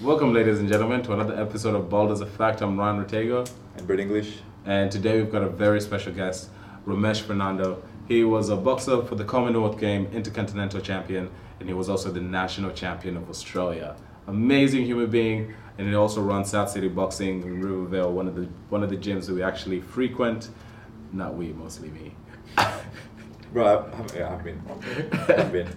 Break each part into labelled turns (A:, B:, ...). A: Welcome, ladies and gentlemen, to another episode of Bald as a Fact. I'm Ron Rotego,
B: And Brit English.
A: and today we've got a very special guest, Ramesh Fernando. He was a boxer for the Commonwealth Game Intercontinental Champion, and he was also the national champion of Australia. Amazing human being, and he also runs South City Boxing in Rivervale, one of the one of the gyms that we actually frequent. Not we, mostly me.
B: Bro, I, I, haven't- yeah, I have been. I have been.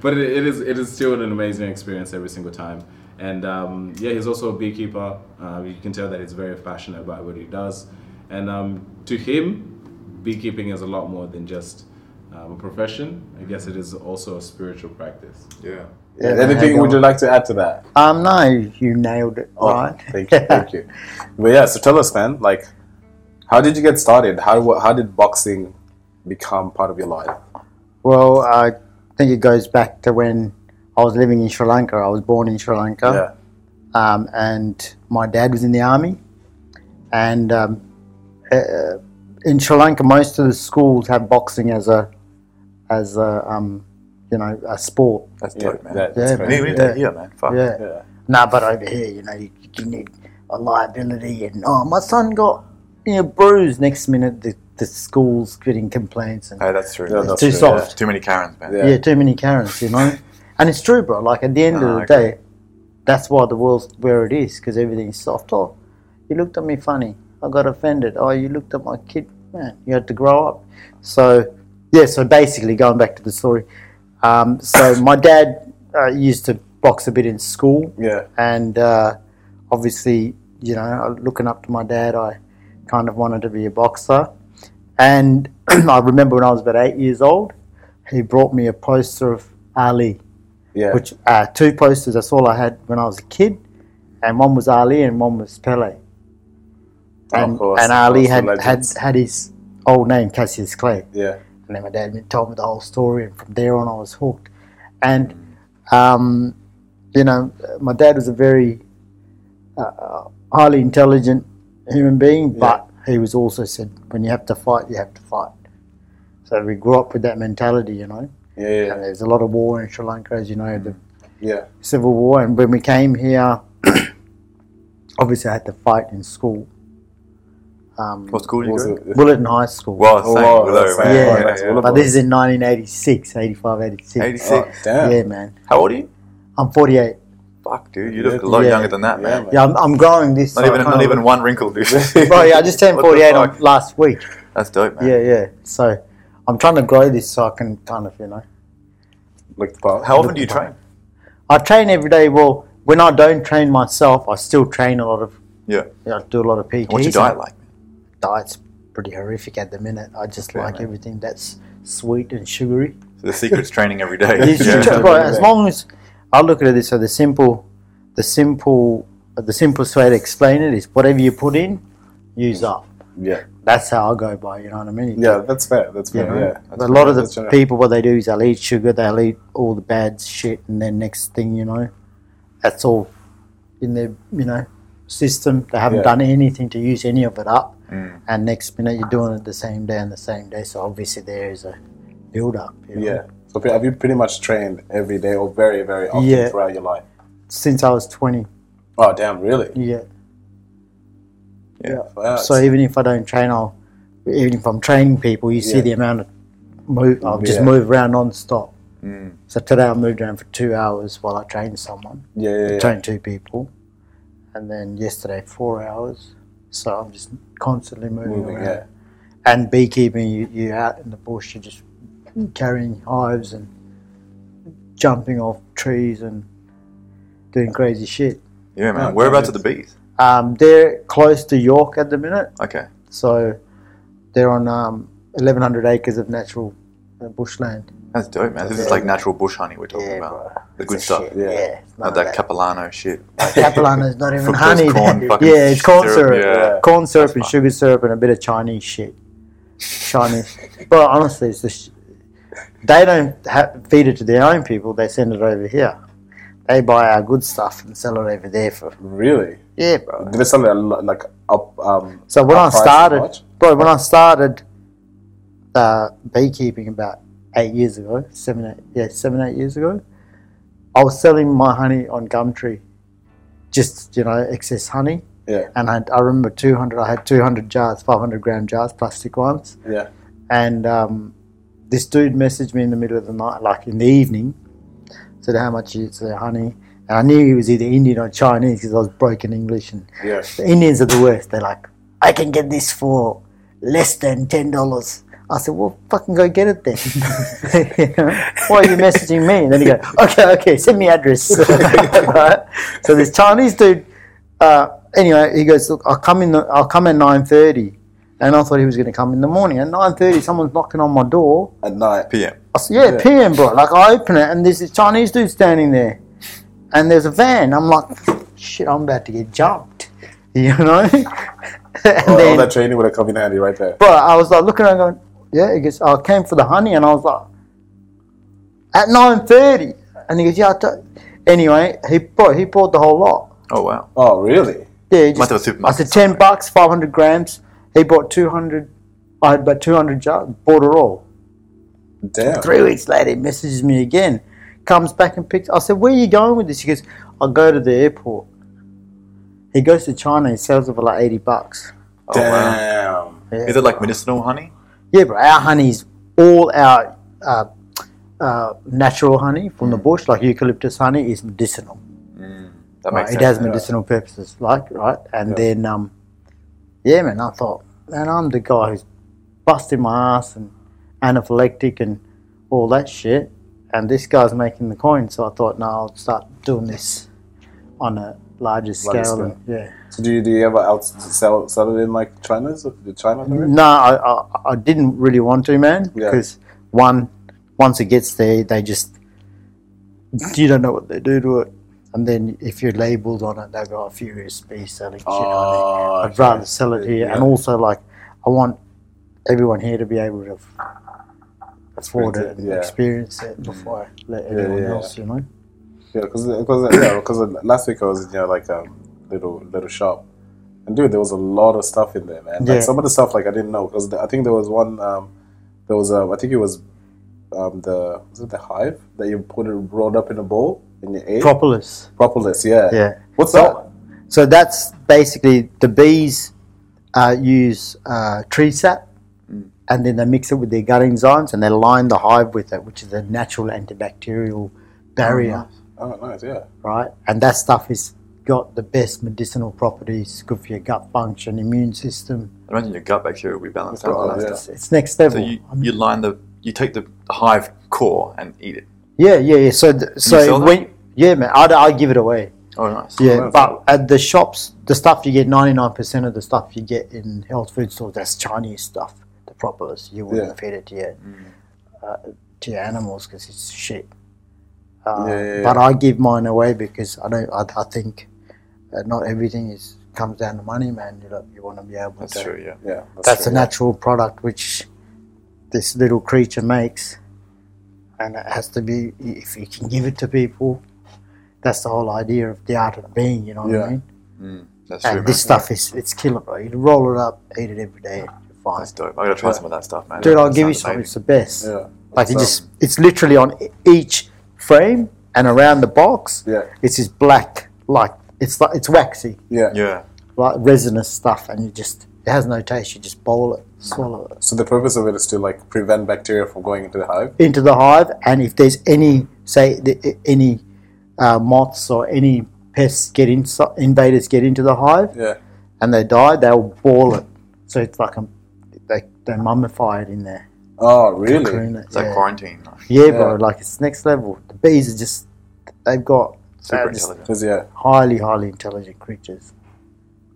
A: but it, it is it is still an amazing experience every single time. And um, yeah, he's also a beekeeper. Uh, you can tell that he's very passionate about what he does. And um, to him, beekeeping is a lot more than just um, a profession. I guess it is also a spiritual practice.
B: Yeah.
C: Yeah,
D: Yeah,
C: hang
D: anything
C: on.
D: would you like to add to that?
C: Um, no, you nailed it
D: Oh,
C: right.
D: thank you, thank you. But yeah, so tell us, man, like, how did you get started? How wa- how did boxing become part of your life?
C: well, I think it goes back to when I was living in Sri Lanka. I was born in Sri Lanka, um, and my dad was in the army. And um, uh, in Sri Lanka, most of the schools have boxing as a as a um, you know a sport.
D: that's
B: Yeah,
D: dope, man.
B: that-
C: Yeah, man.
D: crazy.
C: We need that
D: yeah, man. Fuck.
C: Yeah.
D: yeah.
C: No, but over here, you know, you, you need a liability, and oh, my son got you know bruised. Next minute, the, the school's getting complaints and
E: Oh, that's true.
D: Yeah, that's
C: too
D: true,
C: soft.
E: There's too many Karens, man.
D: Yeah.
C: Yeah. too many Karens, you know. and it's true, bro. Like at the end of
E: Ah,
C: the
E: okay.
C: day, that's why the world's where it is because everything's soft. Oh, you looked at me funny. I got offended. Oh, you looked at my kid. Man, you had to grow up. So, yeah. So basically, going back to the story. Um, so my dad uh, used to box a bit in school
D: Yeah.
C: and uh, obviously, you know, looking up to my dad, I kind of wanted to be a boxer. And I remember when I was about eight years old, he brought me a poster of Ali,
D: Yeah.
C: which uh, two posters. That's all I had when I was a kid, and one was Ali and one was Pele.
D: Oh, Of
C: And,
D: course,
C: and
D: of
C: Ali
D: course, the
C: had, had
D: legends.
C: had his old name Cassius Clay.
D: yeah.
C: And then my dad told me the whole story, and from there on, I was hooked. And, um, you know, my dad was a very uh, highly intelligent human being, but he was also said, when you have to fight, you have to fight. So we grew up with that mentality, you know.
D: Yeah. Yeah.
C: And there's a lot of war in Sri Lanka, as you know, the
D: Yeah.
C: civil war. And when we came here, obviously I had to fight in school. Um,
E: What school did you
D: Was
E: go?
D: it-
C: Bulletin High School.
E: Well, same.
D: wow,
E: below,
D: that's
E: man.
C: right.
E: Yeah,
C: Yeah,
D: that's
E: yeah.
D: all
C: But this is in 1986, 85, 86.
E: 86.
D: Oh, damn.
C: Yeah, man.
E: How old are you?
C: I'm 48.
E: Fuck, dude, you look a
D: Yeah.
E: lot
C: Yeah.
E: younger than that,
D: Yeah,
E: man.
D: Ah, man.
C: Yeah, I'm, I'm growing this.
E: Not
C: so
E: even,
C: I
E: not
C: kinda
E: even
C: look-
E: one wrinkle, dude.
C: Bro, yeah, I just turned
E: What the
C: 48 on,
E: fuck?
C: last week.
E: That's dope, man.
C: Yeah, yeah. So I'm trying to grow this so I can kind of, you know.
D: Look the part.
E: How often do you train?
C: I train every day. Well, when I don't train myself, I still train a lot of.
E: Yeah.
C: You know, I do a lot of PT.
E: What's your diet like?
C: Diet's pretty horrific at the minute. I just
E: Okay,
C: like
E: man.
C: everything that's sweet and sugary.
E: So the secret's training every day.
C: It's
E: Yeah.
C: just- bro, as long as I look at it this way, the simple, the simple, the simplest way to explain it is whatever you put in, use up.
D: Yeah.
C: That's how I go by. You know what I mean?
D: Yeah. That's fair. That's
C: You
D: fair.
C: know?
D: Yeah.
C: a lot of
D: That's
C: the
D: right.
C: people, what they do is they'll eat sugar, they'll eat all the bad shit, and then next thing you know, that's all in their you know system. They haven't
D: Yeah. Mm.
C: done anything to use any of it up, and next minute you're doing it the same day and the same day. So obviously there is a build up. You know?
D: Yeah. So have you pretty much trained every day or very, very often
C: Yeah.
D: throughout your life?
C: Since I was 20,
D: Oh, damn! Really?
C: yeah.
D: Wow.
C: So even if I don't train, I'll even if I'm training people, you see
D: Yeah.
C: the amount of move. I'll just
D: Yeah. Mm.
C: move around non-stop. So today I moved around for two hours while I trained someone,
D: yeah, yeah, yeah.
C: trained two people, and then yesterday four hours. So I'm just constantly moving,
D: Moving,
C: around.
D: yeah.
C: And beekeeping, you you out in the bush, you're just carrying hives and jumping off trees and doing crazy shit.
E: yeah,
D: Oh,
E: man. Whereabouts are the
D: nice.
E: bees?
C: Um, they're close to York at the minute.
E: Okay.
C: So they're on um, 1,100 acres of natural uh, bushland.
E: That's dope, man. This is like natural bush honey we're talking about. The good stuff.
C: Shit,
D: yeah.
C: it's
E: Not
C: none
E: that
C: of
E: Capilano shit.
C: Capilano's not even
E: Fructose
C: honey.
E: corn
C: then.
E: fucking
C: yeah, it's corn
E: syrup,
C: syrup.
E: yeah.
C: Corn syrup and sugar syrup and a bit of Chinese shit. Chinese. but honestly, it's the sh- they don't ha- feed it to their own people. They send it over here. They buy our good stuff and sell it over there for
D: Really?
C: yeah, bro.
D: Did it sound like, a lo- like up? Um,
C: So when
D: up
C: I
D: price
C: started,
D: much?
C: bro, when I started uh, beekeeping about eight years ago, seven, eight, yeah, seven, eight years ago, I was selling my honey on Gumtree just you know excess honey.
D: Yeah.
C: And I, I remember 200. I had 200 jars, 500 gram jars, plastic ones.
D: Yeah.
C: And um, this dude messaged me in the middle of the night, like in the evening, said how much is the honey. And I knew he was either Indian or Chinese because I was broken English. And
D: Yeah.
C: the Indians are the worst. They're like, I can get this for less than ten dollars. I said, well, fucking go get it then. You know? Why are you messaging me? And then he go, okay, okay, send me address. Right? So this Chinese dude, uh, anyway, he goes, look, I'll come in. The, I'll come at nine thirty, and I thought he was going to come in the morning. At nine thirty, someone's knocking on my door.
D: At night.
E: PM.
C: I said, yeah,
D: Yeah.
C: PM, bro. Like, I open it, and there's this Chinese dude standing there, and there's a van. I'm like, shit, I'm about to get jumped, you know? and
D: All- all
C: then,
D: Oh, that training would have come in handy right there.
C: bro, I was like looking around, going, yeah. He goes, I came for the honey, and I was like, at nine thirty, and he goes, yeah. I t-. Anyway, he bought he bought the whole lot.
E: Oh wow.
D: Oh, really?
C: Yeah, he
E: Must
C: just,
E: have a
C: I
E: supermarket.
C: said ten bucks, five hundred grams. He bought two hundred. I had about two hundred jars. Bought it all.
D: Damn.
C: Three weeks later, he messages me again, comes back and picks. I said, "Where are you going with this?" He goes, "I'll go to the airport." He goes to China. He sells it for like eighty bucks.
E: Oh wow.
D: Damn.
E: Is it like medicinal honey?
C: Yeah, but our honey's all our uh, uh, natural honey from the bush, like eucalyptus honey, is medicinal.
E: That
C: Right?
E: makes
C: It
E: sense.
C: has medicinal purposes, like right. And then, um, yeah, man, I thought, man, I'm the guy who's busting my ass and anaphylactic and all that shit, and this guy's making the coin. So I thought, no, I'll start doing this on a larger scale.
D: scale.
C: And, yeah.
D: So do you, do you ever out sell sell it in like China? So the China? market?
C: No, I, I, I didn't really want to, man.
D: Yeah.
C: Because one, once it gets there, they just you don't know what they do to it, and then if you're labelled on it, they go oh, furious beast selling shit on it.
D: Oh,
C: I'd rather sell it here, and
D: Yeah.
C: also like I want everyone here to be able to f- afford it
D: Experience it,
C: and
D: yeah. Mm.
C: experience it before I let
D: Yeah,
C: anyone
D: yeah.
C: else. You know,
D: Yeah, because yeah, because last week I was in you know, like a little little shop, and dude, there was a lot of stuff in there, man.
C: Yeah.
D: Like some of the stuff like I didn't know because I think there was one, um, there was a, I think it was, um, the was it the hive that you put it rolled up in a bowl and you ate
C: propolis.
D: propolis, yeah.
C: Yeah.
D: What's
C: So-
D: that? one?
C: So that's basically the bees uh, use uh, tree sap
D: Mm.
C: and then they mix it with their gut enzymes and they line the hive with it, which is a natural antibacterial barrier,
D: Oh, nice, yeah.
C: right? And that stuff has got the best medicinal properties, good for your gut function, immune system.
E: I imagine your gut bacteria will be balanced out.
D: Oh,
E: by that
D: yeah.
E: stuff.
C: It's, it's next level.
E: So you, you line the you take the hive core and eat it.
C: yeah, yeah, yeah. So, th-
E: sell
C: so
E: that?
C: when, yeah, man, I'd, i give it away.
E: Oh nice.
C: Yeah,
D: wow.
C: but at the shops, the stuff you get, 99% of the stuff you get in health food stores, that's Chinese stuff, the propolis. You wouldn't
D: Yeah.
C: feed it to your, uh, to your animals because it's shit. Uh,
D: Yeah, yeah, yeah.
C: But I give mine away because I don't. I, I think uh, not everything is comes down to money, man. You, know, you want to be able
E: That's
C: to.
E: true, yeah.
D: Yeah,
C: That's
D: true,
C: a natural product which this little creature makes, and it has to be if you can give it to people. That's the whole idea of the art of being. You know what
D: Yeah.
C: I mean?
E: That's true.
C: And this
E: man.
C: stuff is it's killer, bro. You roll it up, eat it every day, you're fine.
E: That's dope. I gotta try some of that stuff, man.
C: Dude, I'll
E: That
C: give you
E: sounds
C: some. It's
E: amazing.
C: the best.
D: Yeah. um,
C: Like it
D: So-
C: just it's literally on e- each frame and around the box.
D: Yeah.
C: It's this black like it's like it's waxy,
D: Yeah.
E: Yeah.
C: like resinous stuff, and you just it has no taste. You just bowl it, swallow it
D: So the purpose of it is to like prevent bacteria from going into the hive.
C: into the hive, and if there's any say the, i- any uh, moths or any pests get inside, invaders get into the hive,
D: Yeah.
C: and they die, they'll ball it. So it's like a, they, they mummify it in there.
D: Oh, really?
C: Cocoon it,
E: It's like
C: yeah.
E: quarantine. like,
C: yeah,
D: Yeah.
C: bro, like it's next level. The bees are just, they've got
E: Super
C: they're just
E: intelligent.
D: 'Cause, yeah.
C: highly, highly intelligent creatures.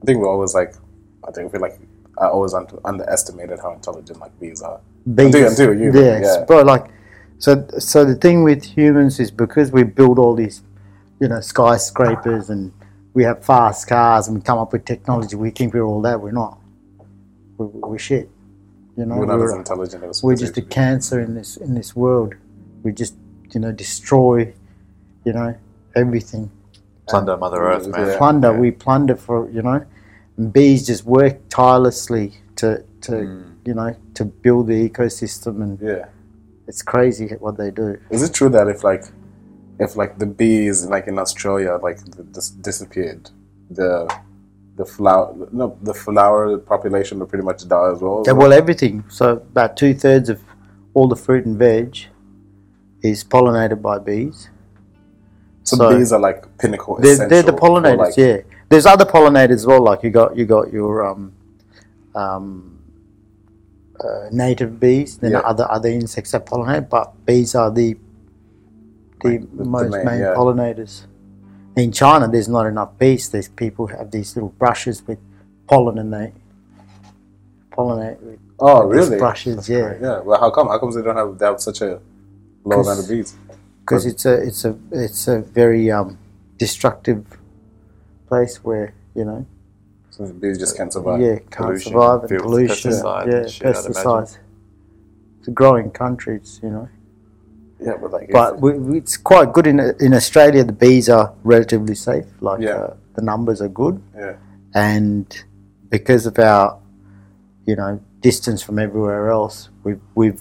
D: I think we're always like, I think I feel like I always un- underestimated how intelligent like bees are.
C: Bees.
D: do- I do, you-
C: yes,
D: yeah.
C: bro, like, so, so the thing with humans is because we build all these, you know, skyscrapers and we have fast cars and we come up with technology, we think we're all that. We're not. We're, we're shit. You know,
D: We're not as
C: we're-
D: intelligent as
C: we're
D: we
C: just a
D: should be.
C: cancer in this in this world. We just you know destroy, you know everything.
E: Plunder Mother Earth, man.
D: Yeah.
C: Plunder. We plunder for you know. And bees just work tirelessly to to
D: Mm.
C: you know to build the ecosystem, and
D: Yeah.
C: it's crazy what they do.
D: Is it true that if like if like the bees like in Australia like dis- disappeared, the the flower no the flower population would pretty much die as well.
C: Yeah, well, everything. So about two thirds of all the fruit and veg is pollinated by bees.
D: so,
C: so-
D: bees are like pinnacle.
C: They're, they're the
D: essential for,
C: pollinators.
D: like-
C: yeah, there's other pollinators as well. Like you got you got your um, um, uh, native bees. Then
D: Yeah.
C: other other insects that pollinate, but bees are the the
D: Like the- the
C: most
D: main-
C: main
D: yeah.
C: pollinators. In China, there's not enough bees. There's people have these little brushes with pollen, and they pollinate with
D: Oh
C: these
D: really?
C: brushes. Yeah.
D: Yeah. Well, how come? How come they don't have they have such a low amount of bees?
C: because it's a it's a it's a very um, destructive place where you know
D: Since the bees just can't survive.
C: yeah can't
E: pollution,
C: survive and
E: fields of
C: pollution
E: pesticides
C: yeah
E: and shit, I'd imagine.
C: pesticides it's a growing country it's you know
D: Yeah, but like.
C: but we, we- it's quite good in in Australia the bees are relatively safe like
D: Yeah.
C: uh, the numbers are good
D: Yeah.
C: and because of our you know distance from everywhere else we've we've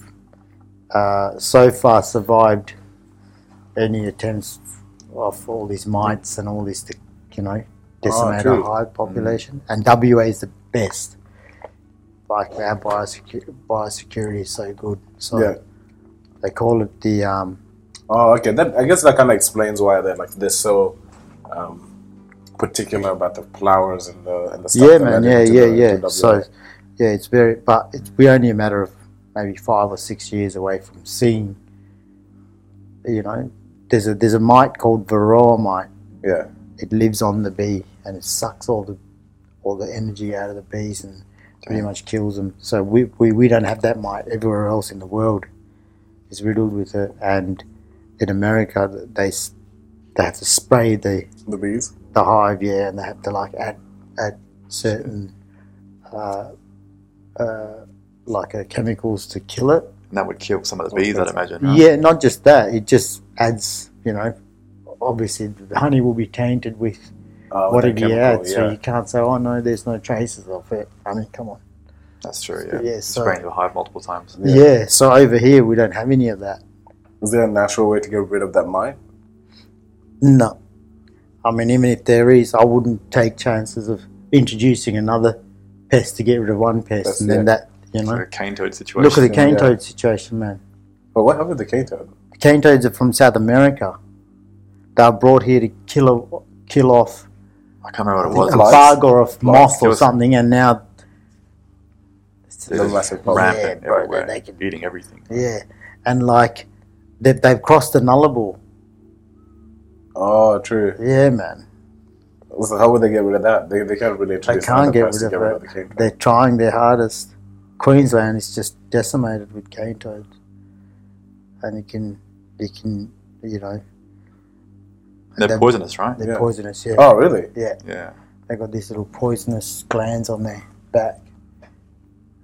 C: uh, so far survived any attempts of all these mites and all this to you know decimate
D: Oh, true. Mm.
C: our hive population and WA is the best like our biosecu- biosecurity is so good so
D: Yeah.
C: they call it the um,
D: Oh, okay. That I guess that kind of explains why they're like they're so um, particular about the flowers and the and the stuff.
C: yeah
D: that
C: man
D: led
C: yeah
D: into
C: yeah
D: the-
C: yeah
D: to WA.
C: so yeah it's very but it's we only a matter of maybe five or six years away from seeing you know there's a there's a mite called varroa mite
D: yeah,
C: it lives on the bee and it sucks all the all the energy out of the bees and pretty much kills them. So we, we, we don't have that mite everywhere else in the world. It's riddled with it, and in America th- they s- they have to spray the,
D: the bees.
C: the hive, yeah, and they have to like add add certain uh, uh, like uh, chemicals to kill it.
E: And that would kill some of the bees, I'd imagine.
D: Uh-huh.
E: right?
C: Yeah, not just that. It just adds, you know, obviously the honey will be tainted with
D: Uh, with
C: what
D: the
C: have you
D: chemical,
C: had? So you can't say, oh no, there's no traces of it. I mean, come on.
E: That's true, yeah.
C: Yeah, so-
E: Spraying the hive multiple times.
C: Yeah. so over here we don't have any of that.
D: Is there a natural way to get rid of that mite?
C: No. I mean, even if there is, I wouldn't take chances of introducing another pest to get rid of one pest
D: That's
C: and then
D: it.
C: that, you
E: Like
C: know.
E: a cane toad situation.
C: Look at the cane
D: yeah.
E: uh,
C: toad situation, man.
D: But what happened to the cane toad?
C: The cane toads are from South America. They are brought here to kill, a, kill off
E: I can't remember
C: a
E: what it was.
D: Flies?
C: bug or a moth or
E: kills them.
C: something, and now.
E: They're
D: The
E: just
D: massive problem.
E: rampant
C: Oh, Yeah, bro,
E: everywhere,
C: they can-
E: eating everything.
C: Yeah. And like, they've, they've crossed the nullable.
D: Oh, true.
C: Yeah, man.
D: So how would they get rid of that? They, they can't
C: They
D: really. introduce
C: can't
D: another
C: get
D: pest
C: rid
D: to
C: of
D: the
C: it.
D: cane toad.
C: They're trying their hardest. Queensland is just decimated with cane toads, and you can, you can, you know,
E: They're
C: They're-
E: poisonous, right?
C: they're
D: Yeah.
C: poisonous. Yeah,
D: Oh, really?
C: yeah.
E: Yeah.
C: They got these little poisonous glands on their back,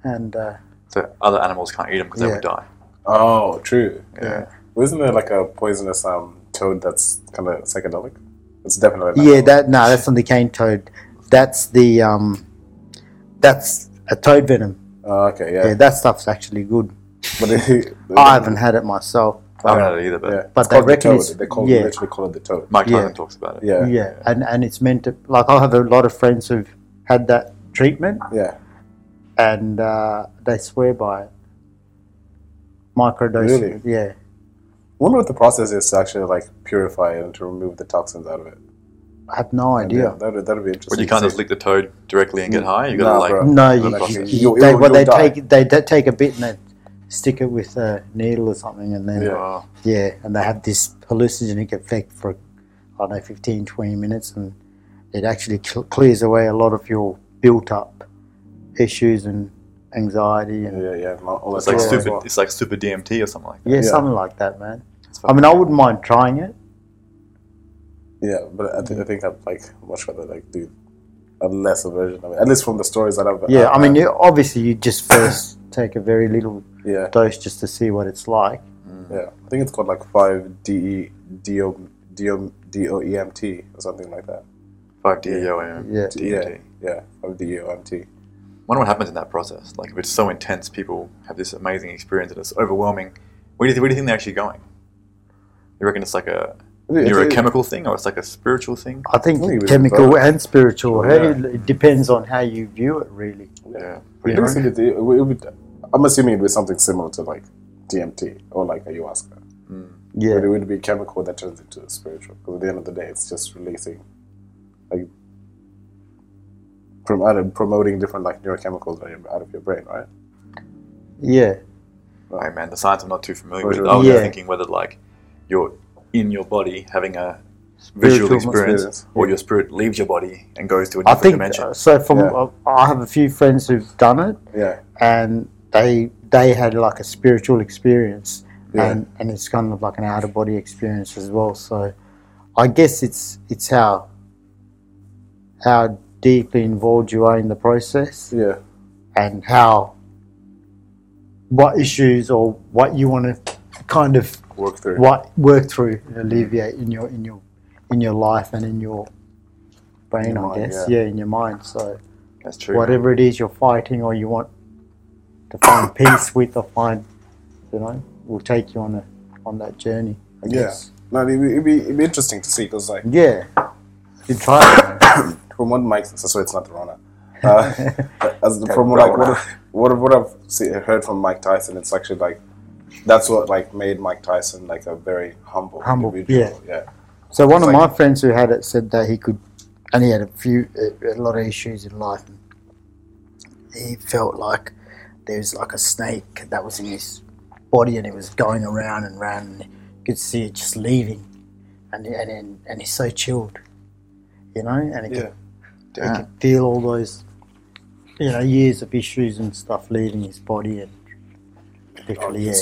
C: and uh,
E: So other animals can't eat them because
C: Yeah.
E: they would die.
D: Oh, true.
E: Yeah.
D: Well, isn't there like a poisonous um toad that's kind of psychedelic? It's definitely.
C: yeah, that no, that's not the cane toad. That's the um, that's a toad venom.
D: Oh, okay. Yeah.
C: Yeah, that stuff's actually good.
D: But they,
C: I haven't had it myself.
E: I haven't had it either, but
D: Um, Yeah.
C: But
D: It's
C: they
D: called the
C: reckon
D: toad.
C: it's-
D: They call
C: yeah.
D: literally call it the toad.
E: Mike
C: Yeah.
E: Tyson talks about it.
D: Yeah.
C: Yeah, and and it's meant to like I have a lot of friends who've had that treatment.
D: Yeah.
C: and uh, they swear by it. Microdosing, yeah.
D: wonder what the process is to actually like purify it and to remove the toxins out of it.
C: I have no idea.
D: that would that'd be interesting.
E: Well, you can't
D: to
E: just
D: see.
E: lick the toad directly and get
C: Mm.
E: high. You got to
D: Nah,
E: like
D: bro.
C: No,
E: the
C: you,
E: process.
C: you-
D: You'll-
C: they,
D: you'll-
C: well, they
D: you'll die.
C: take they, they take a bit and they stick it with a needle or something, and then yeah,
D: Yeah.
E: Wow.
C: and they have this hallucinogenic effect for I don't know 15, 20 minutes, and it actually cl- clears away a lot of your built up issues and anxiety and
D: Yeah, yeah. Not all
E: it's
D: that
E: like
D: stuff as
E: stupid.
D: well.
E: It's like super DMT or something like that.
C: yeah,
D: Yeah.
C: something like that, man.
E: It's
C: I mean, I
E: fucking-
C: wouldn't mind trying it.
D: Yeah, but I, th- I think I'd like much rather like do a lesser version of it. At least from the stories that I've.
C: Yeah,
D: I've
C: I mean,
D: had.
C: you, obviously, you just first take a very little
D: yeah,
C: dose just to see what it's like.
D: yeah. I think it's called like five D E D O D O D O E M T or something like that. E
E: Fuck E DEOM.
C: Yeah.
E: DMT.
D: Yeah, yeah. Of D E O M T.
E: wonder what happens in that process. Like, if it's so intense, people have this amazing experience and it's overwhelming. Where do you, where do you think they're actually going? You reckon it's like a
D: It's-
E: You're a
D: it-
E: chemical thing, or it's like a spiritual thing.
C: I think
D: I think it was
C: chemical
D: both.
C: and spiritual.
D: Yeah.
C: It, it depends on how you view it, really.
E: Yeah.
D: I
E: Pretty
D: think
E: much.
D: it- it- it would- I'm assuming it would be something similar to like DMT or like ayahuasca. But it
C: Yeah,
D: would be chemical that turns into a spiritual. Because at the end of the day, it's just releasing, like, prom- I don't- promoting different like neurochemicals out of- out of your brain, right?
C: yeah,
E: Right, man. The science I'm not too familiar
D: For
E: with.
D: sure.
E: I was
C: Yeah.
E: thinking whether like you're in your body having a
C: Spiritual
E: visual experience,
D: experience.
E: or your spirit leaves your body and goes to a
C: I
E: different
C: think
E: dimension.
C: uh, so. From
D: Yeah.
C: uh, I have a few friends who've done it,
D: Yeah.
C: and they they had like a spiritual experience,
D: Yeah.
C: and and it's kind of like an out of body experience as well. So, I guess it's it's how how deeply involved you are in the process.
D: Yeah.
C: and how what issues or what you want to kind of
D: Work through.
C: what work through and alleviate in your in your in your life and in your brain,
D: your
C: I
D: mind,
C: guess.
D: yeah.
C: Yeah. in your mind. So
E: That's true.
C: whatever it is you're fighting or you want to find peace with or find you know, will take you on a on that journey. I
D: Yeah.
C: guess.
D: No, it'd be, it'd be, it'd be interesting to see because like
C: Yeah. You try it. man.
D: from what Mike, so sorry, it's not the runner. Uh, as the, from what, I, what, I- what, I- what I've see, heard from Mike Tyson, it's actually like that's what like made Mike Tyson like a very humble,
C: Humble,
D: individual. Yeah.
C: So one
D: It's
C: of
D: like-
C: my friends who had it said that he could, and he had a few, a, a lot of issues in life. And he felt like there was like a snake that was in his body, and it was going around and around, and you could see it just leaving, and and and, and he's so chilled, you know, and he could, he
E: Damn.
C: could feel all those, you know, years of issues and stuff leaving his body, and
D: Oh,
C: literally, yeah,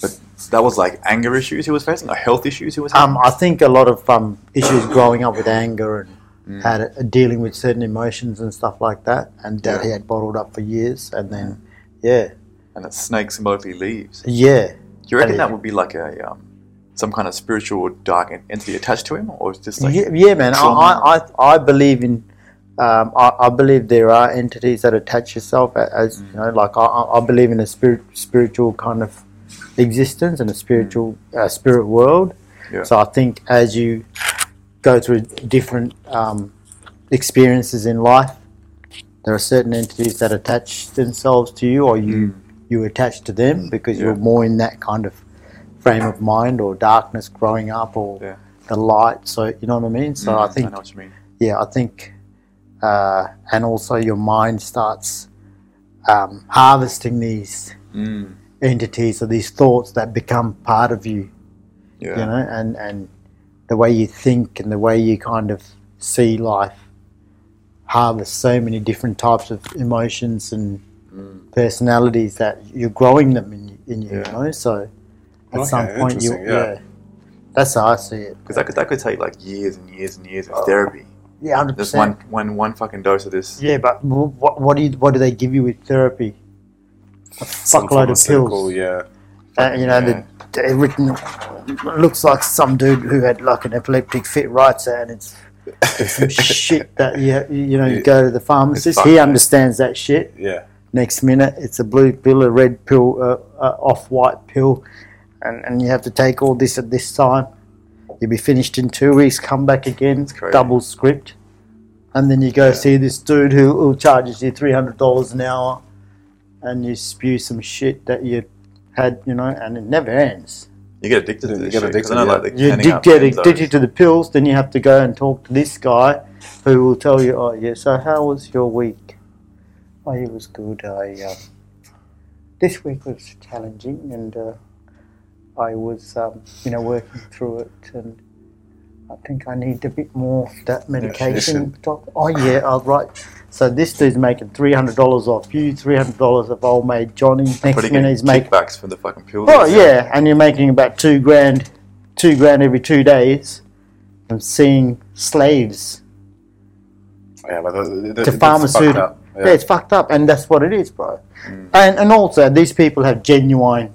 E: But that was like anger issues he was facing, or health issues he was having.
C: Um, I think a lot of um, issues growing up with anger
E: Mm.
C: and had dealing with certain emotions and stuff like that, and that he had bottled up for years, and then yeah,
E: and that snake symbolically leaves.
C: yeah,
E: Do you reckon
C: Yeah.
E: that would be like a um, some kind of spiritual dark en- entity attached to him, or it's just like
C: yeah, yeah, man. I, I, I I believe in. Um, I, I believe there are entities that attach yourself a- as
E: Mm.
C: you know, like I- I, I believe in a spirit, spiritual kind of existence and a spiritual uh, spirit world.
E: Mm. Yeah.
C: So I think as you go through different um, experiences in life, there are certain entities that attach themselves to you, or you
E: Hmm.
C: you attach to them because you're more in that kind of frame of mind or darkness growing up or
E: Yeah.
C: the light. So you know what I mean. So I
E: Mm,
C: think
E: know what you mean.
C: yeah, I think, uh, and also your mind starts um, harvesting these
E: Mm,
C: entities or these thoughts that become part of you
E: yeah.
C: you know, and and the way you think and the way you kind of see life harvest so many different types of emotions and
D: Mm.
C: personalities that you're growing them in, in you,
E: Yeah.
C: you know. So at
D: Okay,
C: some point, you
D: interesting, yeah.
C: that's how I see it.
E: Because that could that could take like years and years and years of therapy.
C: Yeah, hundred
E: Just one,
C: Oh. percent.
E: one, one fucking dose of this.
C: Yeah, but wh- what what do you, what do they give you with therapy? A fuckload
D: Some
C: of
D: pharmaceutical,
C: pills.
D: Yeah.
C: Uh, you know,
E: Yeah.
C: the, the written looks like some dude who had like an epileptic fit writes it, and it's some shit that you you know you go to the pharmacist.
E: fucked,
C: He
E: man.
C: understands that shit.
D: Yeah.
C: Next minute, it's a blue pill, a red pill, a, a off-white pill, and and you have to take all this at this time. You'll be finished in two weeks. Come back again,
E: crazy.
C: double script, and then you go see this dude who, who charges you three hundred dollars an hour, and you spew some shit that you had, you know, and it never ends.
E: You get addicted to
D: You
E: this shit,
D: get
E: 'cause I
D: addicted,
E: know,
D: yeah.
E: like, the
C: You
E: canning
C: did
E: up
C: get
E: ends are-
C: addicted to the pills, then you have to go and talk to this guy who will tell you, oh, yeah, so how was your week? Oh, it was good. I um, This week was challenging and uh, I was, um, you know, working through it and I think I need a bit more of that medication. Doc- Oh, yeah, all right. So this dude's making $300 off you, $300 of old mate Johnny. Next
E: Putting in
C: minute he's making...
E: kickbacks for the fucking pills.
C: Oh yeah, and you're making about two grand, two grand every two days, and seeing slaves
D: Oh, Yeah, but that- that-
C: to
D: that's fucked
C: pharmaceutical.
D: up.
C: Yeah. it's fucked up, and that's what it is, bro. And and also these people have genuine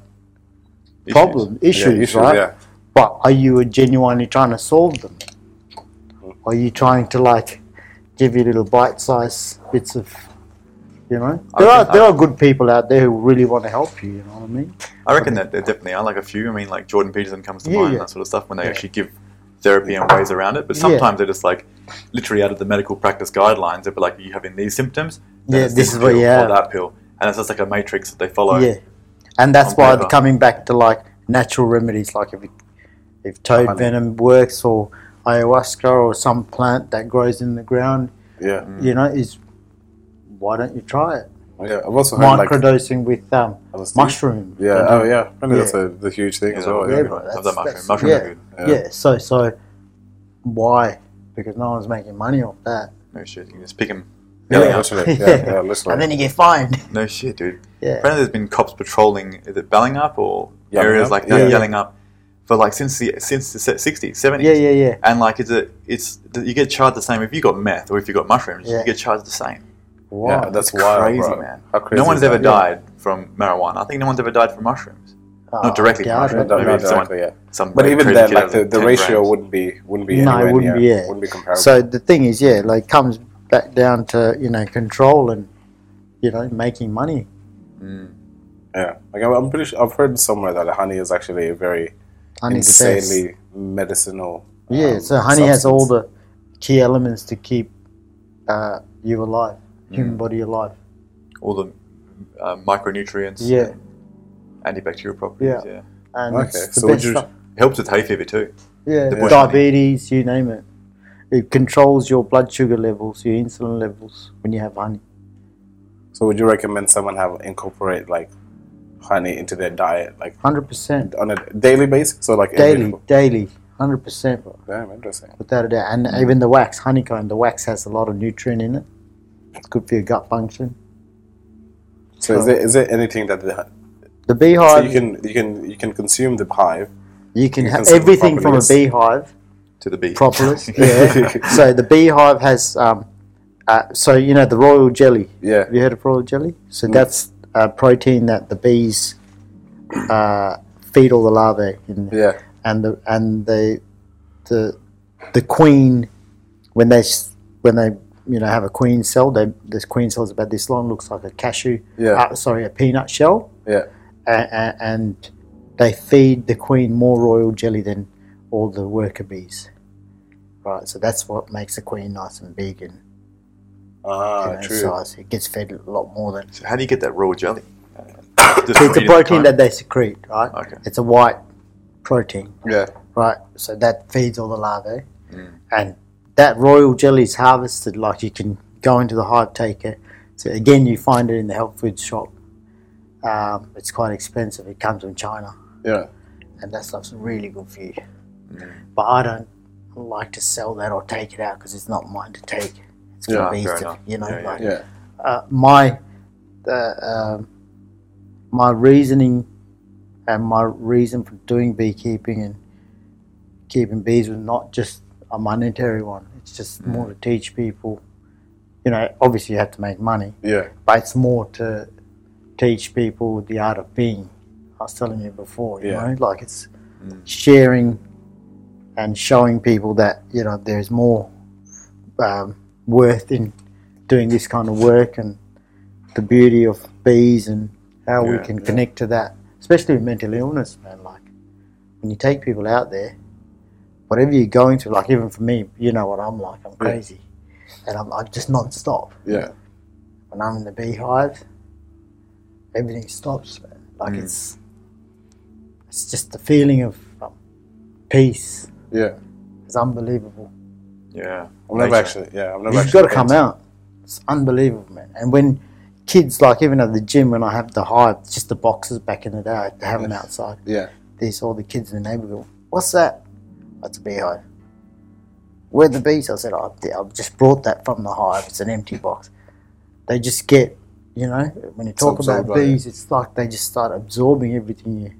E: Issues.
C: problem
D: Yeah,
C: issues,
D: issues,
C: right?
D: yeah.
C: But are you genuinely trying to solve them? Are you trying to like give you little bite-sized bits of You know,
E: I reckon-
C: there are there
E: I-
C: are good people out there who really want to help you. You know what I mean?
E: I reckon that there definitely are like a few. I mean, like Jordan Peterson comes to
C: Yeah,
E: mind,
C: yeah.
E: that sort of stuff, when they
C: Yeah.
E: actually give therapy and ways around it. But
C: Yeah.
E: sometimes they're just like literally out of the medical practice guidelines. They'll be like, "You having these symptoms? then
C: Yeah,
E: it's
C: this is what
E: pill
C: you
E: or
C: have.
E: that pill." And it's just like a matrix that they follow.
C: Yeah, and that's
E: On
C: why
E: paper.
C: coming back to like natural remedies, like if if toad
D: Honey.
C: venom works or ayahuasca or some plant that grows in the ground,
D: Yeah,
C: you know, is why don't you try it?
D: yeah. I've also heard like
C: Microdosing with um,
D: LSD.
C: mushroom.
D: Yeah, oh yeah. Apparently that's
C: Yeah.
D: a the huge thing
E: Yeah,
D: as
E: that
D: well.
E: would
D: Yeah.
E: be-
C: bro,
E: Love that
C: that's-
E: mushroom.
C: that's-
E: Mushroom are
C: yeah.
E: good.
C: yeah. So so why? Because no one's making money off that.
E: No shit, you can just pick them.
D: Yeah,
C: Yeah.
D: literally. Yeah,
C: Yeah.
D: yeah, literally.
C: And then you get fined.
E: No shit, dude.
C: Yeah.
E: Apparently, there's been cops patrolling is it Ballingup or
D: Yellingup?
E: areas like
D: Yeah.
E: that, Yellingup, for like since the since the se- 60s, 70s.
C: Yeah, yeah, yeah.
E: And like, it's a it's you get charged the same if you got meth or if you got mushrooms,
C: Yeah.
E: you get charged the same.
C: Wow.
D: Yeah, that's
E: It's
D: wild,
E: crazy,
D: bro.
E: man.
D: How crazy
E: No one's
D: is that?
E: ever died from marijuana. I think no one's ever died from mushrooms.
C: Oh,
E: Not directly from
C: doubt it.
E: mushrooms.
D: No,
E: Maybe
D: not
E: someone-
D: directly, yeah.
E: some
D: But
E: like
D: even
E: crazy
D: then,
E: kid
D: like
E: has
D: the, the
E: 10
D: ratio
E: grams.
D: wouldn't be wouldn't
C: No,
D: be anywhere
C: it wouldn't
D: near,
C: be. Yeah.
D: wouldn't be comparable.
C: So the thing is, yeah, like comes back down to you know control and you know making money.
D: yeah, like I'm, I'm pretty sure I've heard somewhere that honey is actually a very
C: Honey's the best.
D: insanely medicinal.
C: Yeah.
D: um,
C: so honey has all
D: substance.
C: the key elements to keep uh, you alive,
D: Hmm.
C: human body alive.
E: all the uh, micronutrients,
C: Yeah.
E: antibacterial properties. Yeah.
C: Yeah. And
D: Okay,
C: it's the
D: so would
C: best
D: you-
C: stuff.
E: It helps with hay fever too.
C: Yeah.
E: the bush
C: Diabetes, you name it. It controls your blood sugar levels, your insulin levels when you have honey.
D: So would you recommend someone have incorporate like honey into their diet, like
C: Hundred percent.
D: on a daily basis? So like every-
C: Daily, daily, hundred percent, bro.
D: Damn, interesting.
C: Without a doubt. And
D: Mm.
C: even the wax, honeycomb, the wax has a lot of nutrient in it. It's good for your gut function.
D: So is there is there anything that the,
C: The
D: so
C: beehive,
D: you can you can you can consume the hive? you
C: have
D: consume
C: everything from a
D: propolis.
C: beehive,
E: To the bee.
C: propolis. yeah. So the beehive has, um, uh, so you know, the royal jelly.
D: Yeah. Mm.
C: Have you heard of royal jelly? So that's a protein that the bees uh, feed all the larvae in
D: Yeah.
C: and the and the the the queen when they s- when they you know have a queen cell they this queen cell is about this long looks like a cashew
D: Yeah.
C: uh, sorry a peanut shell
D: Yeah.
C: and, and they feed the queen more royal jelly than all the worker bees right so that's what makes the queen nice and big and you
D: Ah,
C: know,
D: true.
C: size it gets fed a lot more than
E: So how do you get that raw jelly?
C: so it's a protein that they secrete right
E: Okay.
C: it's a white protein
D: Yeah.
C: right? So that feeds all the larvae, and that royal jelly is harvested. Like you can go into the hive, take it. So again, you find it in the health food shop. Um, it's quite expensive. It comes from China,
D: Yeah.
C: and that stuff's really good for you. But I don't like to sell that or take it out because it's not mine to take. It's for
E: Yeah,
C: bees
E: fair
C: to,
E: enough.
C: you know.
E: Yeah, yeah,
C: like,
D: Yeah.
C: uh, my uh, um, my reasoning and my reason for doing beekeeping and keeping bees was not just a monetary one. It's just more to teach people. You know, obviously you have to make money,
D: Yeah.
C: but it's more to teach people the art of being. I was telling you before, you
D: Yeah.
C: know, like it's
E: Mm.
C: sharing and showing people that you know there's more um, worth in doing this kind of work and the beauty of bees and how we
E: Yeah,
C: can connect to that, especially with mental illness, man. Like when you take people out there, whatever you're going through, like even for me, you know what I'm like. I'm crazy, and I'm, I'm just non-stop
D: Yeah.
C: when I'm in the beehive, everything stops, man. Like it's it's just the feeling of um, peace.
D: Yeah.
C: It's unbelievable.
E: Yeah.
D: I've never
E: Nature.
D: actually. Yeah. I've never
C: You've
D: actually
C: got to come out. It's unbelievable, man. And when kids, like even at the gym, when I have the hive, it's just the boxes back in the day, I had to have them outside.
D: Yeah.
C: There's all the kids in the neighborhood. go, What's that? That's a beehive. Where the bees? I said, "Oh, I've just brought that from the hive. It's an empty box. They just get, you know, when you talk
D: absorbed
C: about
D: by it.
C: bees, it's like they just start absorbing everything you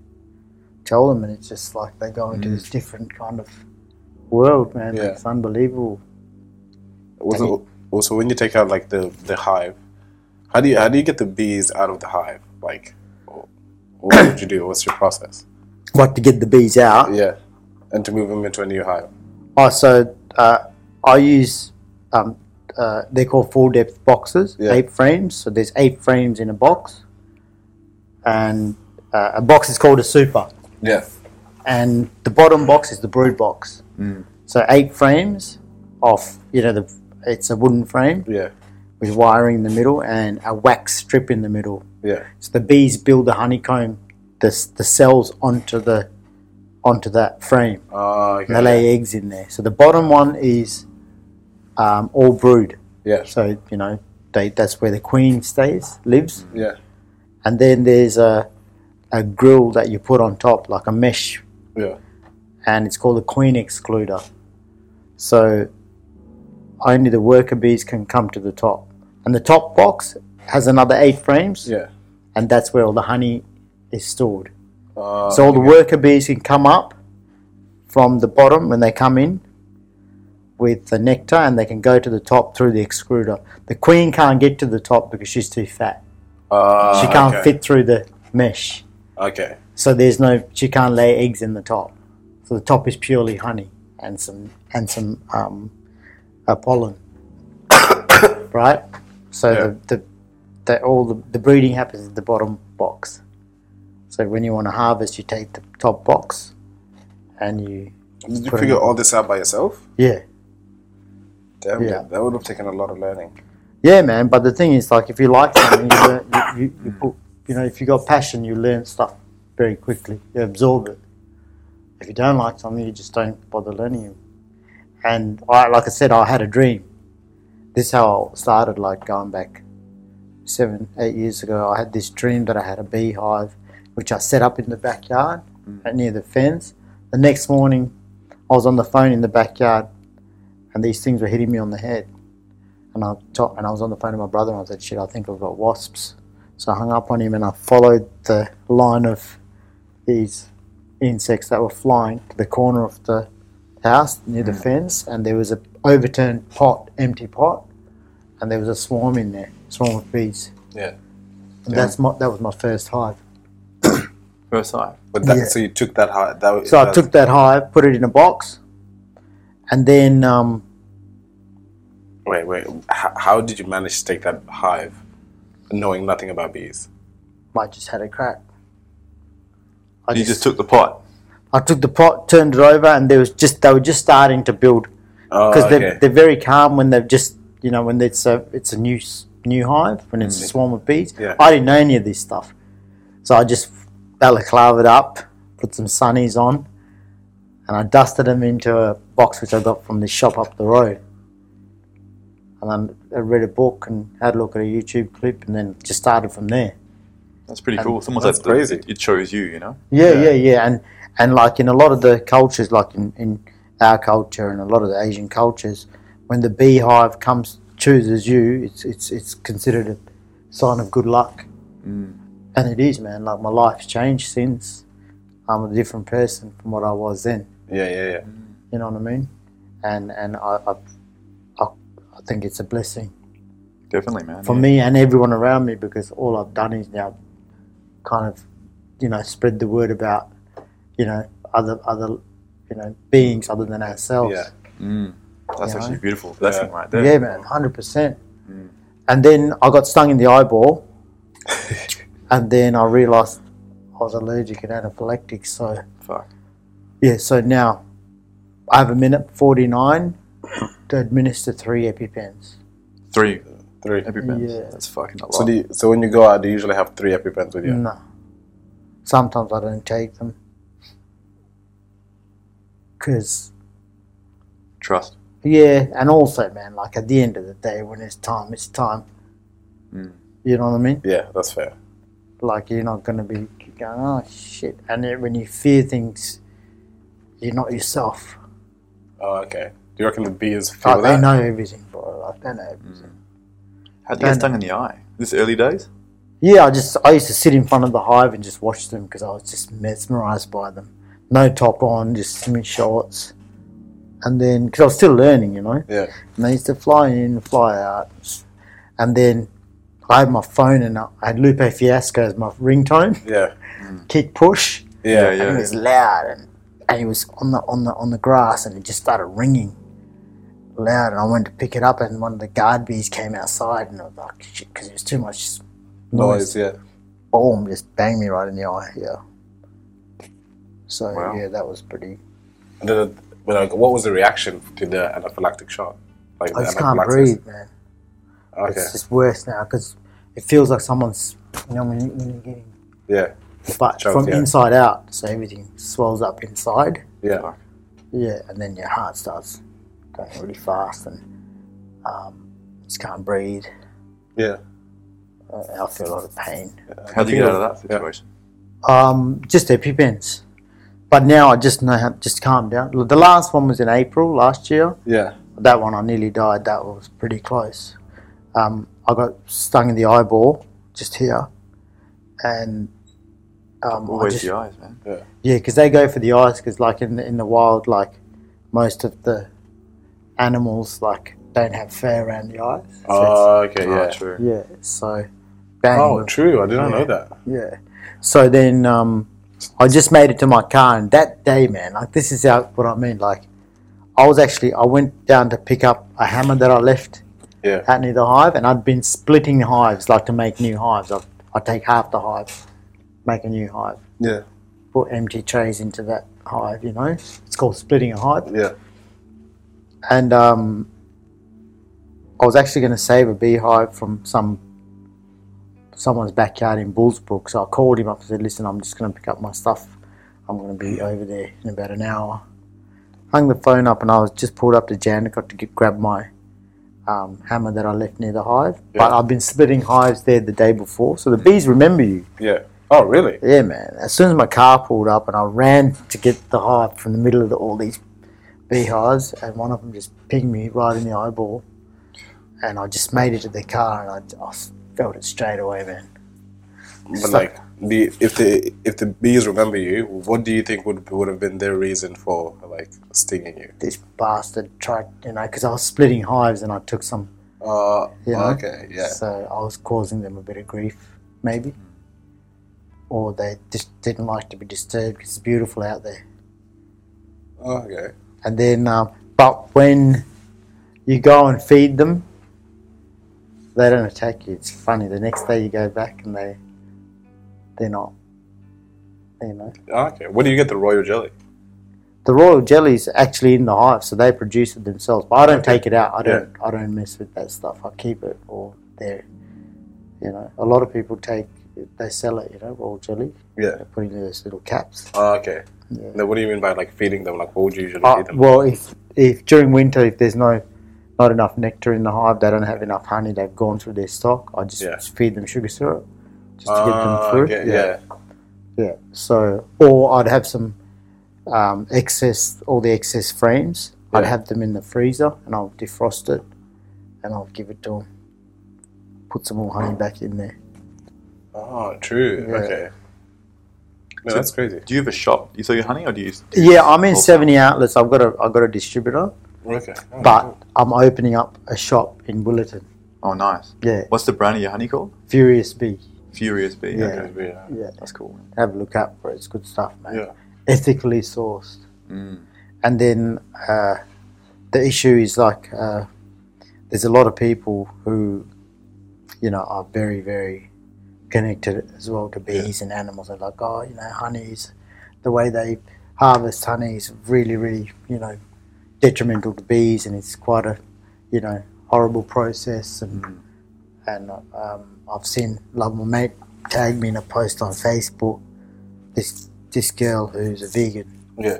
C: tell them, and it's just like they go into this different kind of world, man.
D: Mm. Yeah.
C: It's unbelievable.
D: Also, also, when you take out like the the hive, how do you how do you get the bees out of the hive? Like, what would you do? What's your process?
C: Like to get the bees out.
D: Yeah, and to move them into a new hive.
C: Oh, so uh, I use um, uh, they call full depth boxes,
D: Yeah.
C: eight frames. So there's eight frames in a box, and uh, a box is called a super,
D: Yeah.
C: and the bottom box is the brood box.
D: Hmm.
C: So eight frames off, you know, the it's a wooden frame
D: Yeah.
C: with wiring in the middle and a wax strip in the middle.
D: Yeah.
C: So the bees build the honeycomb, the, s- the cells onto the onto that frame.
D: Uh, okay.
C: And they lay eggs in there. So the bottom one is um, all brood.
D: Yeah.
C: So you know they, that's where the queen stays, lives.
D: Yeah.
C: And then there's a a grill that you put on top, like a mesh,
D: Yeah.
C: and it's called a queen excluder. So only the worker bees can come to the top. And the top box has another eight frames
D: Yeah.
C: and that's where all the honey is stored.
D: Uh,
C: so all the worker bees can come up from the bottom when they come in with the nectar, and they can go to the top through the excruder. The queen can't get to the top because she's too fat.
D: uh,
C: She can't
D: okay.
C: fit through the mesh,
D: Okay.
C: so there's no. She can't lay eggs in the top. So the top is purely honey and some and some um, uh, pollen, right? So
D: Yeah.
C: the, the, the all the, the breeding happens at the bottom box. So when you want to harvest, you take the top box, and you
D: Did you
C: Put it
D: figure
C: in.
D: all this out by yourself?
C: yeah
D: Damn,
C: Yeah.
D: that would have taken a lot of learning.
C: yeah man. But the thing is, like if you like something, you, learn, you, you, you put you know if you got passion, you learn stuff very quickly. You absorb it. If you don't like something, you just don't bother learning it. And I, like I said, I had a dream. This is how I started, like going back seven, eight years ago. I had this dream that I had a beehive, which I set up in the backyard right near the fence. The next morning, I was on the phone in the backyard, and these things were hitting me on the head. And I to- and I was on the phone to my brother, and I said, "Shit, I think I've got wasps." So I hung up on him, and I followed the line of these insects that were flying to the corner of the house near
E: Mm.
C: the fence, and there was a overturned pot, empty pot, and there was a swarm in there, swarm of bees.
D: Yeah.
C: And that's my that was my first hive.
E: First time.
D: But that,
C: Yeah.
D: so you took that high. That was-
C: So I
D: that-
C: took that hive, put it in a box, and then um,
D: Wait, wait. How, how did you manage to take that hive, knowing nothing about bees?
C: I just had a crack. I
E: You just took the pot.
C: I took the pot, turned it over, and there was just they were just starting to build
D: Oh,
C: because they're,
D: okay.
C: they're very calm when they've just you know when it's a it's a new s- new hive when it's a swarm of bees.
D: Mm. Yeah.
C: I didn't know any of this stuff, so I just balaclava it up, put some sunnies on, and I dusted them into a box which I got from the shop up the road. And then I read a book and had a look at a YouTube clip, and then just started from there.
E: That's pretty cool. It's almost
D: That's
E: like the-
D: crazy.
E: It, it chose you, you know.
C: Yeah, yeah, yeah, and and like in a lot of the cultures, like in, in our culture and a lot of the Asian cultures, when the beehive comes chooses you, it's it's it's considered a sign of good luck, and it is, man. Like my life's changed since. I'm a different person from what I was then.
D: yeah, yeah, yeah.
C: You know what I mean? And and I I, I, I think it's a blessing
E: Definitely, man.
C: for
E: yeah.
C: me and everyone around me because all I've done is now kind of you know spread the word about you know other other you know beings other than ourselves
D: Yeah.
E: That's
C: you know?
E: actually beautiful. That's
D: Yeah.
E: right
C: yeah,
E: there.
C: man 100% and then I got stung in the eyeball and then I realized I was allergic and anaphylactic so
E: Fuck.
C: yeah so now I have a minute 49 to administer three EpiPens
E: Three.
D: Three.
E: EpiPens.
C: Yeah.
E: That's fucking a lot.
D: So do you, so when you go out, do you usually have three EpiPens with you?
C: No. Sometimes I don't take them. Because,
E: Trust.
C: yeah, and also, man, like at the end of the day, when it's time, it's time.
D: Mm.
C: You know what I mean?
D: Yeah, that's fair.
C: Like, you're not going to be going, oh, shit. And then when you fear things, you're not yourself.
D: Oh, okay. Do you reckon the bees feel
C: Like, they
D: that? Mm.
C: know everything, bro. Like, they know everything.
E: How'd you get
C: And-
E: stung in the eye? This early days?
C: Yeah, I just I used to sit in front of the hive and just watch them because I was just mesmerized by them. No top on, just semi shorts, and then because I was still learning, you know.
D: Yeah.
C: And they used to fly in, fly out, and then I had my phone and I I had Lupe Fiasco as my ringtone,
D: Yeah.
C: kick push,
D: Hmm. Yeah.
E: Yeah,
C: and it was loud and, and it was on the on the on the grass and it just started ringing loud, and I went to pick it up, and one of the guard bees came outside, and I was like, shit, because it was too much
D: Noise, yeah.
C: boom, just banged me right in the eye. Yeah. So
E: Wow.
C: yeah, that was pretty.
D: And then, it- but like, what was the reaction to the anaphylactic shock? Like
C: I
D: the
C: just can't
D: anaphylaxis?
C: breathe, man.
D: Okay.
C: It's just worse now because it feels like someone's, you know, when, you, when you're getting,
D: Yeah.
C: but
D: Choked,
C: from
D: yeah.
C: inside out, so everything swells up inside.
D: Yeah.
C: Yeah, and then your heart starts going really fast, and um, just can't breathe.
D: Yeah.
C: Uh, I feel a lot of pain.
E: How'd you get out of that situation?
C: Um, just EpiPens, but now I just know how just calm down. The last one was in April last year.
D: Yeah.
C: That one I nearly died. That was pretty close. Um, I got stung in the eyeball just here, and um, I
E: Always
C: just,
E: the eyes, man.
C: yeah, because they go for the eyes. Because like in the, in the wild, like most of the animals, like don't have fur around the eyes. So
D: Oh, okay.
E: Ah,
D: Yeah.
E: true.
C: it's- yeah. So, bang.
D: Oh, true. I did not know that.
C: yeah. So then, um, I just made it to my car, and that day, man, like this is how what I mean. Like, I was actually I went down to pick up a hammer that I left
D: Yeah.
C: out near the hive, and I'd been splitting hives like to make new hives. I I take half the hive, make a new hive
D: Yeah.
C: put empty trays into that hive, you know. It's called splitting a hive.
D: Yeah.
C: And um, I was actually going to save a beehive from some someone's backyard in Bullsbrook. So I called him up and said, listen, I'm just going to pick up my stuff. I'm going to be over there in about an hour. Hung the phone up and I was just pulled up to Jandakot to get, grab my um, hammer that I left near the hive. But
D: Yeah.
C: I've been splitting hives there the day before. So the bees remember you.
D: Yeah. Oh, really?
C: Yeah, man. As soon as my car pulled up and I ran to get the hive from the middle of the, all these beehives, and one of them just pinged me right in the eyeball. And I just made it to the car and I, I felt it straight away, man.
D: But like, the if the if the bees remember you, what do you think would would have been their reason for like stinging you?
C: This bastard tried, you know, because I was splitting hives and I took some.
D: Uh,
C: Yeah.
D: okay. Yeah. Mm.
C: So I was causing them a bit of grief, maybe. Or they just didn't like to be disturbed because it's beautiful out there.
D: Okay.
C: and then uh, but when you go and feed them they don't attack you it's funny the next day you go back and they they're not you know
D: Okay. Where do you get the royal jelly?
C: the royal jelly's actually in the hive so they produce it themselves but i don't take it out i don't i don't mess with that stuff i keep it or there you know a lot of people take they sell it you know royal jelly
D: Yeah.
C: they put it in those little caps
D: Okay.
C: Yeah.
D: Now, what do you mean by like feeding them? Like, what would you usually
C: Uh,
D: feed them?
C: well, if if during winter if there's no not enough nectar in the hive, they don't have enough honey. They've gone through their stock. I just
D: Yeah.
C: feed them sugar syrup just to get
D: Ah,
C: them through.
D: okay, yeah.
C: yeah. So, or I'd have some um, excess, all the excess frames. I'd
D: Yeah.
C: have them in the freezer and I'll defrost it and I'll give it to them. Put some more honey back in there.
D: Oh, true.
C: Yeah.
D: Okay. No, that's crazy.
E: Do you have a shop? Do you sell your Oh, honey, or do you?
C: Yeah, I'm in
E: Awesome.
C: 70 outlets. I've got a I've got a distributor,
D: Okay. Oh,
C: but I'm opening up a shop in Willerton.
E: Oh, nice.
C: Yeah,
E: What's the brand of your honey called?
C: Furious Bee.
E: Furious Bee.
C: Yeah.
E: Okay.
D: okay, Oh, yeah.
C: Yeah.
E: That's cool. man.
C: have a look out for it. It's good stuff, man.
D: Yeah.
C: Ethically sourced.
E: Mm.
C: And then uh, the issue is like uh, there's a lot of people who, you know, are very, very connected as well to bees and animals. They're like, oh, you know, honeys, the way they harvest honey is really, really, you know, detrimental to bees and it's quite a, you know, horrible process. And, and um, I've seen, like, my mate tagged me in a post on Facebook this this girl who's a vegan
D: Yeah.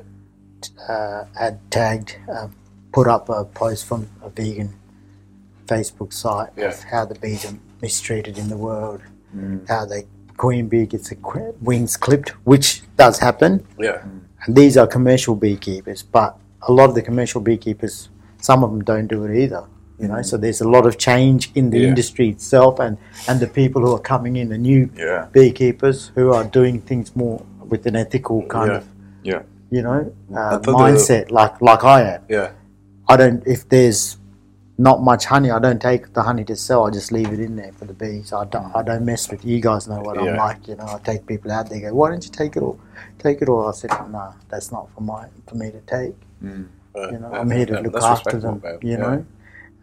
C: uh, had tagged um, put up a post from a vegan Facebook site
D: Yeah.
C: of how the bees are mistreated in the world,
D: Mm.
C: how the queen bee gets the qu- wings clipped, which does happen.
D: Yeah.
C: And these are commercial beekeepers, but a lot of the commercial beekeepers, some of them don't do it either. You know, so there's a lot of change in the
D: Mm. Yeah.
C: industry itself, and, and the people who are coming in, the new
E: Yeah.
C: beekeepers who are doing things more with an ethical kind
D: Yeah.
C: of
E: Yeah.
C: you know uh,
D: thought they were-
C: mindset like like I am
D: Yeah.
C: I don't if there's not much honey I don't take the honey to sell I just leave it in there for the bees I don't I don't mess with you guys know what I'm
D: Yeah.
C: like you know I take people out there go why don't you take it all take it all I said no that's not for my for me to take
D: Uh,
C: You know,
D: yeah,
C: I'm here to
D: yeah,
C: look
D: that's
C: after
D: respectable,
C: them.
D: man.
C: You
D: Yeah.
C: know,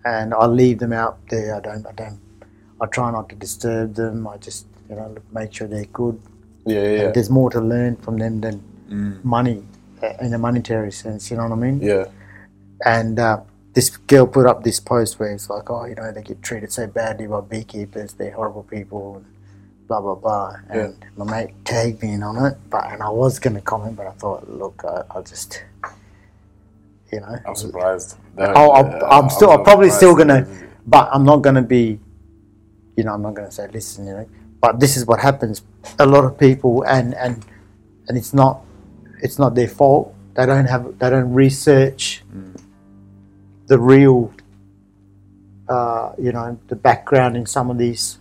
C: and I leave them out there. I don't. I don't. I try not to disturb them. I just you know look- make sure they're good.
D: Yeah, yeah, Mm. yeah.
C: There's more to learn from them than money uh, in a monetary sense. You know what I mean?
D: Yeah,
C: And uh, this girl put up this post where it's like, oh, you know, they get treated so badly by beekeepers. They're horrible people. And blah blah blah. And my mate tagged me in on it, but and I was going to comment, but I thought, look, I, I'll just. You know,
D: I'm surprised. That,
C: I'll, I'll,
D: uh,
C: I'm still, I'm
D: not
C: probably still
D: surprised.
C: gonna, but I'm not gonna be, you know, I'm not gonna say listen, you know, but this is what happens. A lot of people, and and and it's not, it's not their fault. They don't have, they don't research
D: Mm.
C: the real, uh, you know, the background in some of these.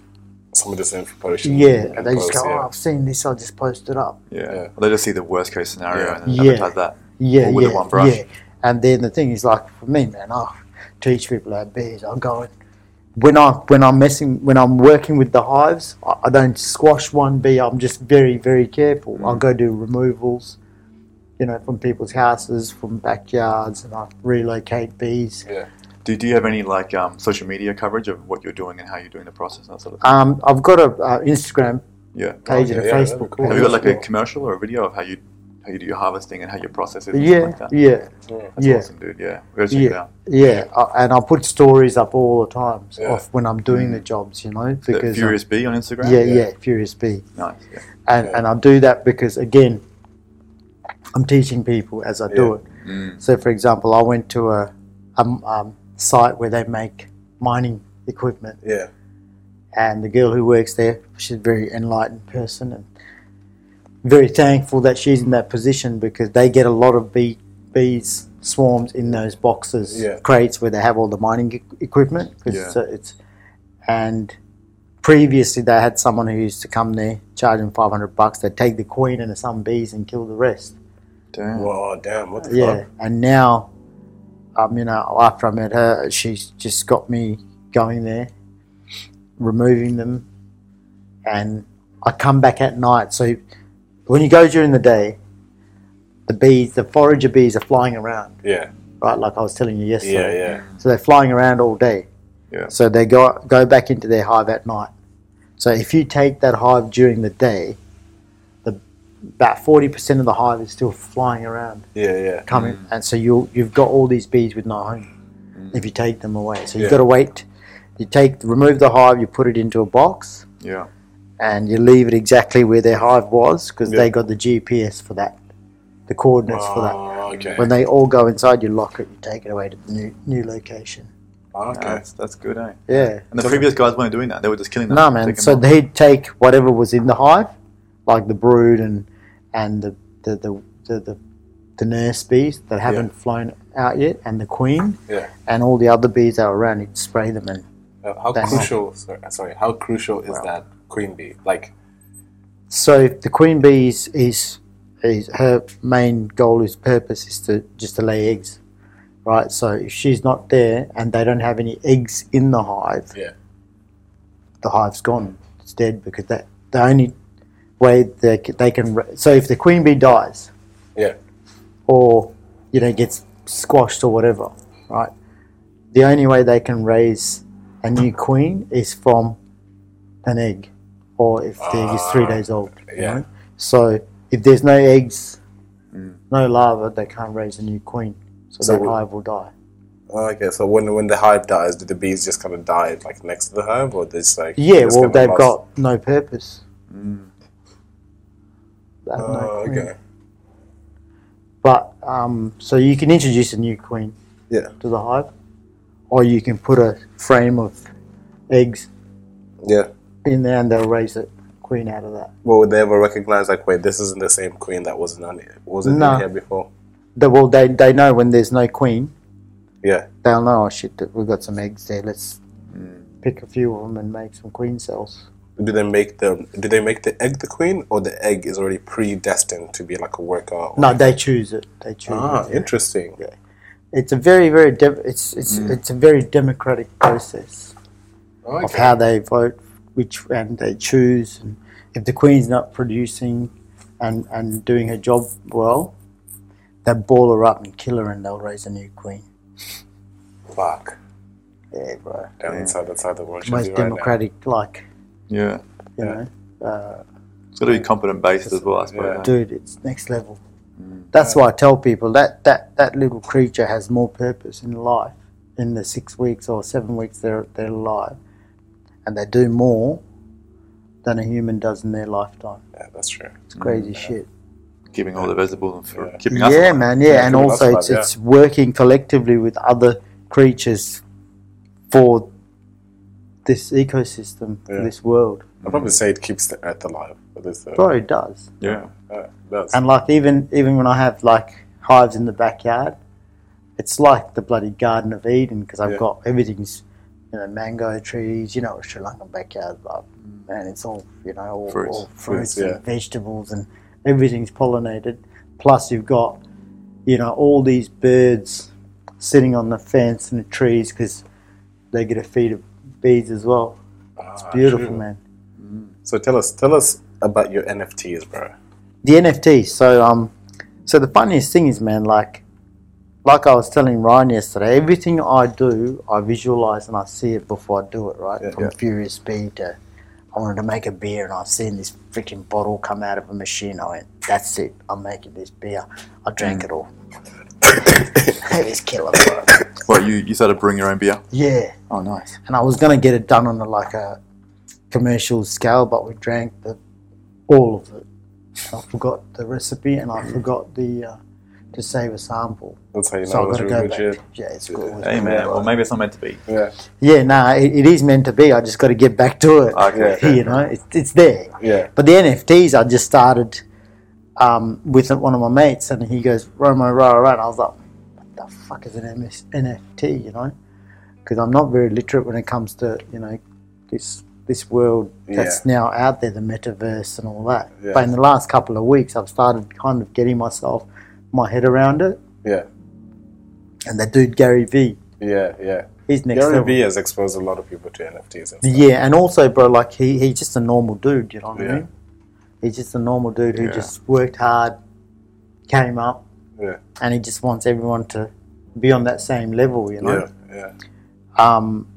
D: Some of this information.
C: Yeah,
D: and
C: they just
D: posts,
C: go, oh,
D: yeah.
C: I've seen this, I'll just post it up.
E: Yeah.
D: Yeah.
E: They just see the worst case scenario
D: Yeah.
E: and then
C: Yeah.
E: advertise that.
C: yeah,
E: all with
C: yeah,
E: the one brush.
C: Yeah. And then the thing is, like for me, man, I teach people how to be. I go and when I when I'm messing when I'm working with the hives, I, I don't squash one bee. I'm just very very careful.
E: Mm.
C: I go do removals, you know, from people's houses, from backyards, and I relocate bees.
D: Yeah.
E: Do, do you have any like um, social media coverage of what you're doing and how you're doing the process and that sort of thing?
C: Um, I've got a uh, Instagram
E: Oh, Yeah.
C: page and a
D: Okay, yeah, that'd be
C: Facebook
D: cool.
C: page.
E: Have you got like a commercial or a video of how you how you do your harvesting and how you process it? And stuff
C: yeah,
E: like that?
C: yeah,
E: That's
C: yeah.
E: awesome, dude. Yeah, we gotta check it
C: Yeah.
E: out.
C: yeah, I, and I put stories up all the time
D: Yeah.
C: of when I'm
E: Mm.
C: doing the jobs, you know,
E: The
C: because I'm-
E: Furious Bee on Instagram.
C: yeah,
D: Yeah.
C: yeah, Furious Bee.
E: Nice. Yeah.
C: And
D: Yeah.
C: and I do that because again, I'm teaching people as I do
D: Yeah. Mm.
C: it. So for example, I went to a um, um, site where they make mining equipment,
D: Yeah.
C: and the girl who works there, she's a very enlightened person, and very thankful that she's in that position because they get a lot of bee bees swarms in those boxes
D: Yeah.
C: crates where they have all the mining e- equipment 'cause
E: Yeah.
C: it's, it's and previously they had someone who used to come there charge them 500 bucks they'd take the queen and some bees and kill the rest
E: Damn.
D: Whoa, uh, damn. What the
C: yeah
D: fuck?
C: and now um you know after i met her she's just got me going there removing them and i come back at night so when you go during the day the bees the forager bees are flying around
D: Yeah.
C: right like i was telling you yesterday
D: Yeah. Yeah.
C: so they're flying around all day.
E: Yeah.
C: So they go go back into their hive at night. So if you take that hive during the day, the about forty percent of the hive is still flying around,
D: Yeah. Yeah.
C: coming, and so you you've got all these bees with no home if you take them away. So you've got
D: Mm. Yeah.
C: to wait. You take remove the hive, you put it into a box,
E: Yeah.
C: and you leave it exactly where their hive was because
D: Yeah.
C: they got the GPS for that, the coordinates for that.
D: Oh, okay.
C: When they all go inside, you lock it, you take it away to the new new location.
D: Oh, Okay.
E: That's, that's good, eh?
C: Yeah.
E: And the previous guys weren't doing that. They were just killing them.
C: No, man.
E: taking
C: So
E: them out.
C: they'd take whatever was in the hive, like the brood and and the the the, the, the, the nurse bees that haven't flown out yet, and the queen,
D: Yeah.
C: and all the other bees that are around. He'd spray them and
D: Uh, How
C: That's-
D: crucial? Sorry, sorry. How crucial is that queen bee? Like.
C: So if the queen bee is, is is her main goal is purpose is to just to lay eggs, right? So if she's not there and they don't have any eggs in the hive,
D: Yeah.
C: the hive's gone. It's dead because that the only way they c- they can re- so if the queen bee dies,
D: Yeah.
C: or you know gets squashed or whatever, right? The only way they can raise a new queen is from an egg, or if the egg is three days old. you
D: Ah, yeah.
C: know? So if there's no eggs, no larva, they can't raise a new queen. So,
D: Mm. So
C: that
D: we-
C: hive will die.
D: Oh, okay, so when when the hive dies, do the bees just kind of die like next to the hive, or they just like
C: Yeah,
D: just Mm.
C: well
D: kinda
C: they've
D: lost-
C: got no purpose. They have no
D: Oh,
C: queen.
D: okay.
C: But um, so you can introduce a new queen
D: Yeah.
C: to the hive, or you can put a frame of eggs
D: Yeah.
C: in there and they'll raise a queen out of that.
D: Well, would they ever recognize like, wait, this isn't the same queen that was in wasn't
C: No.
D: in here before?
C: They, well, they, they know when there's no queen,
D: Yeah.
C: they'll know, oh shit, that we've got some eggs there. Let's
D: Hmm.
C: pick a few of them and make some queen cells.
D: Do they make the do they make the egg the queen, or the egg is already predestined to be like a worker? Or...
C: No, they choose it. They choose
D: Ah,
C: it. yeah.
D: interesting.
C: Yeah. It's a very, very de- it's it's
D: Hmm.
C: it's a very democratic process of how they vote, which and they choose. And if the queen's not producing and and doing her job well, they ball her up and kill her, and they'll raise a new queen.
D: Fuck. Yeah, bro. Damn, that's how that's how the world should
C: Most
D: be right
C: democratic, like
E: Yeah.
C: you
D: Yeah.
C: know, uh,
E: It's got to be competent based as well, I suppose.
D: Yeah. Mm.
E: eh?
C: dude, it's next level. That's why I tell people that that that little creature has more purpose in life in the six weeks or seven weeks they're they're alive, and they do more than a human does in their lifetime.
D: now. Yeah, that's true.
C: It's
D: Mm.
C: crazy shit.
E: Keeping eh? all the vegetables and for
D: Yeah.
E: keeping us.
C: Yeah,
E: alive.
C: man. Yeah,
D: Yeah,
C: and
D: keeping
C: also it's
D: us alive,
C: it's working collectively with other creatures for this ecosystem, for
D: Yeah.
C: this world.
D: I'd probably say it keeps the earth alive. But it's uh, the,
C: Bro, it does.
E: Yeah.
D: yeah, it does.
C: And like even even when I have like hives in the backyard, it's like the bloody Garden of Eden because I've
D: Yeah.
C: got everything's, you know, mango trees. You know, what Sri Lankan backyard, like, man, it's all you know, all
E: Fruits.
C: fruits, all fruits
D: Fruits, yeah.
C: and vegetables, and everything's pollinated. Plus, you've got, you know, all these birds sitting on the fence and the trees because they get a feed of bees as well. It's beautiful, man.
D: So tell us, tell us about your NFTs, bro.
C: the NFT. So um, so the funniest thing is, man, like, like I was telling Ryan yesterday, everything I do, I visualize and I see it before I do it. Right, from
D: yeah.
C: Furious B to I wanted to make a beer, and I've seen this freaking bottle come out of a machine. I went, that's it. I'm making this beer. I
D: Mm.
C: drank it all. it is killer, bro.
E: Well, you, you started brewing your own beer.
C: Yeah
E: Oh, nice.
C: and I was gonna get it done on a, like a commercial scale, but we drank the, all of it. I forgot the recipe, and I forgot the uh, to save a sample.
D: That's how you know
C: So I've
D: it's
C: got to go
D: really
C: back.
D: good shit.
C: Yeah, it's good. It was
E: Hey,
C: good.
E: man. Well, maybe it's not meant to be.
D: Yeah,
C: Yeah, no, it, it is meant to be. I just got to get back to it.
E: Okay.
D: Yeah.
C: You know, it's it's there.
D: yeah.
C: But the NFTs, I just started um, with one of my mates, and he goes, Romo, rah, rah, and I was like, what the fuck is an MS- NFT, you know? Because I'm not very literate when it comes to, you know, this this world that's now out there, the metaverse and all that.
D: Yeah.
C: But in the last couple of weeks, I've started kind of getting myself, my head around it.
D: Yeah.
C: And that dude, Gary Vee,
D: Yeah, yeah.
C: he's next
D: Gary
C: level.
D: V has exposed a lot of people to NFTs. And stuff.
C: Yeah, and also, bro, like he, he's just a normal dude. You know what
D: Yeah.
C: I mean? He's just a normal dude who
E: Yeah.
C: just worked hard, came up,
D: Yeah.
C: and he just wants everyone to be on that same level. You know.
D: Yeah, yeah,
C: Um,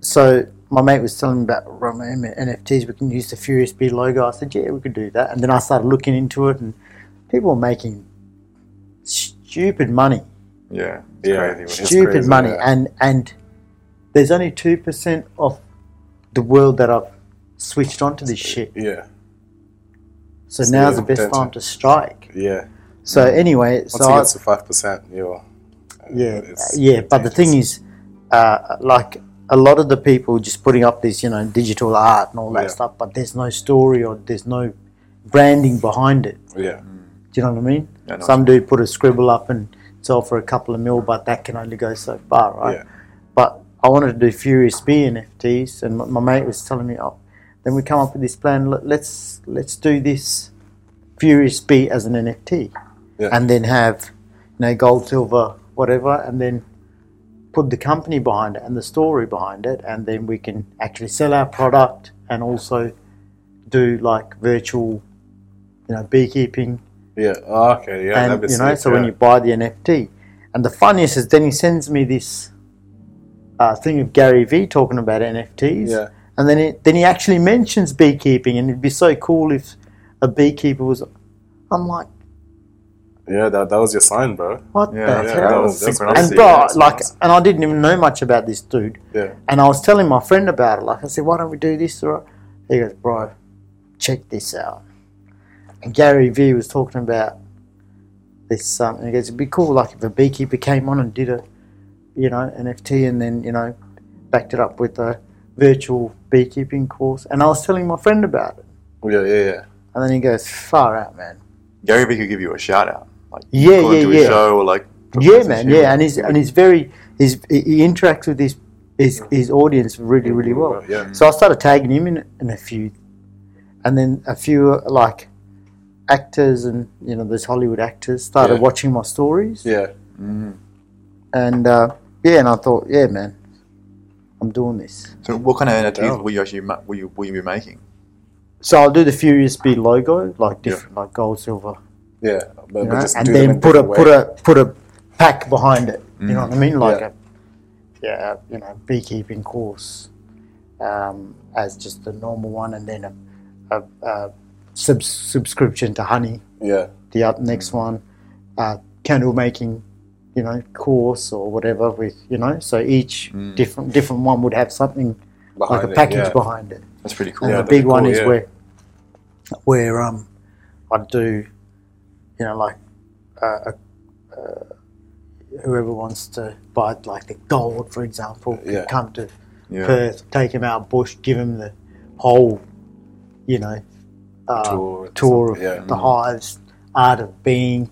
C: so my mate was telling me about Roma NFTs. We can use the Furious B logo. I said, yeah, we could do that. And then I started looking into it, and people were making stupid money,
E: Yeah. It's
D: yeah.
E: crazy.
D: It's
C: stupid
D: crazy,
C: money,
D: yeah.
C: and and there's only two percent of the world that I've switched onto this shit.
D: Yeah,
C: So now's the
D: yeah,
C: best
D: that's
C: time to strike.
D: yeah.
C: So anyway,
D: Once
C: so
D: it
C: I,
D: gets to five percent, you're uh,
C: yeah, uh,
D: it's
C: yeah. But the thing is, uh, like a lot of the people just putting up this, you know, digital art and all that
D: Yeah.
C: stuff, but there's no story or there's no branding behind it.
D: yeah,
C: Do you know what I mean?
E: Yeah, no,
C: Some dude put a scribble up and sell for a couple of mil, but that can only go so far, right?
D: Yeah.
C: But I wanted to do Furious B NFTs, and my, my mate was telling me, oh, then we come up with this plan. Let, let's let's do this Furious B as an NFT,
D: Yeah.
C: and then have you know gold, silver, whatever, and then put the company behind it and the story behind it, and then we can actually sell our product and also do like virtual, you know, beekeeping
D: yeah. Oh, okay, yeah. that'd
C: and
D: be
C: you know,
D: sick,
C: so
D: yeah.
C: when you buy the NFT, and the funniest is then he sends me this uh, thing of Gary Vee talking about NFTs,
D: Yeah.
C: and then it, then he actually mentions beekeeping, and it'd be so cool if a beekeeper was. I'm like,
D: yeah, that that was your sign, bro.
C: what
E: Yeah,
C: the
E: yeah,
C: hell?
E: that was
D: Six
E: synchronicity.
C: and
D: percent.
C: bro,
E: yeah, that's
C: like,
E: nice.
C: and I didn't even know much about this dude,
D: Yeah,
C: and I was telling my friend about it. Like, I said, why don't we do this? Or he goes, bro, check this out. And Gary Vee was talking about this. Um, and he goes, it'd be cool, like if a beekeeper came on and did a, you know, NFT, and then you know, backed it up with a virtual beekeeping course. And I was telling my friend about it,
D: yeah, yeah, yeah.
C: and then he goes, far out, man.
E: Gary Vee could give you a shout out. Like,
C: Yeah,
E: call
C: yeah,
E: into
C: yeah.
E: a show or like.
C: Yeah, man. Yeah, and he's and he's very he's he he interacts with his his his audience really really well.
D: Yeah, mm.
C: So I started tagging him in, in a few, and then a few uh, like actors and you know those Hollywood actors started
D: Yeah.
C: watching my stories,
D: yeah.
C: and uh, yeah, and I thought, yeah, man, I'm doing this.
E: So, what kind of
D: Yeah.
E: NFTs will you actually ma- will you will you be making?
C: So I'll do the Furious B logo, like different, like gold, silver,
D: Yeah, but,
C: you
D: but
C: know,
D: just
C: and
D: do them
C: then
D: in
C: put a
D: different
C: put
D: way.
C: a put a pack behind it. You know what I mean? Like
D: Yeah.
C: a yeah, you know, beekeeping course um, as just the normal one, and then a, a, a sub- subscription to honey,
D: yeah,
C: the up next
D: Mm.
C: one, uh, candle making, you know, course or whatever with you know. So each different different one would have something
D: Mm. behind
C: like a
D: it,
C: package
D: yeah.
C: behind it.
E: That's pretty cool.
C: And the
D: that'd
C: big
D: be
C: one
D: cool,
C: is
D: yeah.
C: where where um I do you know like uh, uh, whoever wants to buy like the gold for example can
D: Yeah.
C: come to
E: Yeah.
C: Perth take him out bush give him the whole you know uh,
D: Tour
C: tour,
D: or
C: of
D: something, yeah. mm.
C: the hives art of being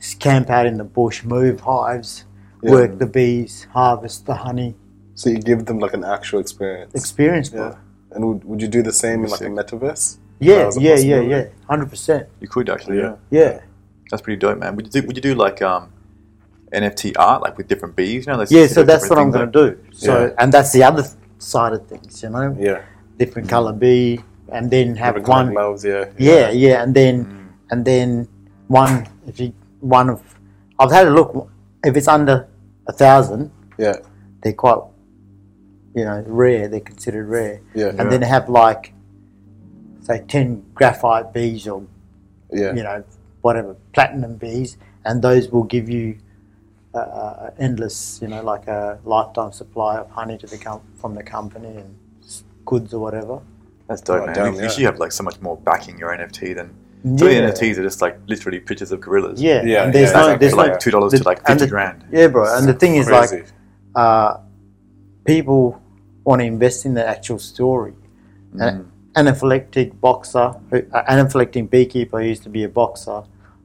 C: s- camp out in the bush move hives work the bees harvest the honey
D: So you give them like an actual experience.
C: experience bro.
D: yeah. And would, would you do the same in like a metaverse?
C: yeah
D: was a
C: yeah yeah
D: possibility.
C: yeah 100%
E: You could actually. Yeah.
C: yeah
E: That's pretty dope, man. Would you do, would you do like um, NFT art, like with different bees? You know,
C: Yeah, so that's what I'm going to do. So,
D: Yeah.
C: and that's the other th- side of things, you know,
D: Yeah.
C: different color bee, and then have
D: Different
C: one.
D: colour gloves, yeah. Mm.
C: yeah, yeah, and then and then one. If you one of, I've had a look. If it's under a thousand,
D: Yeah.
C: they're quite, you know, rare. They're considered rare,
D: Yeah.
C: and then have like, say, ten graphite bees or
D: Yeah.
C: you know, whatever platinum bees, and those will give you uh, uh, endless, you know, like a lifetime supply of honey to the com- from the company and s- goods or whatever.
E: That's dope,
D: Oh,
E: man.
D: damn,
E: you,
D: yeah.
E: you should have like so much more backing your NFT than so
C: Yeah.
E: many NFTs are just like literally pictures of gorillas.
C: Yeah,
D: Yeah,
C: and there's
D: yeah,
C: no,
D: exactly.
C: there's
E: For like
C: no,
E: two dollars
C: the-
E: to like
C: and
E: fifty
C: the-
E: grand.
C: yeah, bro. And the thing is,
D: Crazy.
C: like, uh, people want to invest in the actual story.
E: Mm.
C: An anaphylactic boxer, who, uh, anaphylactic beekeeper who used to be a boxer,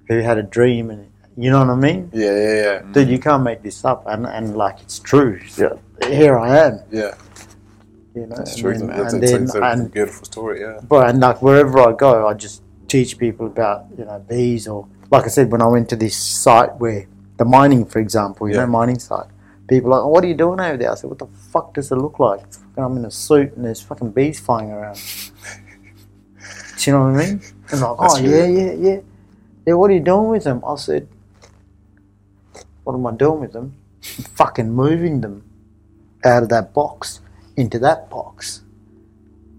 C: who had a dream, and you know what I mean.
D: yeah, yeah, yeah.
C: dude, you can't make this up, and, and like it's true. So Here I am,
D: Yeah.
C: you know.
E: That's
C: and
E: true,
C: then,
E: man.
D: It's,
C: and
D: it's,
C: then
D: it's a
C: and
D: beautiful story, yeah.
C: bro, and like wherever I go, I just teach people about you know bees or like I said when I went to this site where the mining, for example, you
D: Yeah.
C: know, mining site. People are like, "Oh, what are you doing over there? I said, what the fuck does it look like? Fucking, I'm in a suit and there's fucking bees flying around. Do you know what I mean? And like, oh
D: true.
C: yeah, yeah, yeah, yeah. What are you doing with them? I said, what am I doing with them? I'm fucking moving them out of that box into that box.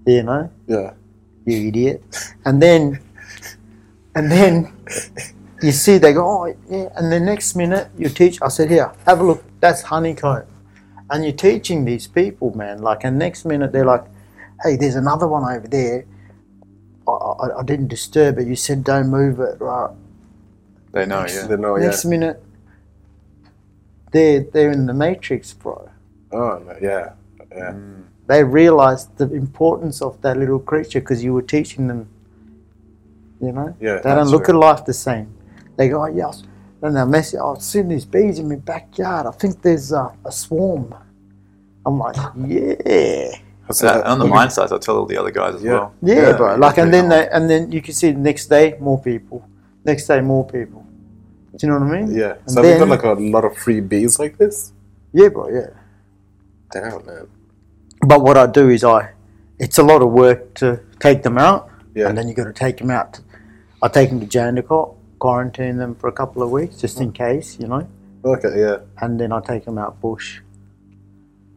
C: You know?
D: Yeah.
C: You idiot. And then, and then you see they go, oh yeah. And the next minute you teach. I said, here, have a look. That's honeycomb. And you're teaching these people, man. Like, and next minute they're like, hey, there's another one over there. I, I, I didn't disturb it. You said don't move it. Right.
E: They know,
D: yeah.
E: yeah.
D: They know, Oh, yeah.
C: Oh, Next minute, they're they're in the matrix, bro.
D: Oh, no, yeah. Yeah.
C: Mm. They realize the importance of that little creature because you were teaching them. You know,
D: Yeah,
C: they don't
D: that's
C: look
D: true.
C: at life the same. They go, oh, yes, and they message. I've seen these bees in my backyard. I think there's a, a swarm. I'm like, yeah.
D: So
E: So
C: Uh,
D: that-
C: um,
E: on the
D: look
E: mine sides, I tell all the other guys as
D: Yeah.
E: well.
C: Yeah, bro. Like, and then
E: pretty
C: they, and then you can see the next day more people. Next day more people. Do you know what I
D: at-
C: mean?
D: Yeah.
C: And
D: So
C: then,
D: we've got like a lot of free bees like this?
C: yeah, bro. Yeah.
D: Damn, man.
C: But what I do is I, it's a lot of work to take them out,
D: Yeah.
C: and then you got to take them out. I take them to Jandakot, quarantine them for a couple of weeks just in case, you know,
D: Okay, yeah.
C: and then I take them out bush.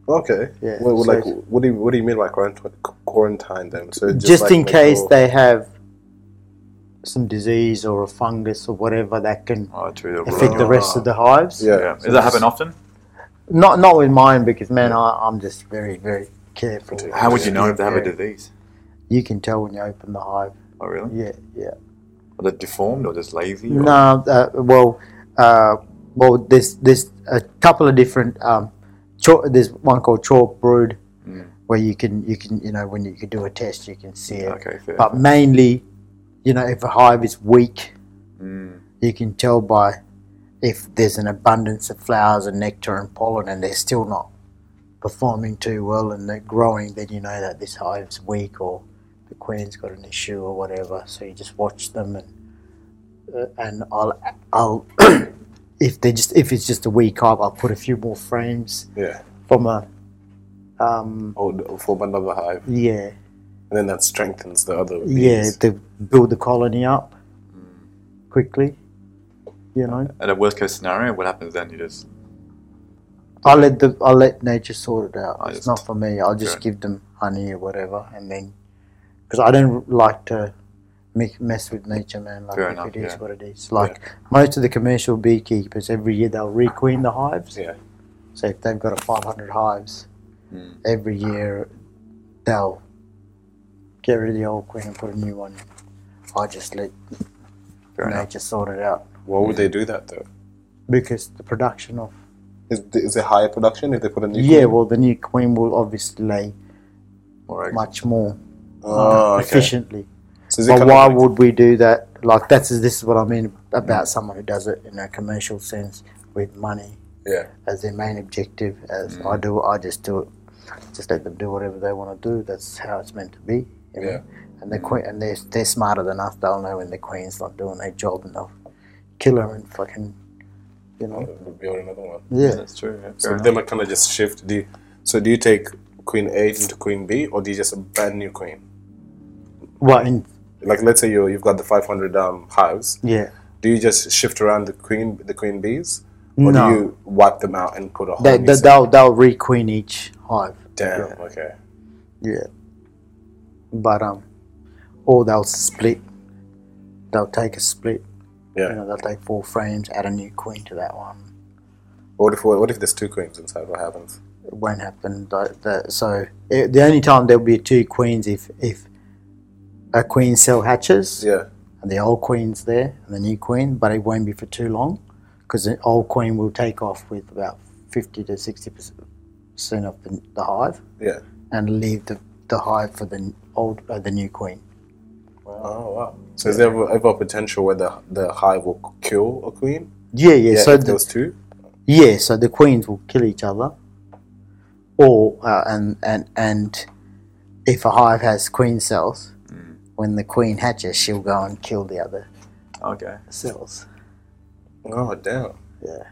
D: Okay.
C: Yeah,
D: Well,
C: so
D: like,
C: it's-
D: what do you what do you mean by quarantine, quarantine them? So
C: Just,
D: like,
C: in
D: make
C: case
D: sure-
C: they have some disease or a fungus or whatever that can
E: Oh, true. they're
C: affect the
E: rolling.
C: rest of the hives.
D: Yeah.
E: Yeah. Does that happen often?
C: Not not with mine because man, I, I'm just very very careful.
E: How would you know if they have a
C: Yeah.
E: disease?
C: You can tell when you open the hive.
E: Oh, really?
C: Yeah, yeah.
E: Are they deformed or just lazy? or-
C: No, uh, well, uh, well, there's there's a couple of different. Um, chalk, there's one called chalk brood, where you can you can you know when you can do a test, you can see it.
E: Okay, fair.
C: But mainly, you know, if a hive is weak, you can tell by if there's an abundance of flowers and nectar and pollen, and they're still not performing too well and they're growing, then you know that this hive's weak or the queen's got an issue or whatever. So you just watch them and uh, and I'll I'll if they just if it's just a weak hive, I'll put a few more frames
D: Yeah.
C: from a um
D: Or form another hive,
C: yeah
D: and then that strengthens the other.
C: yeah
D: Bees.
E: Mm.
C: to build the colony up quickly. You know,
E: At a worst case scenario, what happens then? You just
C: I let the I let nature sort it out.
E: I
C: it's
E: just-
C: not for me. I'll just
E: Sure.
C: give them honey or whatever, and then because I don't like to me- mess with nature, man. Like
E: Fair
C: if
E: enough,
C: it is
E: yeah.
C: what it is. Like most of the commercial beekeepers, every year they'll requeen the hives.
D: Yeah.
C: So if they've got a 500 hives,
D: Hmm.
E: Mm.
C: every year they'll get rid of the old queen and put a new one. in. I just let
E: fair enough.
C: nature sort it out
D: Why would they do that though?
C: because the production of
D: Is, is it higher production if they put a new?
C: yeah,
D: queen?
C: well the new queen will obviously lay
E: Or eggs.
C: much more
D: Oh, okay.
C: efficiently.
D: So is it
C: But
D: kind of
C: why
D: like-
C: would we do that? Like that's this is what I mean
D: Hmm.
C: about someone who does it in a commercial sense with money
D: Yeah.
C: as their main objective. As
D: Mm.
C: I do, I just do it. Just let them do whatever they want to do. That's how it's meant to be. you know?
D: Yeah.
C: And the queen, and they're they're smarter than us. They'll know when the queen's not doing their job, and they'll kill her and fucking, you know,
D: build another one?
E: Yeah,
C: yeah.
E: that's true. Yeah,
D: So
E: fair
D: they
E: enough.
D: might kind of just shift. Do you, so do you take queen A into queen B, or do you just a brand new queen?
C: Well, in
D: Like let's say you you've got the 500 um, hives.
C: yeah,
D: Do you just shift around the queen the queen bees, or
C: No.
D: do you wipe them out and put a whole
C: they,
D: new
C: they,
D: set?
C: they'll they'll requeen each hive.
D: Damn. Okay.
C: Yeah. But um, or they'll split. They'll take a split.
D: Yeah.
C: You know, they'll take four frames, add a new queen to that one.
D: What if what if there's two queens inside? What happens?
C: It won't happen. tho- tho- So it, the only time there'll be two queens if if a queen cell hatches
D: Yeah.
C: and the old queen's there and the new queen, but it won't be for too long because the old queen will take off with about fifty to sixty percent of the, the hive.
D: Yeah.
C: And leave the, the hive for the old uh, the new queen.
D: Oh wow. So is there ever, ever a potential where the the hive will kill a queen?
C: Yeah, yeah.
D: Yeah.
C: so
D: if
C: the,
D: those two.
C: Yeah, so the queens will kill each other, or uh, and and and if a hive has queen cells,
D: Mm.
C: when the queen hatches, she'll go and kill the other
E: Okay.
C: cells.
D: Oh damn.
C: Yeah.
D: Gotta do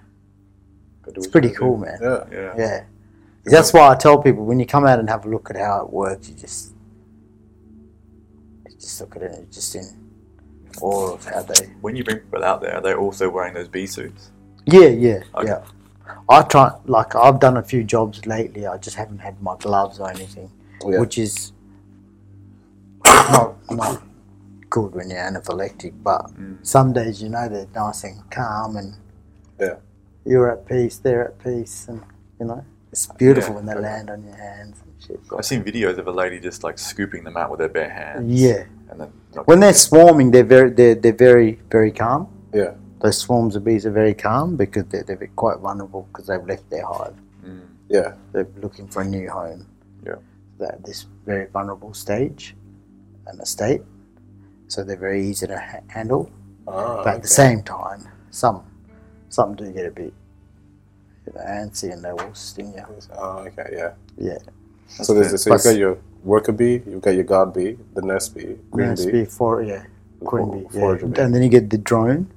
C: It's
D: what you
C: pretty cool, man.
D: gotta do. Yeah.
E: Yeah.
C: Yeah, that's why I tell people when you come out and have a look at how it works, you just you just look at it, and you're just in awe of how they.
E: When you bring people out there, are they also wearing those bee suits?
C: Yeah, yeah,
E: Okay.
C: yeah. I try like I've done a few jobs lately. I just haven't had my gloves or anything.
D: Yeah.
C: which is not, not good when you're anaphylactic. But
D: Mm.
C: some days you know they're nice and calm, and
D: Yeah.
C: you're at peace, they're at peace, and you know it's beautiful
E: Yeah.
C: when they land on your hands and shit.
E: I've seen videos of a lady just like scooping them out with her bare hands.
C: Yeah,
E: And then like,
C: when they're swarming, they're very they're, they're very very calm.
D: Yeah.
C: Those swarms of bees are very calm because they're, they're quite vulnerable because they've left their hive.
D: Yeah.
C: They're looking for a new home.
E: Yeah.
C: They're at this very vulnerable stage and a state, so they're very easy to ha- handle.
D: Ah,
C: But at the same time, some some do get a bit you know, antsy and they will sting you.
D: Oh, okay, yeah.
C: Yeah,
D: so there's this, so
C: fair.
D: you've got your worker bee, you've got your guard bee, the nurse bee, queen
C: Nurse
D: bee,
C: bee, for yeah, queen
D: for-
C: bee, yeah.
D: forager bee.
C: and then you get the drone.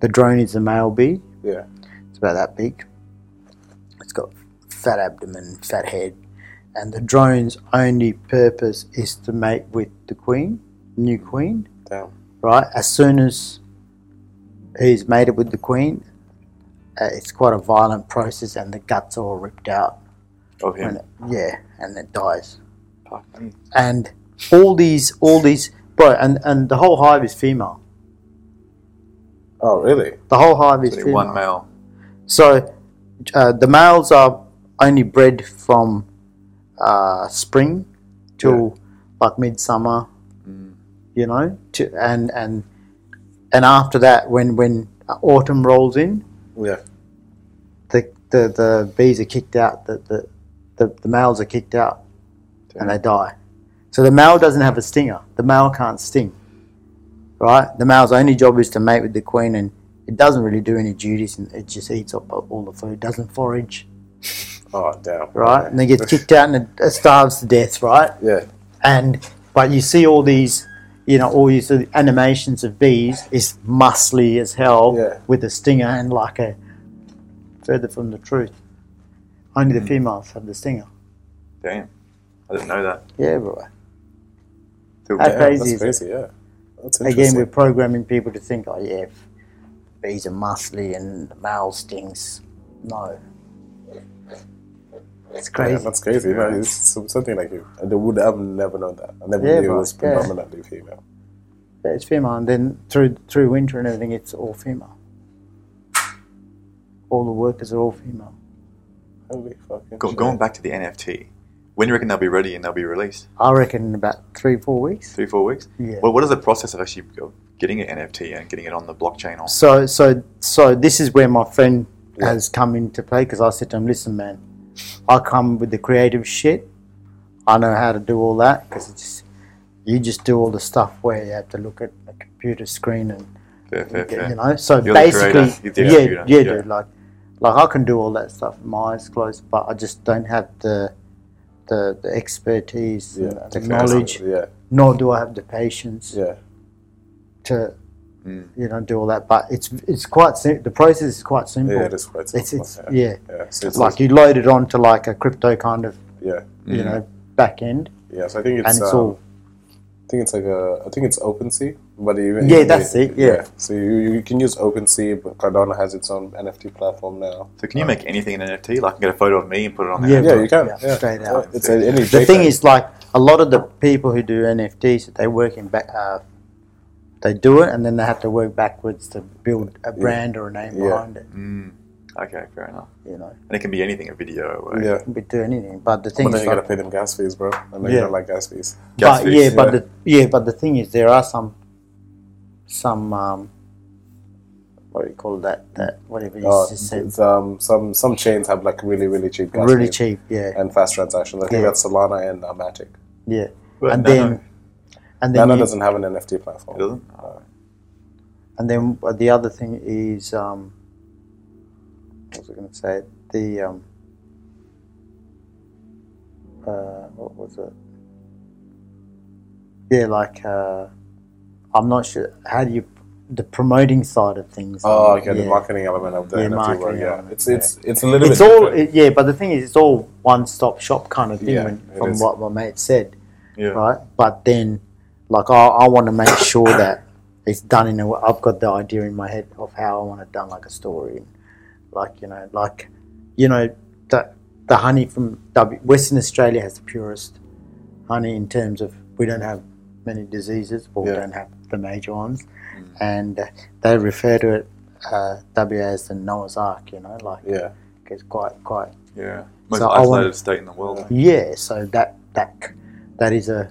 C: The drone is the male bee.
D: Yeah.
C: it's about that big. It's got fat abdomen, fat head, and the drone's only purpose is to mate with the queen, new queen.
D: Damn.
C: right? As soon as he's mated with the queen, uh, it's quite a violent process, and the guts are all ripped out.
E: of him.
C: And it- yeah, and it dies.
E: Fuck me.
C: And all these, all these, bro, and and the whole hive is female.
D: Oh, really?
C: The whole hive is
E: Only
C: female.
E: one male.
C: So uh, the males are only bred from uh, spring till like midsummer, you know, to, and and and after that, when when autumn rolls in,
D: Yeah.
C: the the, the bees are kicked out, the the, the, the males are kicked out, and they die. So the male doesn't have a stinger. The male can't sting, right? The male's only job is to mate with the queen, and it doesn't really do any duties. And it just eats up all the food, doesn't forage,
D: Oh, damn.
C: right? And it gets kicked out and it, it starves to death, right?
D: Yeah.
C: And but you see all these. You know, all these animations of bees is muscly as hell
D: Yeah.
C: with a stinger and like a further from the truth. Only
D: Hmm.
C: the females have the stinger.
E: Damn. I didn't know that.
C: Yeah, bro.
E: Till
C: How
E: now.
D: Yeah,
C: crazy is
D: That's crazy, yeah. That's
C: Again,
D: interesting.
C: we're programming people to think, oh yeah, f- bees are muscly and the male stings. No. It's
D: Yeah,
C: crazy.
D: that's crazy. Yeah, it's some- something like you. They would have never known that. I never
C: Yeah,
D: knew
C: but-
D: it was
C: yeah.
D: predominantly female.
C: Yeah, it's female, and then through through winter and everything, it's all female. All the workers are all female.
D: Holy fucking
E: Go,
D: shit.
E: going back to the NFT, when do you reckon they'll be ready and they'll be released?
C: I reckon in about three four weeks.
E: Three, four weeks?
C: Yeah.
E: Well, what is the process of actually of getting an NFT and getting it on the blockchain? Or
C: So so so this is where my friend has come into play because I said to him, "Listen, man, I come with the creative shit. I know how to do all that because just you just do all the stuff where you have to look at a computer screen and
E: fair, fair, fair.
C: you know. So
E: You're the
C: basically,
E: creator, you're the
C: yeah,
E: executor,
C: yeah,
E: yeah.
C: dude, like, like I can do all that stuff, with my eyes closed, but I just don't have the, the, the expertise, and the knowledge,
D: Yeah,
C: nor do I have the patience
D: yeah.
C: to,
D: Mm.
C: you know, do all that. But it's it's quite sim- the process is quite simple.
D: Yeah, it is quite
C: It's,
D: simple.
C: it's yeah.
D: yeah. So it's
C: like you load it onto like a crypto kind of
D: yeah,
C: you know back end,
D: yeah. So I think Mm. it's,
C: and it's
D: um,
C: all
D: I think it's like a I think it's OpenSea, E, but even
C: Yeah, that's it, yeah.
D: So you, you can use OpenSea, E, but Cardano has its own NFT platform now.
E: So can you make anything an NFT? Like, get a photo of me and put it on there.
C: Yeah,
D: Yeah, you can.
C: Yeah,
D: Yeah,
C: straight out.
D: It's a, any
C: the thing is like a lot of the people who do NFTs they work in back uh, they do it and then they have to work backwards to build a brand or a name
D: Yeah. Mm.
C: behind it
E: Okay, fair enough.
C: you know
E: And it can be anything, a video. Or
D: yeah.
C: we do anything but the thing
D: But then
C: is
D: you gotta
C: like,
D: pay them gas fees, bro. I know
C: Yeah.
D: you don't like gas fees.
E: gas
C: but
E: fees,
C: yeah, but
D: yeah.
C: the yeah but the thing is there are some some um, what do you call that that whatever you
D: Uh,
C: just said
D: it's, um, some some chains have like really really cheap gas
C: really
D: fees
C: cheap yeah
D: and fast transactions. I think
C: Yeah.
D: that's Solana and uh, Matic.
C: yeah
E: Well,
C: and
E: Nano-
C: then and then
D: Nano
C: you-
D: doesn't have an NFT platform.
E: It doesn't? Uh,
C: And then uh, the other thing is, um, what was I going to say? The um, uh, what was it? Yeah, like uh, I'm not sure. How do you the promoting side of things?
D: Oh,
C: um,
D: okay, the
C: yeah.
D: marketing element of the
C: Yeah,
D: NFT world.
C: marketing
D: Yeah,
C: element,
D: it's
C: yeah.
D: it's it's a little
C: It's
D: bit.
C: all
D: different.
C: it- yeah, but the thing is, it's all one-stop shop kind of thing.
D: Yeah,
C: when-
D: it
C: from
D: is.
C: what my mate said,
E: Yeah.
C: right? But then, like, I, I want to make sure that it's done in a way. I've got the idea in my head of how I want it done, like a story, like you know, like you know, the the honey from w, Western Australia has the purest honey in terms of we don't have many diseases, or we
D: Yeah. Mm.
C: don't have the major ones, and uh, they refer to it. Uh, w as the Noah's Ark, you know, like
D: Yeah,
C: it's quite quite
E: Yeah. Most
C: So I
E: isolated
C: want-
E: state in the world.
C: yeah so that that that is a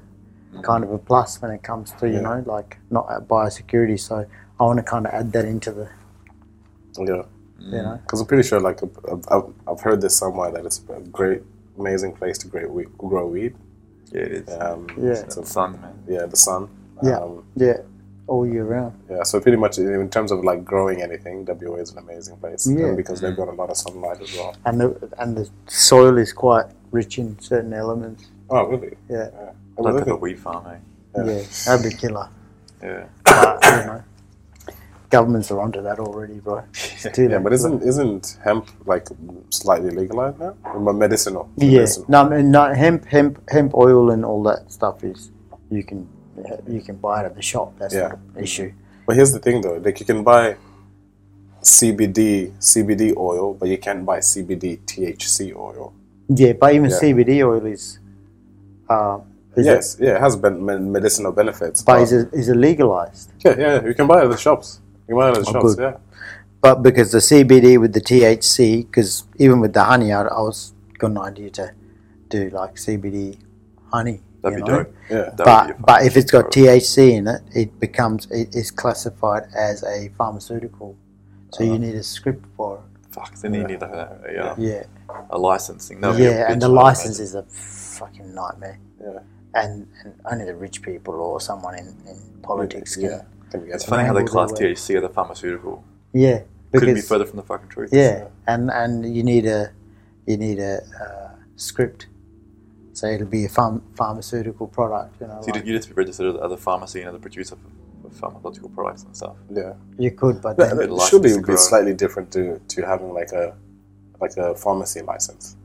C: kind of a plus when it comes to you
D: Yeah.
C: know like not at biosecurity so i want to kind of add that into the
D: yeah.
C: you know
D: Because I'm pretty sure, like, I've- I've, I've heard this somewhere that it's a great, amazing place to great weed, grow weed.
E: Yeah, it is.
D: Um,
C: Yeah.
E: It's
D: so-
E: the sun, man.
D: yeah, the sun.
C: Yeah.
D: Um,
C: yeah all year round
D: yeah. So pretty much in terms of like growing anything, WA is an amazing place.
C: Yeah.
D: And because they've got a lot of sunlight as well.
C: and the and the soil is quite rich in certain elements
D: Oh, really?
C: yeah
D: I
E: Like
D: was
E: a
D: looking-
E: weed farm, eh?
C: yeah, that'd be killer
E: Yeah.
C: but you know governments are onto that already bro It's too
D: yeah,
C: late.
D: but isn't isn't hemp like slightly legalized now? Well, medicinal.
C: yeah
D: Medicinal.
C: no, I mean, no hemp hemp hemp oil and all that stuff is you can you can buy it at the shop that's
D: Yeah.
C: not an issue
D: But here's the thing, though. Like you can buy CBD CBD oil, but you can't buy CBD THC oil.
C: Yeah, but even
D: Yeah.
C: CBD oil is, uh, is it,
D: yes, yeah, it has ben- men- medicinal benefits.
C: but is it, is it legalized?
D: yeah, yeah, you can buy it at the shops. You can buy it at the
C: Oh,
D: shops.
C: good.
D: Yeah,
C: But because the CBD with the THC, because even with the honey, I, I was got an idea to do like CBD honey.
E: That'd
C: you
E: be
C: know?
E: dope.
D: yeah,
E: That would be
C: But
E: a
C: but if it's got
E: fun-
C: THC in it, it becomes it is classified as a pharmaceutical. So you need a script for
E: Fuck, then you need like a, a, uh,
C: it. Yeah,
E: a licensing. That'd be a
C: yeah, and
E: bitch,
C: the
E: I'd
C: license
E: imagine.
C: is a fucking nightmare.
D: yeah.
C: And, and only the rich people or someone in, in politics
D: yeah.
C: can.
D: Can we get
E: It's funny how they
C: Handle the
E: class
C: way.
E: THC as a pharmaceutical.
C: Yeah,
E: Couldn't be
C: because-
E: further from the fucking truth.
C: Yeah, and and you need a you need a uh, script, so it'll be a pharm- pharmaceutical product. You know,
E: So you,
C: like-
E: just, you just be registered as a pharmacy and as a producer for, for pharmacological products and stuff.
D: Yeah,
C: you could, but
D: But
C: then,
E: that-
D: that- surely it
E: license
D: would
E: to
D: be
E: grow.
D: slightly different to to having like a like a pharmacy license.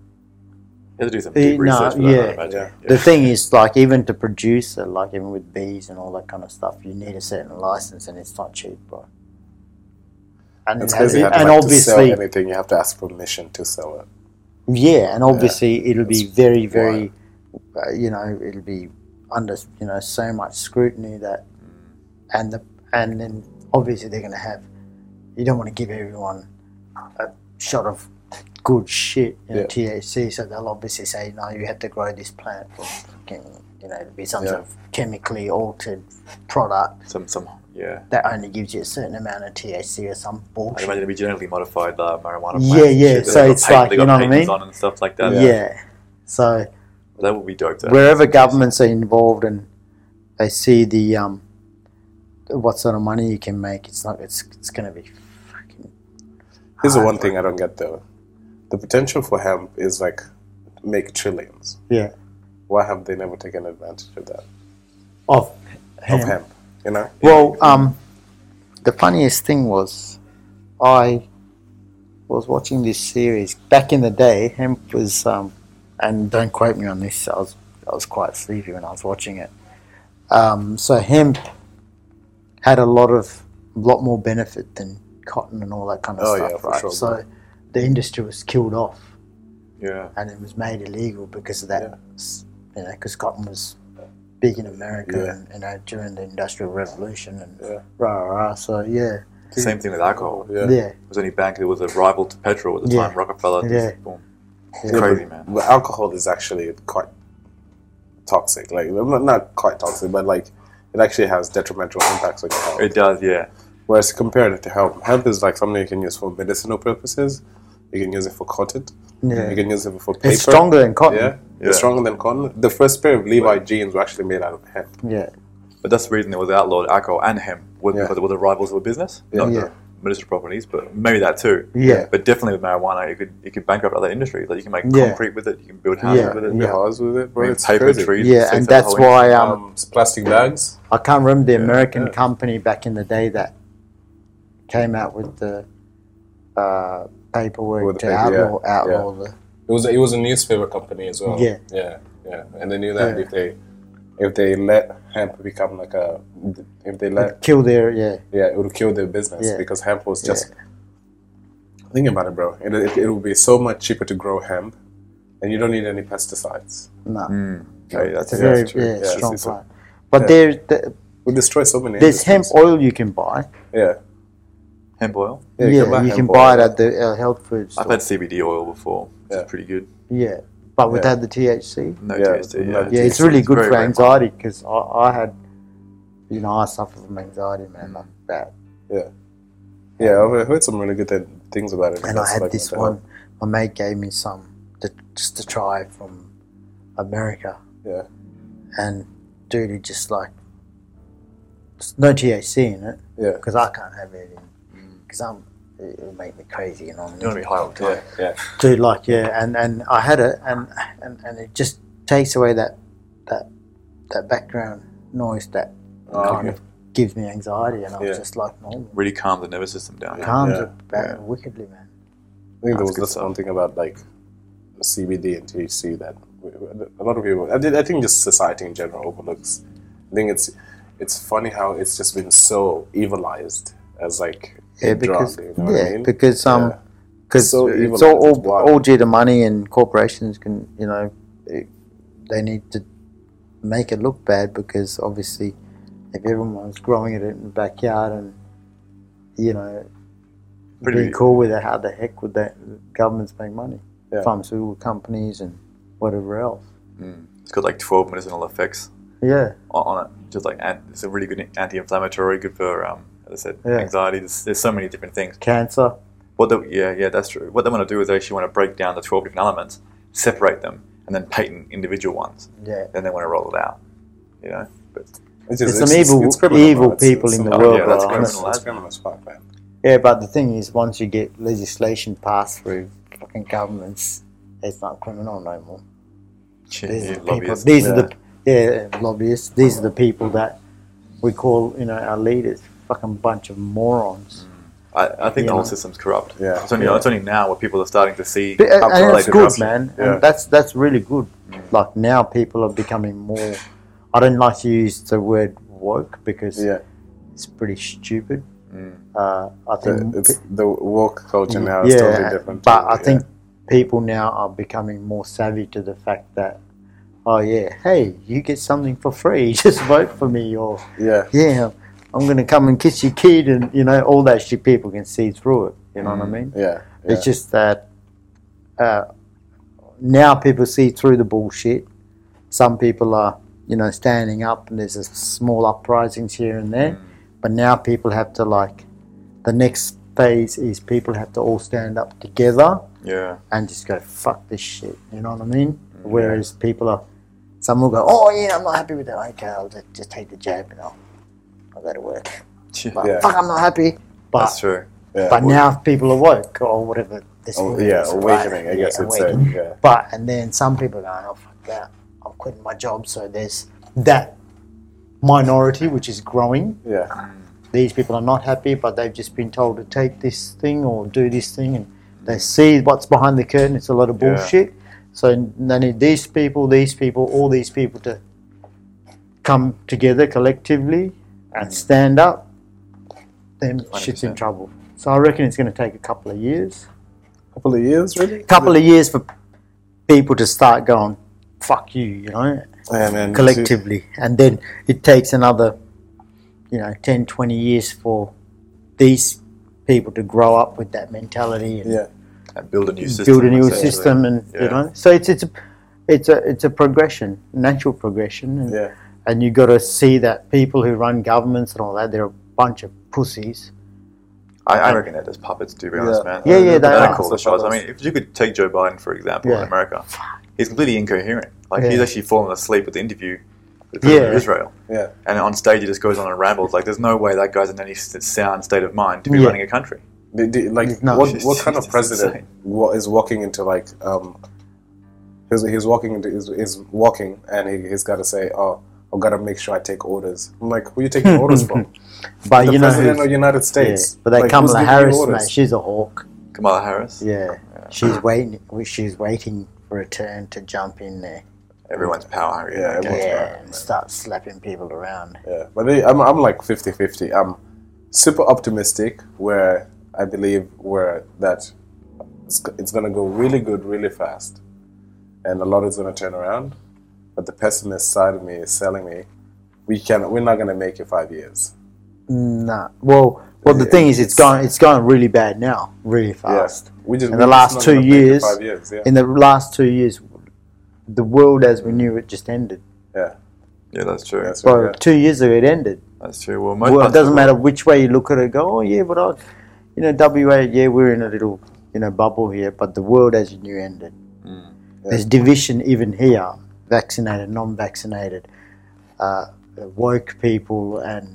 E: You have to do some
C: Eh,
E: deep
C: no,
E: research for
C: yeah.
E: that, I imagine.
C: the thing is, like even to produce, it, like even with bees and all that kind of stuff, you need a certain license, and it's not cheap, bro. and,
D: It's
C: it has,
D: crazy. You have to,
C: and
D: like, to
C: obviously
D: sell anything, you have to ask permission to sell it.
C: yeah and obviously it'll be
D: That's
C: very very uh, you know it'll be under you know so much scrutiny that and the and then obviously they're going to have you don't want to give everyone a shot of good shit you know,
D: Yeah.
C: THC so they'll obviously say no you have to grow this plant from fucking you know it'll be some sort
D: Yeah.
C: of chemically altered product
E: Some, some, yeah.
C: that only gives you a certain amount of THC or some
E: I
C: bullshit
E: imagine it'd be genetically modified uh, marijuana.
C: Yeah,
E: plants and
C: yeah,
E: shit. They
C: so
E: got
C: it's
E: patent-
C: like,
E: they got
C: you know what I
E: patents
C: mean?
E: on and stuff like that.
C: yeah. so
E: that would be dope. Though.
C: wherever governments are involved and they see the um, what sort of money you can make, it's not. It's it's going to be fucking.
D: Here's the
C: hard.
D: one thing I don't get though. The potential for hemp is like make trillions.
C: Yeah.
D: Why have they never taken advantage of that?
C: Of
D: Of hemp, you know?
C: Well, um, the funniest thing was, I was watching this series back in the day. Hemp was, um, and don't quote me on this. I was I was quite sleepy when I was watching it. Um, so hemp had a lot of lot more benefit than cotton and all that kind of
D: Oh,
C: stuff,
D: yeah, for
C: right?
D: sure.
C: So the industry was killed off
E: Yeah.
C: and it was made illegal because of that.
D: Yeah.
C: s- You know, because cotton was big in America,
D: Yeah.
C: and you know during the Industrial Revolution and
D: Yeah.
C: rah rah. So yeah,
E: Same thing with alcohol.
D: Yeah.
C: yeah,
D: yeah.
C: yeah,
E: It was only bank that was a rival to petrol at the
C: Yeah.
E: time. Rockefeller.
C: Yeah.
E: Just, boom.
C: yeah.
E: Crazy man.
D: But alcohol is actually quite toxic. Like not, not quite toxic, but like it actually has detrimental impacts on your health.
E: It does. Yeah.
D: Whereas compared to hemp, hemp is like something you can use for medicinal purposes. You can use it for cotton. You can use it for paper.
C: It's stronger than cotton.
D: Yeah,
C: Yeah,
E: Yeah.
D: it's stronger than cotton. The first pair of Levi jeans were actually made out of hemp.
E: But that's the reason it was outlawed. Alcohol and hemp was
D: Yeah.
E: because it was the rivals of a business, not
C: Yeah.
E: the medicinal properties. But maybe that too.
C: Yeah.
E: But definitely with marijuana, you could you could bankrupt other industries. Like you can make
C: Yeah.
E: concrete with it. You can build houses
C: Yeah.
E: with it.
D: Remember how I was with it, bro?
E: Make
D: It's
E: paper
D: crazy.
E: trees.
C: Yeah,
E: safe
C: and
E: for the
C: that's
E: whole
C: why um,
D: Um, it's plastic bags.
C: I can't remember the American
D: yeah.
C: company back in the day that came out with the uh, paperwork
D: With the
C: to
D: paper, yeah,
C: outlaw outlaw the
D: It was it was a newspaper company as well.
C: Yeah.
D: yeah, yeah. And they knew that
C: Yeah.
D: if they if they let hemp become like a if they let
C: kill their yeah
D: yeah, it would kill their business
C: Yeah.
D: because hemp was just. Think about it, bro. It, it, it would be so much cheaper to grow hemp, and you don't need any pesticides.
C: no.
E: company. Hey,
C: It's
E: that's
C: a
D: yeah,
C: very
D: that's true.
C: yeah,
D: Yeah,
C: strong
D: it's- it's a-
C: plant. But
D: yeah.
C: there, the,
D: We destroy so many.
C: there's hemp
D: industries.
C: oil you can buy.
D: Yeah.
E: hemp oil.
C: Yeah, you can buy,
D: hemp
C: it
D: oil.
C: at the uh, health food store.
E: I've had CBD oil before, which
D: Yeah.
E: is pretty good.
C: yeah, but without the THC.
E: No
D: Yeah,
E: THC.
D: no
E: Yeah.
C: Yeah, it's
D: THC
C: really good
E: very,
C: for
E: very
C: anxiety because I, I had, you know, I suffer from anxiety,
E: Mm.
C: man, like that.
D: Yeah, I've heard some really good th- things about it.
C: And
D: That's
C: I had
D: like
C: this
D: mental
C: one. My mate gave me some to, just to try from America,
D: health.
C: and dude, it just like there's no THC in it
D: Yeah, Mm.
C: because I can't have it because I'm it would make me crazy, you know. What I mean?
E: You want to be high all the
D: yeah,
E: time.
D: yeah, yeah.
C: Dude, like yeah, and and I had it, and and, and it just takes away that that that background noise that
D: Oh,
C: kind
D: okay.
C: of gives me anxiety, and I'm
D: Yeah.
C: just like normal.
E: Really calms the nervous system down.
C: Calms
D: Yeah.
C: it back wickedly, man.
D: I think
E: That's
D: there was
E: good
D: this
E: stuff.
D: one thing about like CBD and THC that w- w- a lot of people. I, did, I think just society in general overlooks. I think it's it's funny how it's just been so evilized as like
C: Yeah,
D: a
C: because
D: drug. You know
C: yeah,
D: what I mean?
C: because um,
D: Yeah.
C: because
D: So
C: it's
D: evilized,
C: all all,
D: wow.
C: all due to money, and corporations can you know it, they need to make it look bad because obviously if everyone's growing it in the backyard and you know
E: Pretty-
C: being cool with it, how the heck would that governments make money?
D: Yeah.
C: Pharmaceutical companies and whatever else.
E: It's got like 12 medicinal effects
C: Yeah,
E: on, on it. Just like an- it's a really good anti-inflammatory, good for um, as I said,
C: Yeah.
E: anxiety. There's, there's so many different things.
C: cancer.
E: What they, yeah, yeah, that's true. What they want to do is they actually want to break down the 12 different elements, separate them, and then patent individual ones.
C: Yeah.
E: Then they want to roll it out. You know, but
D: It's
C: There's some evil-
D: criminal,
C: evil
D: man.
C: people in the
D: not-
E: world,
D: Yeah,
E: bro,
D: that's criminal.
E: honestly.
D: That's criminal as fuck, man.
C: Yeah, but the thing is, once you get legislation passed through fucking governments, it's not criminal no more.
E: yeah,
C: These are the people.
E: lobbyists.
C: These are the yeah lobbyists. These are the people that we call you know our leaders. Fucking bunch of morons.
D: Mm.
E: I, I think the
C: Yeah.
E: whole system's corrupt.
D: Yeah.
E: It's only,
D: Yeah.
E: it's only now where people are starting to see
C: But, uh, and that's
E: correlated
C: good,
E: corruption.
C: man.
D: Yeah. Mm.
C: And that's that's really good. Like now, people are becoming more. I don't like to use the word woke because
D: Yeah, Mm.
C: it's pretty stupid. Uh, I think
D: It's the woke culture now is
C: Mm, yeah,
D: totally different.
C: but
D: to-
C: I
D: yeah.
C: think people now are becoming more savvy to the fact that, oh yeah, hey, you get something for free, just vote for me, or
D: yeah,
C: yeah, I'm gonna come and kiss your kid, and you know all that shit. People can see through it. You know what I mean?
D: yeah,
C: It's just that uh, now people see through the bullshit. Some people are, you know, standing up, and there's a small uprisings here and there. But now people have to like, the next phase is people have to all stand up together
E: Yeah.
C: and just go fuck this shit. You know what I mean? Whereas people are, some will go, oh yeah, I'm not happy with that. Okay, I'll just, just take the jab and I'll, I'll go to work. But
D: Yeah.
C: fuck, I'm not happy. But
E: That's true.
D: yeah.
C: but now people are woke or whatever this
D: Oh,
C: word
D: yeah,
C: is, right?
D: awakening. I guess
C: Yeah,
D: it's
C: awakening.
D: a yeah.
C: But and then some people are going, oh fuck that, I'm quitting my job. So there's that minority which is growing.
D: yeah,
C: These people are not happy, but they've just been told to take this thing or do this thing, and they see what's behind the curtain. It's a lot of
D: Yeah.
C: bullshit. So they need these people, these people, all these people to come together collectively and stand up. Then shit's in
E: 100%.
C: trouble. So I reckon it's going to take a couple of years
D: couple of years really.
C: couple of years for people to start going, fuck you, you know,
D: Yeah, man,
C: collectively. And then it takes another, you know, 10, 20 years for these people to grow up with that mentality and
D: Yeah,
E: And build a new system.
C: build a new
E: essentially.
C: system and, you
E: Yeah.
C: know. So it's, it's, a, it's, a, it's a progression, natural progression. And,
D: yeah,
C: and you got to see that people who run governments and all that, they're a bunch of pussies.
E: I, I reckon they're just puppets, to be honest,
D: Yeah.
E: man.
C: Yeah, yeah,
E: They're-
C: they
E: they're
C: are.
E: cool the shots. I mean, if you could take Joe Biden, for example, in
C: Yeah.
E: America, he's completely incoherent. Like, he's
C: Yeah.
E: actually fallen asleep at the interview with the president of
C: Yeah.
E: Israel.
D: yeah.
E: And on stage, he just goes on and rambles. Like, there's no way that guy's in any s- sound state of mind to be
C: Yeah.
E: running a country.
D: They- they- like
C: No,
D: what
E: she's-
D: what kind of
E: she's
D: president wa- is walking into like um he's, he's walking into is is walking and he, he's got to say oh i got to make sure i take orders i'm like who you taking orders from
C: But
D: the
C: Uh, you know,
D: president
C: who's-
D: of the united
C: yeah,
D: states
C: but they
D: Like,
C: come
D: who's
C: Kamala
D: giving you
C: Harris,
D: orders?
C: mate, she's a hawk.
E: Kamala Harris.
C: Yeah, she's waiting. well, She's waiting for a turn to jump in there.
E: Everyone's power hungry.
D: Yeah,
E: Yeah,
D: everyone's
E: yeah.
D: right,
C: Yeah, and start slapping people around.
D: yeah but they, I'm, I'm like 50 50 i'm super optimistic where i believe where that it's, g- it's gonna go really good really fast and a lot is gonna turn around but the pessimist side of me is telling me we can we're not gonna make it five years
C: Nah. Well, well, the thing is, it's going. It's going really bad now, really fast.
D: We just,
C: Ah. In
D: we're
C: the
D: just
C: last
D: not
C: two
D: gonna make it
C: years-
D: Five years, yeah.
C: In the last two years, the world as we knew it just ended.
D: yeah.
E: that's true.
D: That's
C: Well,
D: right.
C: two years ago it ended.
E: That's true. Well, most
C: Well, it
E: parts
C: doesn't
E: of the
C: matter which way you look at it. Go, oh yeah, but I, you know, WA, yeah, we're in a little, you know, bubble here. But the world as you knew ended. There's division even here: vaccinated, non-vaccinated, uh, woke people, and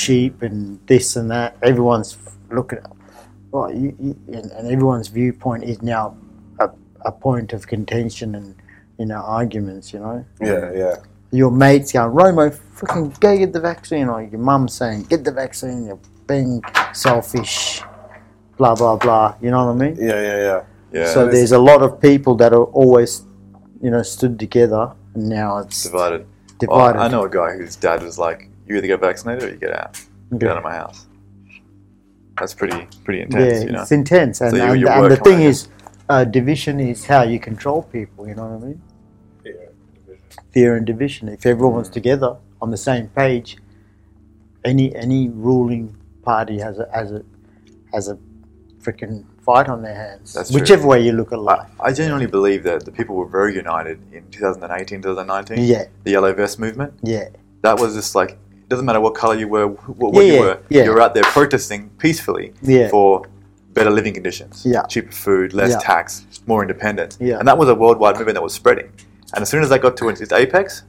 C: sheep, and this and that. Everyone's f- looking, well, you, you, and, and everyone's viewpoint is now a, a point of contention and you know arguments. You know
D: Yeah, yeah.
C: your mates going, Romo, fucking go get the vaccine, or your mum saying, get the vaccine, you're being selfish, blah, blah, blah. You know what I mean?
D: Yeah, yeah, yeah.
E: world. yeah,
C: so there's a lot of people that are always, you know, stood together, and now it's
E: divided. Well,
C: divided.
E: I know a guy whose dad was like, "You either get vaccinated or you get out. Get out of my house." That's pretty pretty intense,
C: yeah,
E: you know.
C: it's intense. And,
E: you-
C: and,
E: you
C: and
E: work
C: the
E: on
C: thing
E: it.
C: is, uh, division is how you control people, you know what I mean?
D: Yeah.
C: Fear and division. If everyone's together on the same page, any any ruling party has a has a has a freaking fight on their hands.
E: That's true. Uh,
C: Whichever way you look at life.
E: I genuinely believe that the people were very united in 2018, 2019.
C: Yeah,
E: The yellow vest movement.
C: yeah,
E: That was just like it doesn't matter what color you were, wh- what, what
C: Yeah,
E: you
C: yeah,
E: were.
C: yeah.
E: You're out there protesting peacefully
C: Yeah.
E: for better living conditions,
C: Yeah.
E: cheaper food, less
C: Yeah.
E: tax, more independence.
C: Yeah.
E: And that was a worldwide movement that was spreading. And as soon as that got to its, its apex,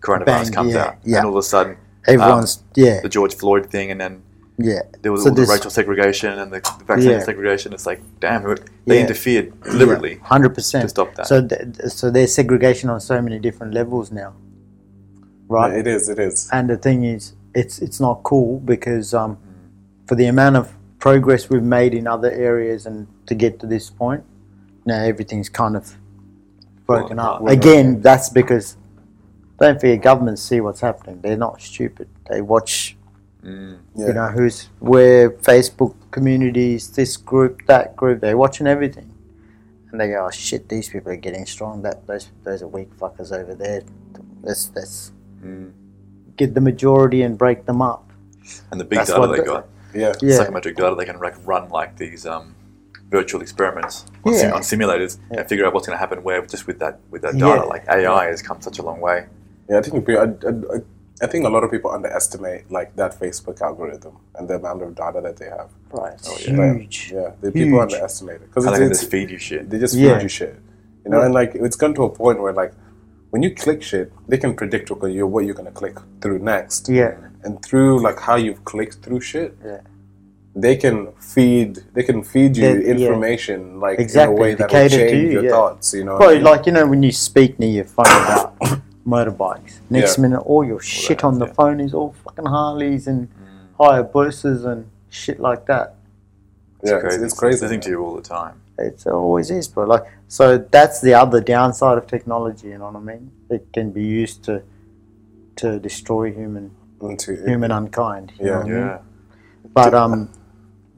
E: coronavirus
C: Bang,
E: comes
C: yeah,
E: out,
C: yeah.
E: and all of a sudden um,
C: Everyone's yeah,
E: the George Floyd thing, and then
C: yeah.
E: uh, there was
C: So
E: all the
C: this-
E: racial segregation and the vaccine
C: Yeah.
E: segregation. It's like, damn, who- they
C: Yeah.
E: interfered deliberately.
C: Hundred percent
E: to stop that.
C: So, th- so there's segregation on so many different levels now, right?
D: It is, it is.
C: and the thing is, it's it's not cool because um, for the amount of progress we've made in other areas and to get to this point, now everything's kind of broken
E: Well,
C: up.
E: well,
C: Again, that's because don't forget governments see what's happening. They're not stupid. They watch
D: Yeah.
C: You know, who's where Facebook communities, this group, that group, they're watching everything. And they go, oh shit, these people are getting strong. That those those are weak fuckers over there. Let's let's get the majority and break them up.
E: And the big
C: That's
E: data
C: what
E: they
C: the-
E: got,
D: yeah.
E: the
C: Yeah,
E: psychometric data, they can like run like these um, virtual experiments on,
C: Yeah.
E: sim- on simulators and figure out what's going to happen where just with that with that data.
C: Yeah.
E: Like AI has come such a long way.
D: Yeah, I think we, I, I, I think a lot of people underestimate like that Facebook algorithm and the amount of data that they have.
C: right. It's
D: Oh, yeah.
C: huge.
D: Yeah, the E people
C: Huge.
D: underestimate it because
E: And they can
D: it's,
E: just feed you shit.
D: they just
C: Yeah.
D: feed you shit, you know. And like it's gone to a point where like when you click shit, they can predict okay, you what you're gonna click through next.
C: Yeah.
D: and through like how you've clicked through shit,
C: Yeah.
D: they can feed they can feed you
C: That- yeah.
D: information like
C: Exactly,
D: in a way that will
C: cater to
D: change
C: you,
D: your
C: yeah.
D: thoughts. You know, what I
C: Bro,
D: mean?
C: like you know when you speak near your phone about motorbikes. Next
D: Yeah.
C: minute, all your shit on the
E: yeah.
C: phone is all fucking Harleys and
D: Mm.
C: Hayabusas and shit like that.
D: yeah, it's, it's crazy.
E: They think to
D: man.
E: you all the time.
C: It always is, bro. Like so, that's the other downside of technology. You know what I mean? It can be used to to destroy human
D: Into-
C: human unkind. you know
D: Mm, Yeah.
C: what I mean?
E: Yeah.
C: But um,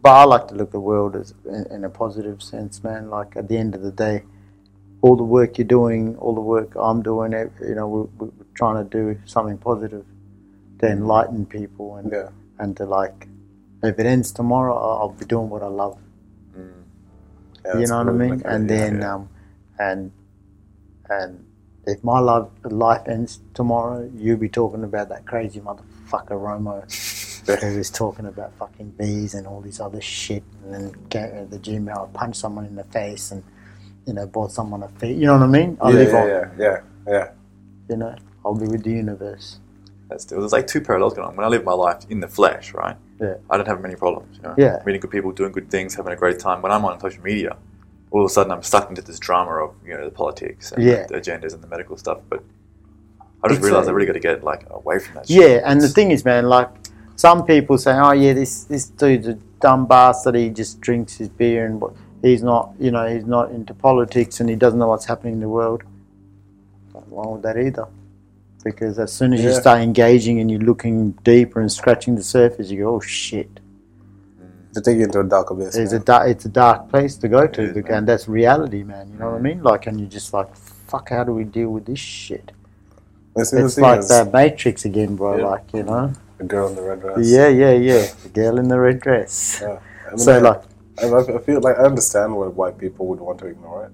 C: but I like to look at the world as in, in a positive sense, man. Like at the end of the day, all the work you're doing, all the work I'm doing, eh, you know, we're, we're trying to do something positive to enlighten people and
D: Yeah.
C: and to like, if it ends tomorrow, I- I'll be doing what I love.
D: Yeah,
C: you
D: it's
C: know what I
D: good,
C: mean?
D: like,
C: and
D: Mm. yeah,
C: then
D: yeah.
C: um, and and if my life life ends tomorrow, you'll be talking about that crazy motherfucker Romo who was talking about fucking bees and all this other shit, and then go to the gym, I punch someone in the face, and you know, bought someone a feet. You know what I mean? I
D: yeah,
C: live
D: yeah,
C: on.
D: yeah, yeah, yeah.
C: You know, I'll be with the universe.
E: That's the, there's like two parallels going on. When I live my life in the flesh, right?
C: Yeah.
E: I don't have many problems. You know?
C: Yeah.
E: Meeting good people, doing good things, having a great time. When I'm on social media, all of a sudden I'm stuck into this drama of you know the politics and
C: Yeah.
E: the agendas and the medical stuff. But I just realized I
C: Exactly.
E: really got to get like away from that.
C: Yeah,
E: shit.
C: and the
E: It's-
C: thing is, man, like some people say, oh yeah, this this dude's a dumb bastard. He just drinks his beer and what- he's not, you know, he's not into politics and he doesn't know what's happening in the world. Nothing wrong with that either, because as soon as you
D: Yeah.
C: start engaging and you're looking deeper and scratching the surface, you go, oh shit.
D: To take you into a dark abyss.
C: It's a
D: man.
C: da- it's a dark place to go to,
E: It is,
C: because-
E: man.
C: and that's reality, man. You know what I mean? Like, and you're just like, fuck, how do we deal with this shit?
D: This is
C: It's
D: the thing
C: like
D: is
C: that Matrix again, bro.
D: Yeah.
C: Like, you know?
D: the girl in the red dress.
C: Yeah, yeah, yeah. The girl in the red dress.
D: Yeah. I mean,
C: So,
D: I-
C: like,
D: I, I feel like I understand why white people would want to ignore it,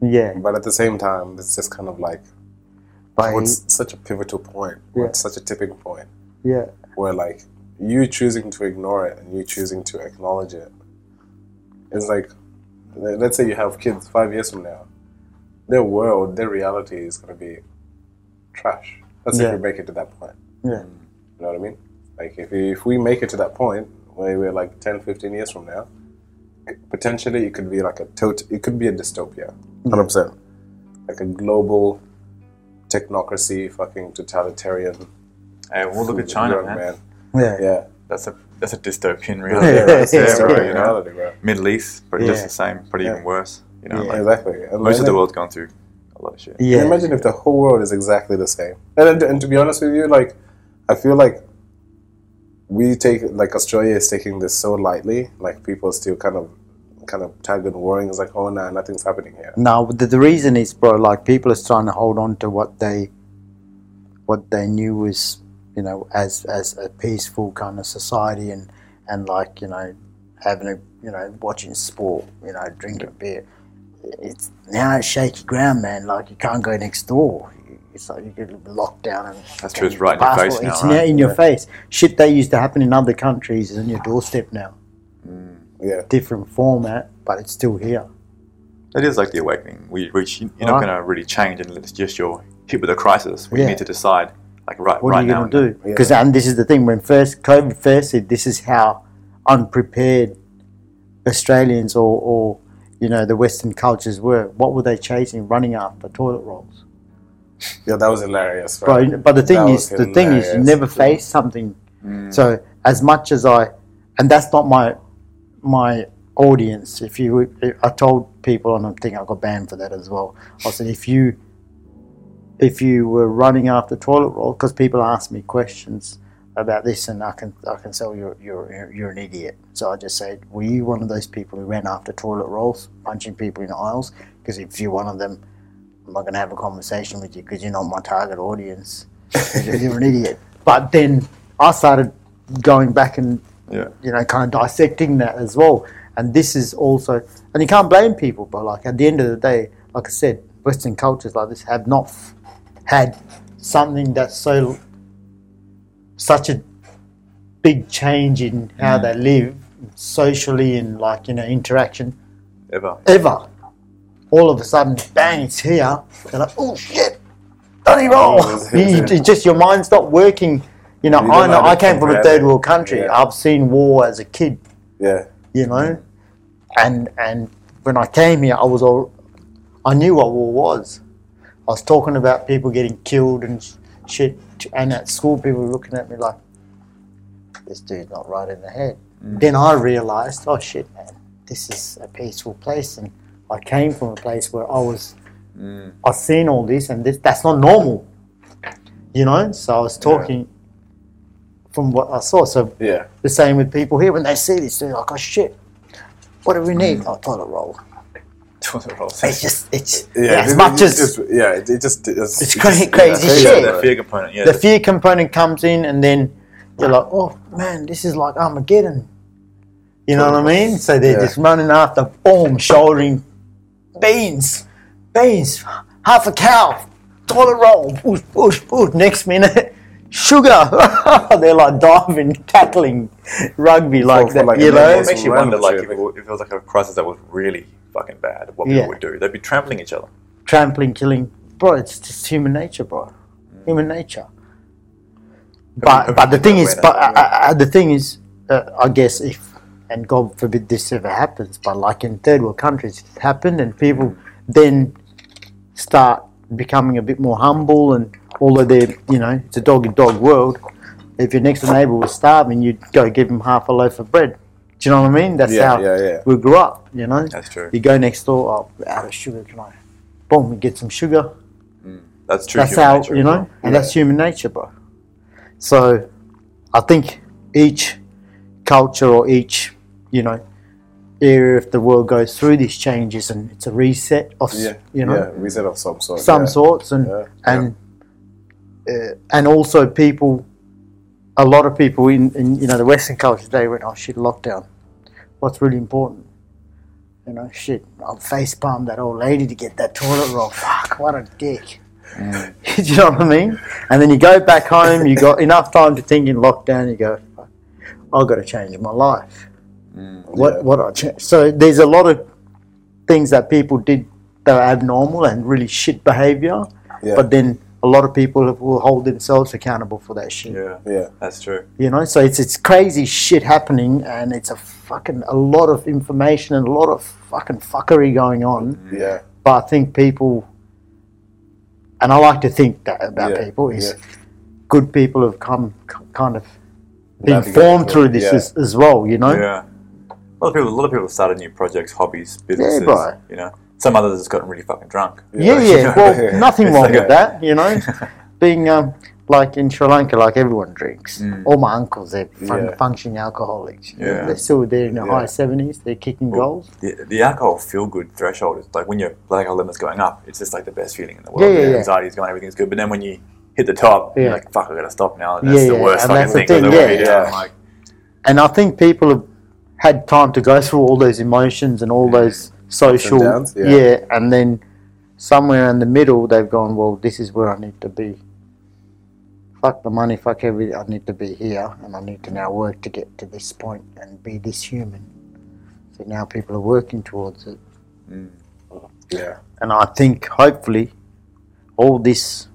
C: yeah.
D: but at the same time, it's just kind of like
C: But
D: we're at such a pivotal point, we're at such a tipping point
C: he- yeah,
D: where like you choosing to ignore it and you choosing to acknowledge it. It's like, le- let's say you have kids five years from now, their world, their reality is going to be trash. That's
C: Yeah.
D: if we make it to that point.
C: yeah,
D: You know what I mean? Like, if we, if we make it to that point where we're like 10, 15 years from now, it- potentially it could be like a total, it could be a dystopia.
E: Mm-hmm.
D: 100%. Like a global technocracy, fucking totalitarian.
E: Hey, well, look at China,
D: world,
E: man.
C: yeah,
D: Yeah.
E: That's a that's a dystopian
D: Yeah,
E: reality.
D: that's
E: Yeah,
D: dystopian
E: right, you know?
D: reality, bro.
E: Middle East, pretty just
C: Yeah.
E: the same, pretty
D: Yeah.
E: even worse. You know,
C: Yeah.
E: like,
D: Exactly. And
E: most of the
D: then-
E: world's gone through a lot of shit.
C: yeah.
D: Imagine if the whole world is exactly the same. And, and, and to be honest with you, like, I feel like we take, like, Australia is taking this so lightly. Like, people are still kind of, kind of tagging worrying. It's like, oh, nah, nothing's happening here.
C: No, the, the reason is, bro, like people are trying to hold on to what they, what they knew was, you know, as as a peaceful kind of society, and and like you know, having a you know watching sport, you know, drinking beer. It's now it's shaky ground, man. Like you can't go next door. It's like you get locked down and
E: That's true, it's right in your
C: passport.
E: face now,
C: It's
E: right?
C: now in your face. Shit that used to happen in other countries is on your doorstep now.
E: Mm,
D: Yeah.
C: Different format, but it's still here.
E: It is like the awakening. We reach. You're not
C: Right.
E: going to really change unless it's just you're hit with a crisis. We
C: Yeah.
E: need to decide, like right,
C: what
E: right
C: are you
E: now.
C: going to do? Because and this is the thing when first COVID first hit, this is how unprepared Australians or, or you know the Western cultures were. What were they chasing? Running after toilet rolls.
D: Yeah, that was hilarious.
C: But but the thing
D: That
C: is,
D: was
C: the thing is, you
D: hilarious.
C: never face something. So as much as I, and that's not my my audience. If you, I told people, and I think I got banned for that as well. I said if you if you were running after toilet roll, because people ask me questions about this, and I can I can sell you're you're you're- you're an idiot. So I just said, were you one of those people who ran after toilet rolls, punching people in aisles? Because if you're one of them, I'm not going to have a conversation with you because you're not my target audience. you're an idiot. But then I started going back and
E: Yeah.
C: you know kind of dissecting that as well. And this is also, and you can't blame people, but like at the end of the day, like I said, Western cultures like this have not f- had something that's so such a big change in how they live socially and like you know interaction
E: Ever.
C: ever. All of a sudden, bang, it's here. They're like, oh shit, bloody roll.
D: it's-
C: you, you- it's just your mind's not working. You know,
D: You
C: I
D: don't
C: know,
D: know how
C: I
D: to
C: came from a
D: compare
C: third
D: it.
C: world country.
D: Yeah.
C: I've seen war as a kid.
D: Yeah.
C: You know, and and when I came here, I was all, I knew what war was. I was talking about people getting killed and sh- shit, and at school people were looking at me like, this dude's not right in the head. Then I realised, oh shit, man, this is a peaceful place, and I came from a place where I was, I've seen all this, and this that's not normal, you know. So I was talking from what I saw. So
D: Yeah.
C: the same with people here when they see this, they're like, oh shit, what do we
D: Mm.
C: need? Oh, toilet roll.
E: Toilet rolls.
C: It's just it's yeah,
D: Yeah.
C: as
D: it-
C: much
D: it-
C: as
D: it's- yeah, it, it just it's,
C: It's
D: it
C: crazy-
D: just-
C: crazy
D: yeah,
C: shit.
D: yeah,
E: The fear component, yeah.
C: the fear component comes in, and then you're like, oh man, this is like Armageddon. You know what I mean? So they're
D: Yeah.
C: just running after, boom, shouldering beans, beans, half a cow, toilet roll, push, push, push. Next minute, sugar. they're like diving, tackling rugby like
D: for
C: that.
D: like a
C: you
D: minute
C: know?
E: It makes you
D: Random
E: wonder, like,
D: shit.
E: if it, wa- if it was like a crisis that was really fucking bad, what people
C: Yeah.
E: would do. They'd be trampling each other.
C: trampling, killing, bro. It's just human nature, bro. Human nature.
E: Mm. have
C: But
E: you
C: but the
E: been
C: thing
E: that
C: is,
E: way
C: but
E: then?
C: uh, uh, the thing is, uh, I guess if and God forbid this ever happens, but like in third world countries, it's happened, and people then start becoming a bit more humble, and although they're you know it's a dog and dog world. If your next door neighbor was starving, you'd go give him half a loaf of bread. Do you know what I mean? That's
D: Yeah,
C: how
D: yeah, yeah.
C: we grew up, you know?
E: That's true.
C: You go next door, oh, out of sugar, can I? Boom, we get some sugar.
E: That's true.
C: That's
E: human
C: how,
E: nature
C: you
E: as
C: know,
E: well.
C: and that's human nature, bro. So I think each culture or each, you know, area of the world goes through these changes and it's a reset of, s-
D: Yeah,
C: you know,
D: yeah, reset of some sort.
C: some
D: yeah.
C: sorts and
D: Yeah.
C: and Uh, and also people a lot of people in, in you know the western culture today went oh shit lockdown what's really important you know shit i'll face palm that old lady to get that toilet roll fuck what a dick Do you know what I mean? And then you go back home, you got enough time to think in lockdown, you go, fuck, I've got to change my life. what
D: Mm, yeah.
C: what I change? So there's a lot of things that people did that are abnormal and really shit behavior,
D: Yeah.
C: but then a lot of people will hold themselves accountable for that shit.
E: Yeah,
D: Yeah,
E: that's true.
C: You know, so it's it's crazy shit happening, and it's a fucking a lot of information and a lot of fucking fuckery going on
D: yeah,
C: but I think people, and I like to think that about
D: Yeah,
C: people is
D: yeah.
C: good people have come k- kind of been
D: Navigate
C: formed through
D: through it,
C: this
D: yeah.
C: as, as well, you know.
E: Yeah. A lot of people, a lot of people have started new projects, hobbies, businesses.
C: bro.
E: You know, some others have just gotten really fucking drunk.
C: Yeah, yeah. Well, nothing
E: It's
C: wrong
E: like
C: with
E: a-
C: that, you know. Being um, like in Sri Lanka, like everyone drinks. All my uncles, they're fun-
D: Mm. Yeah.
C: functioning alcoholics. you know.
E: Yeah.
C: They're still there in the
D: Yeah.
C: high 70s, they're kicking goals.
E: The, the alcohol feel good threshold is like when your blood alcohol level's going up, it's just like the best feeling in the world.
C: Yeah, yeah,
E: Your
C: yeah.
E: Anxiety's gone, everything's good, but then when you hit the top,
C: Yeah.
E: you're like, "Fuck, I gotta stop now." That's
C: Yeah,
E: the
C: yeah,
E: worst
C: and
E: fucking
C: that's the
E: thing. 'cause
C: thing,
E: I won't
C: yeah.
E: be down, Like,
C: And I think people have had time to go through all those emotions and all those social,
D: downs, yeah.
C: and then somewhere in the middle they've gone, well, this is where I need to be. Fuck the money, fuck everything. I need to be here, and I need to now work to get to this point and be this human. So now people are working towards it,
D: yeah,
C: and I think hopefully all this,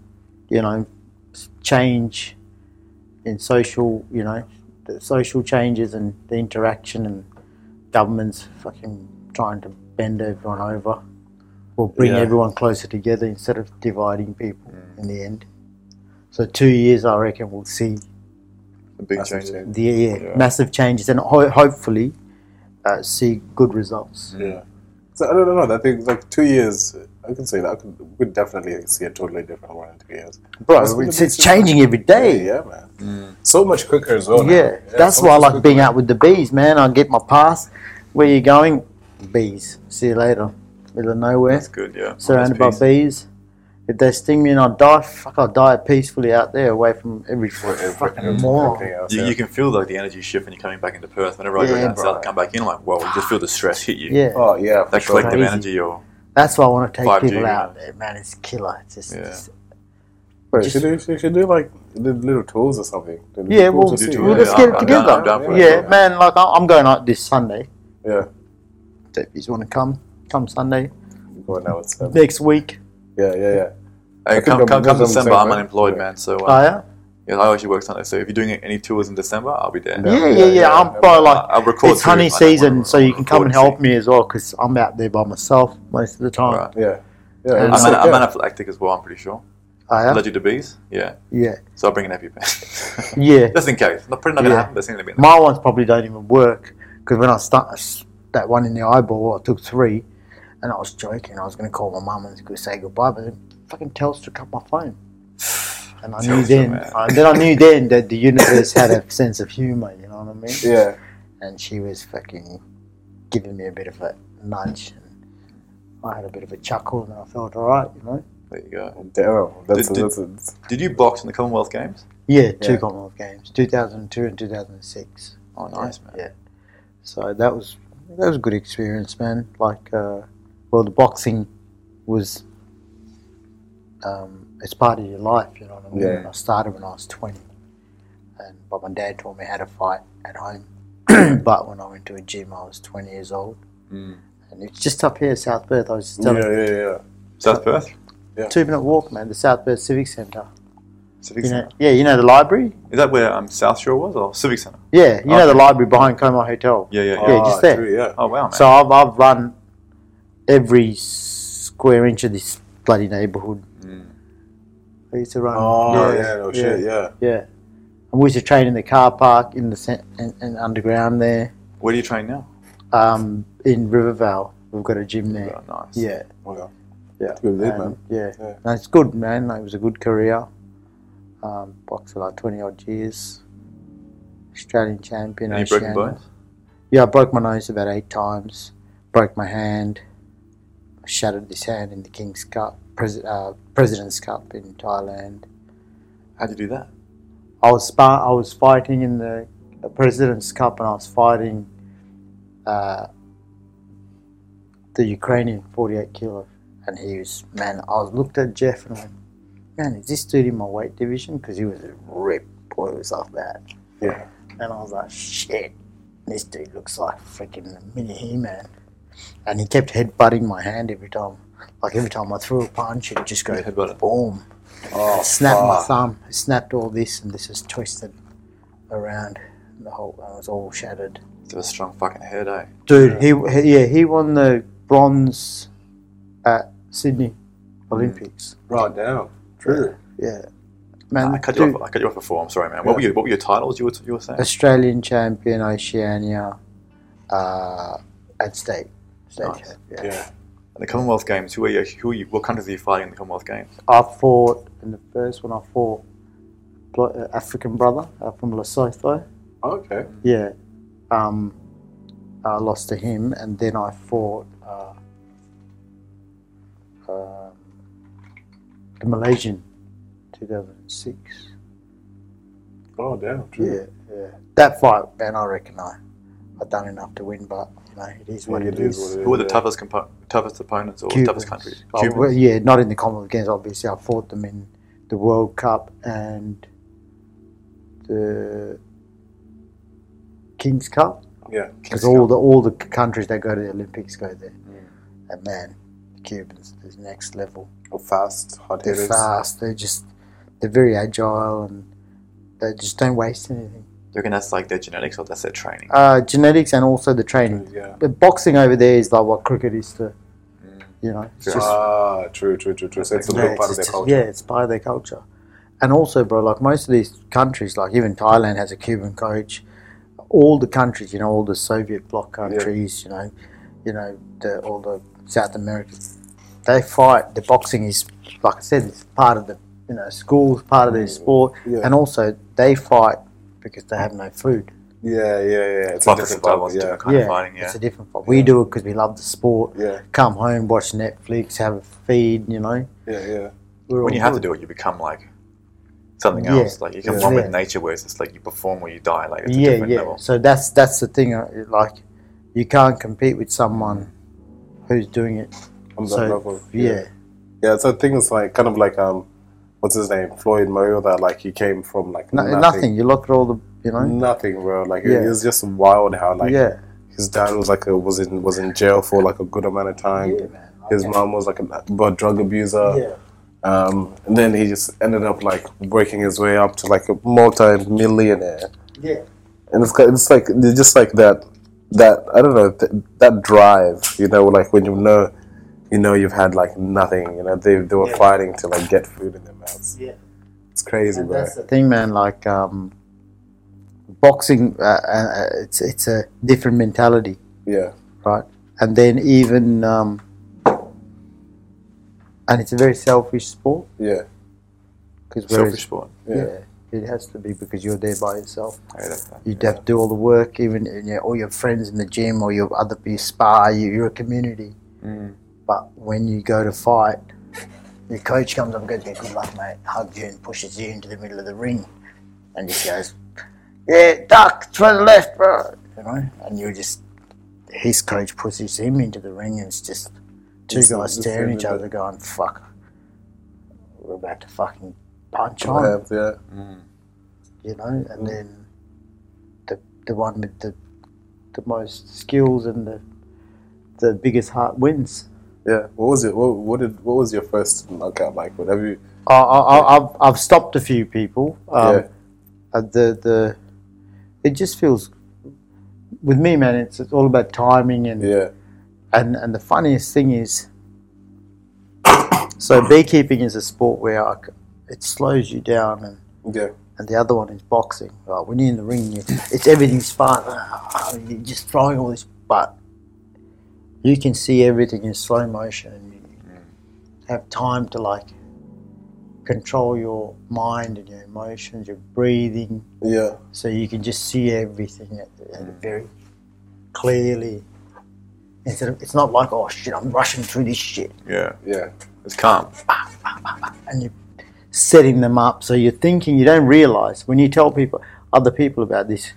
C: you know, s- change in social, you know, the social changes and the interaction and governments fucking trying to bend everyone over will bring
D: Yeah.
C: everyone closer together instead of dividing people in the end. So two years, I reckon, we'll see
E: the big
D: Massive
E: change. eh?
D: change.
C: the yeah, massive changes and ho- hopefully uh, see good results.
D: Mm. yeah. So I don't know. I think like two years I can say that. I could, we could definitely see a totally different one in two years.
C: Bro,
D: It's-
C: it's, it's changing every day.
D: Yeah, man.
E: Mm.
D: So much quicker as well.
C: Yeah,
D: now.
C: that's
D: so
C: why I
D: much
C: like
D: quicker.
C: being out with the bees, man. I get my pass. Where you going? Bees. See you later. Middle of nowhere,
E: That's good, yeah.
C: surrounded by
E: That's peace.
C: bees. If they sting me and I die, fuck, I'll die peacefully out there, away from every fucking moron.
D: Everything else,
E: You,
D: yeah.
E: you can feel like the energy shift when you're coming back into Perth. Whenever I go
C: Yeah,
E: down
D: bro.
E: south, come back in, I'm like, whoa, you just feel the stress hit you.
C: Yeah,
D: Oh yeah, for
E: That
D: sure.
E: collective
C: Crazy.
E: energy or
C: that's why I want to take
E: 5G,
C: people
E: yeah.
C: out there, man. It's killer. It's just,
E: Yeah.
C: just-
D: Bro,
C: Just-
D: should do, should, should do like the little tools or something. The little
C: yeah,
D: tools
C: we'll,
D: to see.
C: we'll
E: yeah,
C: just get
E: I'm-
C: it
E: I'm down-
C: together.
E: I'm down for it,
C: yeah,
E: yeah.
C: man. Like I- I'm going out this Sunday.
D: Yeah,
C: So If you want to come, come Sunday
D: go on now. It's, um,
C: next week.
D: yeah, yeah, yeah.
E: Hey,
D: think
E: come,
D: I'm-
E: come,
D: because
E: come
D: I'm
E: December,
D: so
E: I'm
D: bad.
E: unemployed,
D: Yeah.
E: man. So
C: Oh,
E: uh,
C: yeah?
E: yeah, I actually work Sunday. So if you're doing any tours in December, I'll be there.
C: Yeah, yeah, yeah.
D: yeah, yeah.
C: I'm probably like
E: I'll record
C: it's honey
E: too. Um, I don't wanna
C: season, so you can come
E: record
C: and
E: too.
C: help me as well because I'm out there by myself most of the time.
E: Alright.
D: Yeah. Yeah,
C: And
D: it's
E: I'm,
D: like,
E: an, I'm
D: yeah.
E: anaphylactic as well. I'm pretty sure.
C: I am.
E: Allergic to bees. Yeah.
C: Yeah,
E: So I'll bring an EpiPen.
C: yeah.
E: Just in case. Not probably not gonna
C: Yeah.
E: happen. But it's gonna be. in the-
C: My ones probably don't even work because when I start that one in the eyeball, I took three, and I was joking. I was going to call my mum and go say goodbye, but then fucking Telstra cut my phone. And I knew
E: Telstra,
C: then.
E: man.
C: I, then I knew then that the universe had a sense of humor. You know what I mean?
D: yeah.
C: and she was fucking giving me a bit of a nudge. And I had a bit of a chuckle, and I felt all right, you know.
E: There you go.
D: Damn, that's,
E: Did- did-
D: that's, that's
E: Did you box in the Commonwealth Games?
C: Yeah, two
D: Yeah.
C: Commonwealth Games, 2002 and 2006.
E: Oh, nice, man.
C: Yeah. So that was that was a good experience, man. Like, uh, well, the boxing was um, it's part of your life, you know what I mean.
D: Yeah.
C: I started when I was 20, and but my dad taught me how to fight at home. but when I went to a gym, I was 20 years old. Hmm.
E: Mm.
C: And it's just up here, South Perth. I was just
D: yeah,
C: telling
D: yeah, yeah.
E: South Perth.
C: two minute walk, man. The South Perth Civic Centre.
E: Civic
C: You know,
E: Centre.
C: yeah, you know the library.
E: Is that where um, South Shore was or Civic Centre?
C: Oh, Yeah, you know the
E: Okay.
C: library behind Como Hotel.
E: Yeah, yeah, yeah.
C: Yeah, just
D: Ah,
C: there.
D: True, yeah.
E: Oh wow, man.
C: So I've, I've run every square inch of this bloody neighbourhood.
E: Mm.
C: I used to run.
D: Oh yeah, no shit,
C: yeah.
D: yeah.
C: yeah. And we used to train in the car park in the cent- and, and underground there.
E: Where do you train now?
C: Um, in Rivervale, we've got a gym there.
E: Oh, nice.
C: Yeah.
D: Wow.
C: Yeah.
D: That's good,
C: Um,
D: man.
C: Yeah.
D: Yeah.
C: No, it's good, man. Like, it was a good career. Um, boxed for like 20 odd years. Australian champion.
E: Any broken
C: Oceania.
E: bones?
C: Yeah, I broke my nose about eight times. Broke my hand. I shattered this hand in the King's Cup, Pres- uh, President's Cup in Thailand.
E: How'd you do that?
C: I was spa- I was fighting in the President's Cup and I was fighting uh, the Ukrainian 48 kilo, and he was man. I was looked at Jeff and I went, man, is this dude in my weight division? Because he was a rip boy, it was like that.
D: Yeah.
C: And I was like, shit, this dude looks like freaking a mini He Man. And he kept headbutting my hand every time. Like every time I threw a punch, it'd just go
E: Yeah, headbutt it.
C: boom.
D: Oh,
C: Snapped my
D: fuck.
C: thumb, it snapped all this, and this was twisted around. The whole, I was all shattered. Uh,
E: It's a strong fucking head, eh?
C: Dude, he, he yeah, he won the bronze at Sydney Olympics.
D: Right down. True.
C: Mm. Yeah, man,
E: I cut you
C: dude,
E: off. I cut you off before. I'm sorry, man. What were your What were your titles? You were you were saying?
C: Australian champion, Oceania, uh, at state, state
E: Nice.
C: champ,
D: Yeah.
C: yeah.
E: At the Commonwealth Games. Who are you? Who are you? What countries are you fighting in the Commonwealth Games?
C: I fought in the first one. I fought blo- uh, African brother uh, from Lesotho.
D: Okay.
C: Yeah, um, I lost to him, and then I fought uh, um, the Malaysian, two thousand and six.
D: Oh damn. True.
C: Yeah, yeah. That fight, man, I reckon I I done enough to win, but you know it is
D: Yeah,
C: what it is.
D: what it
E: Who are the
D: yeah.
E: toughest compo- toughest opponents or toughest countries?
C: Oh,
E: Cubans.
C: well, yeah, not in the Commonwealth Games, obviously. I fought them in the World Cup and the King's Cup.
D: Yeah.
C: Because all the all the c- countries that go to the Olympics go there. And man, the Cubans, the next level.
D: How fast, hot
C: They're
D: hitters.
C: fast. They're just they're very agile and they just don't waste anything.
E: Do you reckon that's like their genetics or that's their training?
C: Uh, genetics and also the training.
D: Yeah.
C: But boxing over there is like what cricket is to, you know. It's
E: Fair
C: just
D: Ah, true, true, true, true. So it's a big part of their
C: it's-
D: culture.
C: yeah, it's part of their culture. And also, bro, like most of these countries, like even Thailand has a Cuban coach. All the countries, you know, all the Soviet bloc countries, you know, you know, the, all the South America they fight. The boxing is, like I said, it's part of the you know schools, part of their sport,
D: Mm, Yeah.
C: and also they fight because they have no food.
D: Yeah, yeah, yeah. It's
E: Like
D: a
E: the
D: different
E: survival
D: type. Yeah,
E: instinct kind of fighting, yeah.
C: it's a different fight. We do it because we love the sport.
D: Yeah.
C: Come home, watch Netflix, have a feed. You know,
D: yeah, yeah.
C: We're
E: when
C: all
E: you have to
C: good.
E: do it, you become like something
C: Yeah.
E: else. Like you come
D: Yeah.
E: one with
C: Yeah.
E: nature, where it's just like you perform or you die. Like it's a
C: yeah,
E: different
C: yeah.
E: level.
C: So that's that's the thing. uh, Like, you can't compete with someone who's doing it.
D: On that
C: so
D: level.
C: yeah,
D: Yeah, so things like kind of like um, what's his name, Floyd Mayweather. Like he came from like
C: No, nothing.
D: nothing,
C: You look at all the you know.
D: nothing, bro. Like
C: Yeah.
D: it was just wild how like
C: yeah,
D: his dad was like a, was in was in jail for like a good amount of time. His mom was like a, a drug abuser. Um, and then he just ended up like working his way up to like a multi-millionaire.
C: yeah,
D: and it's ki- it's like it's just like that that I don't know th- that drive you know like when you know you know you've had like nothing you know they, they were fighting to like get food in their mouths
C: Yeah.
D: it's crazy
C: And
D: bro
C: that's the thing, man. Like um, boxing, uh, uh, it's it's a different mentality,
D: yeah
C: right? And then even um, and it's a very selfish sport
D: yeah
C: because
E: Selfish sport.
D: yeah,
C: yeah, it has to be because you're there by yourself.
E: I like that.
C: You would have to do all the work, even you know, all your friends in the gym or your other your spa. You, you're a community,
D: Mm.
C: but when you go to fight, your coach comes up and goes, "Yeah, good luck, mate," hugs you and pushes you into the middle of the ring, and just goes, "Yeah, duck, throw the left, bro," you know, and you just his coach pushes him into the ring, and it's just two
D: It's
C: guys
D: the
C: staring at each
D: same,
C: other, going, "Fuck, we're about to fucking punch on."
D: yeah, yeah.
C: you know, and then the the one with the the most skills and the the biggest heart wins.
D: yeah. what was it what, what did what was your first knockout like whatever you
C: I, I, I, I've I've stopped a few people. Um,
D: Yeah.
C: uh, the the it just feels with me, man. It's, it's all about timing and
D: yeah
C: and and the funniest thing is. So beekeeping is a sport where I c it slows you down and
D: yeah
C: and the other one is boxing. Right, when you're in the ring, you, it's everything's fun. Ah, You're just throwing all this, but you can see everything in slow motion, and you have time to like control your mind and your emotions, your breathing,
D: yeah
C: so you can just see everything at, at very clearly. Instead of, it's not like oh shit, I'm rushing through this shit,
E: Yeah,
D: yeah
E: it's calm.
C: and you're setting them up. So you're thinking, you don't realize when you tell people, other people about this,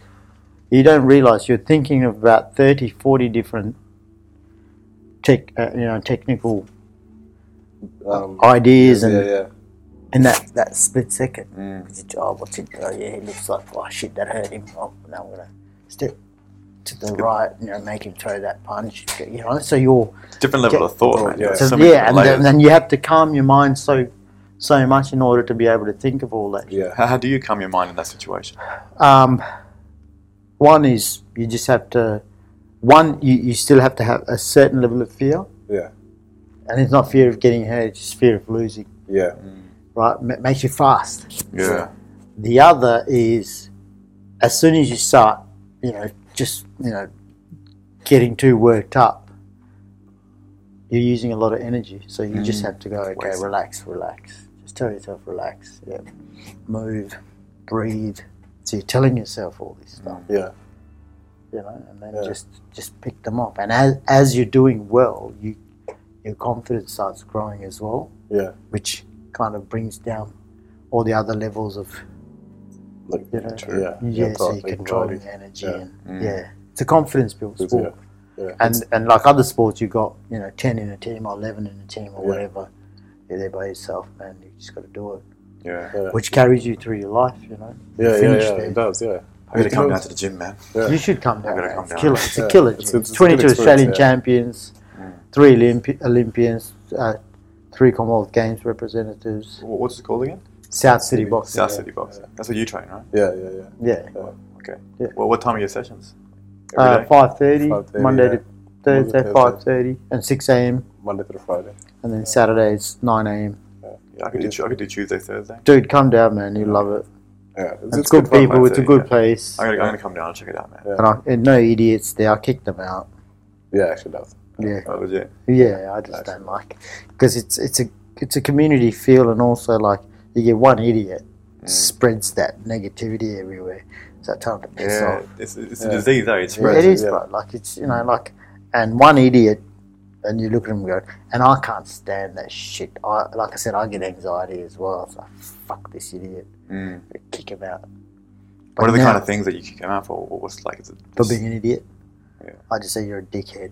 C: you don't realize you're thinking of about 30, 40 different tech, uh, you know, technical
D: um,
C: ideas
D: yeah Mm.
C: and
D: yeah
C: in that, that split second. You- Oh, what's it? Oh, yeah, he looks like, oh shit, that hurt him. Oh, now I'm going to step to the right, you know, make him throw that punch, you know, so you're
E: It's a different level of thought.
D: Oh,
E: man.
D: yeah.
E: There's
C: So,
E: so many
C: yeah,
E: different
C: and
E: layers.
C: then, then you have to calm your mind so so much in order to be able to think of all that.
D: yeah
E: How, how do you calm your mind in that situation?
C: Um, one is you just have to. One, you, you still have to have a certain level of fear,
D: yeah
C: and it's not fear of getting hurt; it's just fear of losing.
D: yeah
E: Mm.
C: Right, M- makes you fast.
E: Yeah,
C: The other is, as soon as you start, you know, just you know, getting too worked up, you're using a lot of energy. So you just have to go, okay,
E: Waste.
C: relax, relax. Just tell yourself, relax. Yeah, move, breathe. So you're telling yourself all this stuff.
D: yeah
C: you know, and then
D: Yeah.
C: just just pick them up. And as as you're doing well, you your confidence starts growing as well,
D: yeah
C: which kind of brings down all the other levels of
D: like
C: you know,
D: yeah
C: yeah, so
D: thought,
C: you're
D: like,
C: controlling
D: body.
C: energy
D: Yeah.
C: and yeah, it's a confidence build
D: It's-
C: sport.
D: yeah.
C: And and like other sports, you got you know ten in a team or eleven in a team or
D: Yeah.
C: whatever. You're there by yourself, man. You just got to do it,
E: yeah.
D: yeah
C: which carries you through your life. You know,
D: yeah yeah,
C: finish
D: yeah
C: there.
D: it does yeah
E: I gotta
D: It
E: come
D: does.
E: down to the gym, man.
D: Yeah.
C: You should come down.
E: gotta
C: man.
E: come
C: It's
E: down.
C: killer. It's
D: Yeah.
C: a killer.
D: It's-
C: gym.
D: it's a good
C: 22
D: experience,
C: Australian
D: yeah.
C: champions, three Olympi- Olympians, uh, three Commonwealth Games representatives,
E: Wha- What's it called again?
C: South City boxing.
E: South City Box. That's where you train, right?
D: yeah yeah yeah Uh,
C: Yeah.
E: Okay.
C: Yeah.
E: Well, what time are your sessions?
C: Uh,
E: Every day?
C: 5.30,
D: 5:30,
C: Monday
D: yeah.
C: to Thursday,
D: Thursday.
C: 5.30, and 6 a.m.
D: Monday through Friday
C: And then Saturday it's 9 a.m.
E: Yeah, I could do. Tu- I could do Tuesday, Thursday.
C: Dude, come down, man. You love it.
D: yeah
C: It's, good,
D: fun,
C: people.
E: man.
C: It's a
E: Yeah.
C: good place.
E: I'm gonna, I'm gonna come down and check it out, man.
D: Yeah.
C: And, I, and no idiots there. I kicked them out.
D: Yeah, actually does.
C: Yeah.
E: That was it.
C: Yeah, I just don't like because it's it's a it's a community feel, and also like you get one idiot
E: Mm.
C: spreads that negativity everywhere. So time to piss
E: Yeah,
C: off.
E: it's, it's a disease, though. It
C: Yeah,
E: spreads.
C: it is,
D: yeah.
C: but like it's you know like, and one idiot, and you look at him and go, and I can't stand that shit. I like I said, I get anxiety as well. So fuck this idiot,
E: Mm.
C: kick him out.
E: What
C: But
E: are the
C: now-
E: kind of things that you kick him out for? What- What's like? Is it
C: for being an idiot?
E: Yeah.
C: I just say you're a dickhead.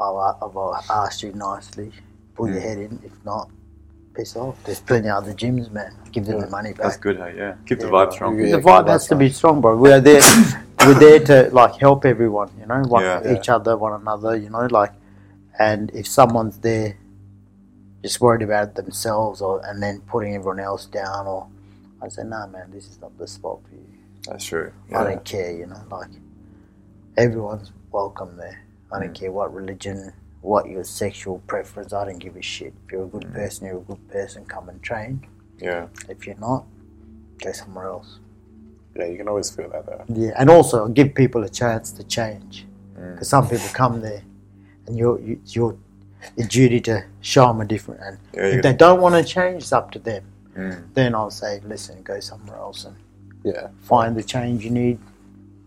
C: I've, I've asked you nicely, pull your head in. If not, piss off. There's plenty of other gyms, man. Give them the money
E: That's
C: back.
E: good, hey, yeah. Keep the
C: Yeah,
E: vibe strong.
D: yeah.
C: the vibe has to be strong, bro. We are there. we're there to like help everyone, you know, one,
E: Yeah.
C: each other, one another, you know, like. And if someone's there, just worried about themselves, or and then putting everyone else down, or I say, nah, man, this is not the spot for you.
E: That's true.
C: I
E: Yeah.
C: don't care, you know, like everyone's welcome there. I
E: Mm.
C: don't care what religion, what your sexual preference, I don't give a shit. If you're a
E: Mm.
C: good person, you're a good person, come and train.
E: Yeah.
C: If you're not, go somewhere else.
D: Yeah, you can always feel that though.
C: Yeah, and also give people a chance to change.
E: Mm.
C: Because some people come there and you're, you, you're your duty to show them a different. And
E: Yeah, you Mm.
C: if they don't want to change, it's up to them. Then I'll say, listen, go somewhere else and
D: Yeah,
C: find the change you need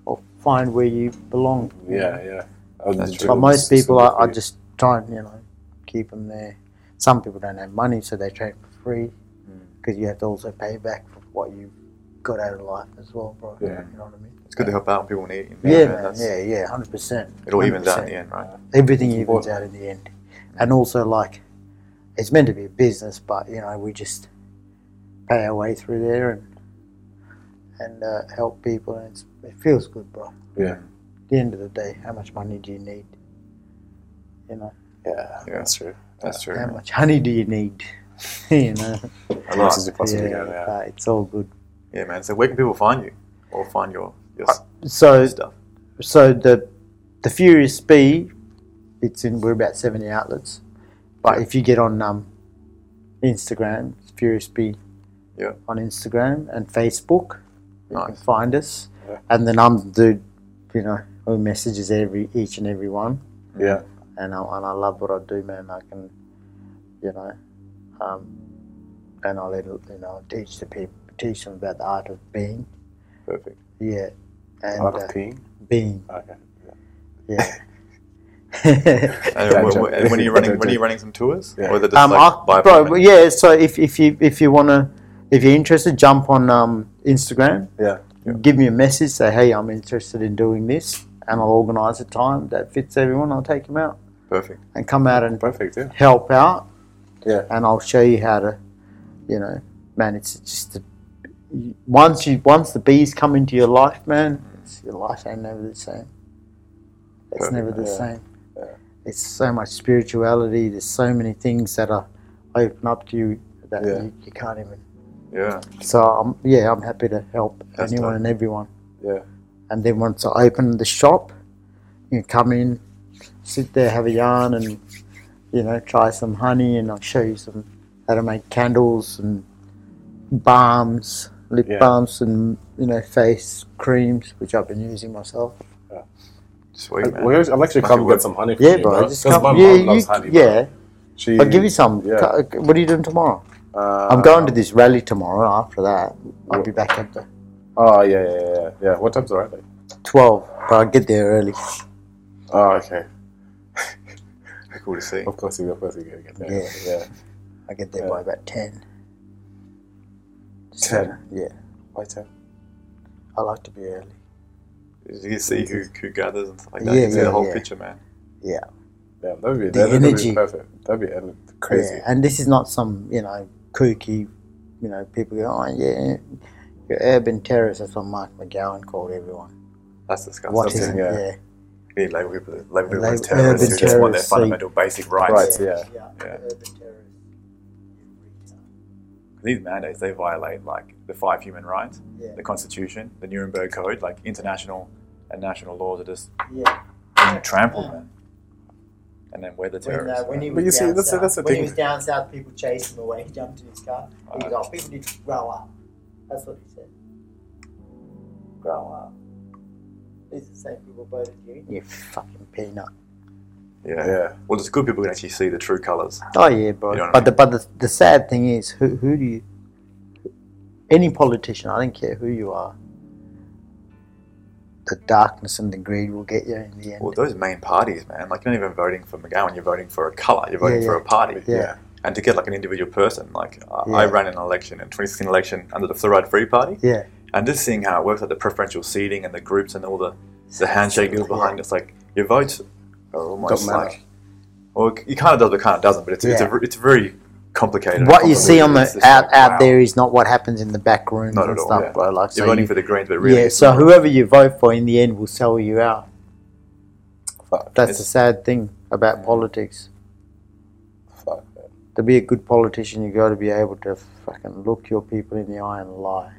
C: or find where you belong.
D: yeah, yeah. Uh, the
E: true.
C: But
D: gym
C: most
D: is
C: people, I, I
D: something for
C: just try and, you know, keep them there. Some people don't have money, so they train for free because you have to also pay back for what you got out of life as well, bro.
D: Yeah.
C: You know what I mean?
E: It's good to help out when people need it.
C: Yeah,
E: man,
C: man,
E: that's-
C: yeah, yeah, hundred percent.
E: It all evens out in the end, right?
C: Everything
D: It's
C: evens
D: important.
C: out in the end, and also like it's meant to be a business, but you know we just pay our way through there and and uh, help people, and it's, it feels good, bro. At
D: you. Yeah,
C: the end of the day, how much money do you need? You know,
D: yeah,
E: Yeah.
D: that's true.
E: That's true.
C: how much honey do you need? you know,
E: A lot.
D: Nice as you possibly
C: yeah,
D: can. Yeah.
C: but it's all good.
E: Yeah, man. So where can people find you or find your your s-
C: So
E: stuff?
C: so the the Furious B, it's in we're about seventy outlets, but if you get on um, Instagram, it's Furious B,
E: Yeah.
C: on Instagram and Facebook, you
E: Nice.
C: can find us, and then I'm the dude, you know, who messages every each and every one,
D: yeah,
C: and I and I love what I do, man. I can, you know, um, and I let you know teach the people, teach them about the art of being,
E: Perfect.
C: yeah, and
D: Out
C: uh,
D: of peeing.
C: being.
D: Okay.
C: Yeah.
E: And,
D: Yeah,
E: when-
D: joke.
E: when- and when are you running?
D: Joke,
E: When are you
D: joke.
E: running some tours?
D: Yeah.
E: Or is it just
C: um,
E: like
C: I,
E: by
C: bro,
E: appointment?
C: yeah. So if, if you if you wanna if you're interested, jump on um, Instagram.
D: Yeah.
C: Give me a message. Say hey, I'm interested in doing this, and I'll organise a time that fits everyone. I'll take them out
E: Perfect.
C: and come out and
D: Perfect. Yeah.
C: help out.
D: Yeah.
C: And I'll show you how to, you know, man. It's just a, once you once the bees come into your life, man, it's, your life ain't never the same. It's never the
D: Yeah.
C: same. It's so much spirituality. There's so many things that are open up to you that
D: Yeah.
C: you, you can't even.
E: Yeah.
C: So I'm yeah, I'm happy to help
E: That's
C: anyone
E: dope.
C: and everyone.
D: Yeah.
C: And then once I open the shop, you come in, sit there, have a yarn, and you know, try some honey, and I'll show you some how to make candles and balms, lip
D: Yeah.
C: balms, and you know, face creams, which I've been using myself.
E: Sweet man.
D: Well, I'll actually
E: Must
D: come
E: be
D: get
E: work.
D: some honey. for
C: Yeah,
D: you,
C: bro.
D: bro.
C: Just
D: 'Cause
C: come.
D: my mum
C: yeah, you,
D: loves honey. bro.
C: yeah.
D: She,
C: I'll give you some.
D: yeah.
C: Cu- What are you doing tomorrow?
D: Uh,
C: I'm going to this rally tomorrow. and After that, I'll be back at the
D: Oh yeah, yeah, yeah, yeah. What time's alright? Like?
C: twelve, but I'll get there early.
D: Oh, okay.
E: Cool to see.
D: Of course, you, of course, you gonna get there.
C: Yeah.
D: yeah.
C: I get there by about 10.
D: 10?
C: Yeah.
D: Why ten?
C: I like to be early.
E: You can see who, who gathers and stuff like that.
C: Yeah,
E: you can see
C: yeah,
E: the whole
C: yeah.
E: picture, man.
C: Yeah.
D: Yeah, that'd be
C: The
D: that'd,
C: energy.
D: be perfect. That'd be en- crazy.
C: Yeah. And this is not some, you know, kooky, you know, people go, oh, yeah, you're urban terrorists. That's what Mark McGowan called everyone.
E: That's disgusting.
C: What
E: That's
C: is it?
E: it.
D: yeah.
C: Yeah.
E: We label people, label people
C: Label-
E: as terrorists who
C: urban
E: just want their
C: terrorists,
E: fundamental basic rights.
D: Rights, yeah.
E: Yeah.
C: Urban terrorists.
E: These mandates, they violate like the five human rights,
C: Yeah.
E: the Constitution, the Nuremberg Code, like international and national laws are just
C: Yeah.
E: being trampled, man. And then we're the
F: When,
E: terrorists.
F: uh, when he
D: But
F: was
D: you see,
F: down
D: that's the-
F: south,
D: that's the
F: when
D: thing.
F: he was down south, people chased him away. He jumped in his car. He goes, oh, people need to grow up. That's what he said. Grow up. These are the same people voted you.
C: You fucking peanut.
E: Yeah.
D: Yeah.
E: Well, it's good people can actually see the true colours.
C: Oh yeah, bro.
E: You know what I
C: but the but the, the sad thing is, who who do you? Any politician, I don't care who you are. The darkness and the greed will get you in the end.
E: Well, those main parties, man, like you're not even voting for McGowan, you're voting for a colour, you're voting
C: Yeah,
E: for
C: yeah.
E: a party.
C: yeah.
E: And to get like an individual person, like I I
C: Yeah.
E: ran an election, in 2016 election under the Fluoride Free Party,
C: yeah,
E: and just seeing how it works, like the preferential seating and the groups and all the, the handshake deal behind it's like your votes are almost
D: Don't matter.
E: like, well, it kind of does, but kind of doesn't, but it's, it's,
C: Yeah.
E: a, it's very complicated.
C: What you see on the
E: It's just
C: out
E: like,
C: out
E: wow.
C: there is not what happens in the back rooms
E: Not
C: and
E: at all,
C: stuff,
E: yeah.
C: bro. Like
E: You're
C: so,
E: voting
C: you-
E: for the Greens, but really,
C: yeah.
E: it's
C: So
E: not.
C: whoever you vote for in the end will sell you out.
D: Fuck.
C: That's
E: It's-
C: the sad thing about politics.
D: Fuck. man.
C: To be a good politician, you got to be able to fucking look your people in the eye and lie.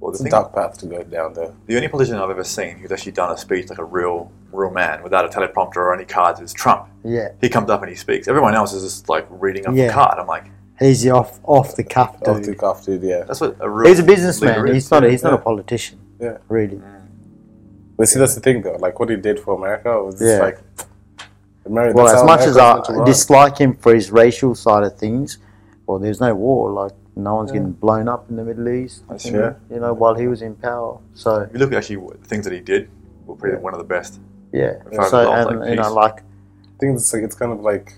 E: well, the
D: It's a
E: thing
D: dark path to go down there.
E: The only politician I've ever seen who's actually done a speech like a real, real man without a teleprompter or any cards is Trump.
C: Yeah,
E: He comes up and he speaks. Everyone else is just like reading off the
C: Yeah.
E: card. I'm like,
C: he's the off off the cuff dude.
D: Off to after, yeah.
E: that's what a real.
C: He's a businessman.
E: leader is.
C: He's not. A, he's not
D: Yeah.
C: a politician.
D: Yeah.
C: Really.
D: But see, that's the thing though. Like what he did for America was
C: Yeah.
D: just like. Ameri-
C: Well,
D: that's
C: as
D: how
C: much as
D: America's
C: I
D: meant to run.
C: dislike him for his racial side of things, well, there's no war. Like no one's getting blown up in the Middle East.
E: That's
C: you
E: true.
C: know, You know, while he was in power. So
E: If you look at actually what- the things that he did, were probably one of the best.
C: yeah.
E: If I
C: So
E: recall,
C: and
E: like,
C: you know,
E: peace.
C: like
D: I think it's, like, it's kind of like,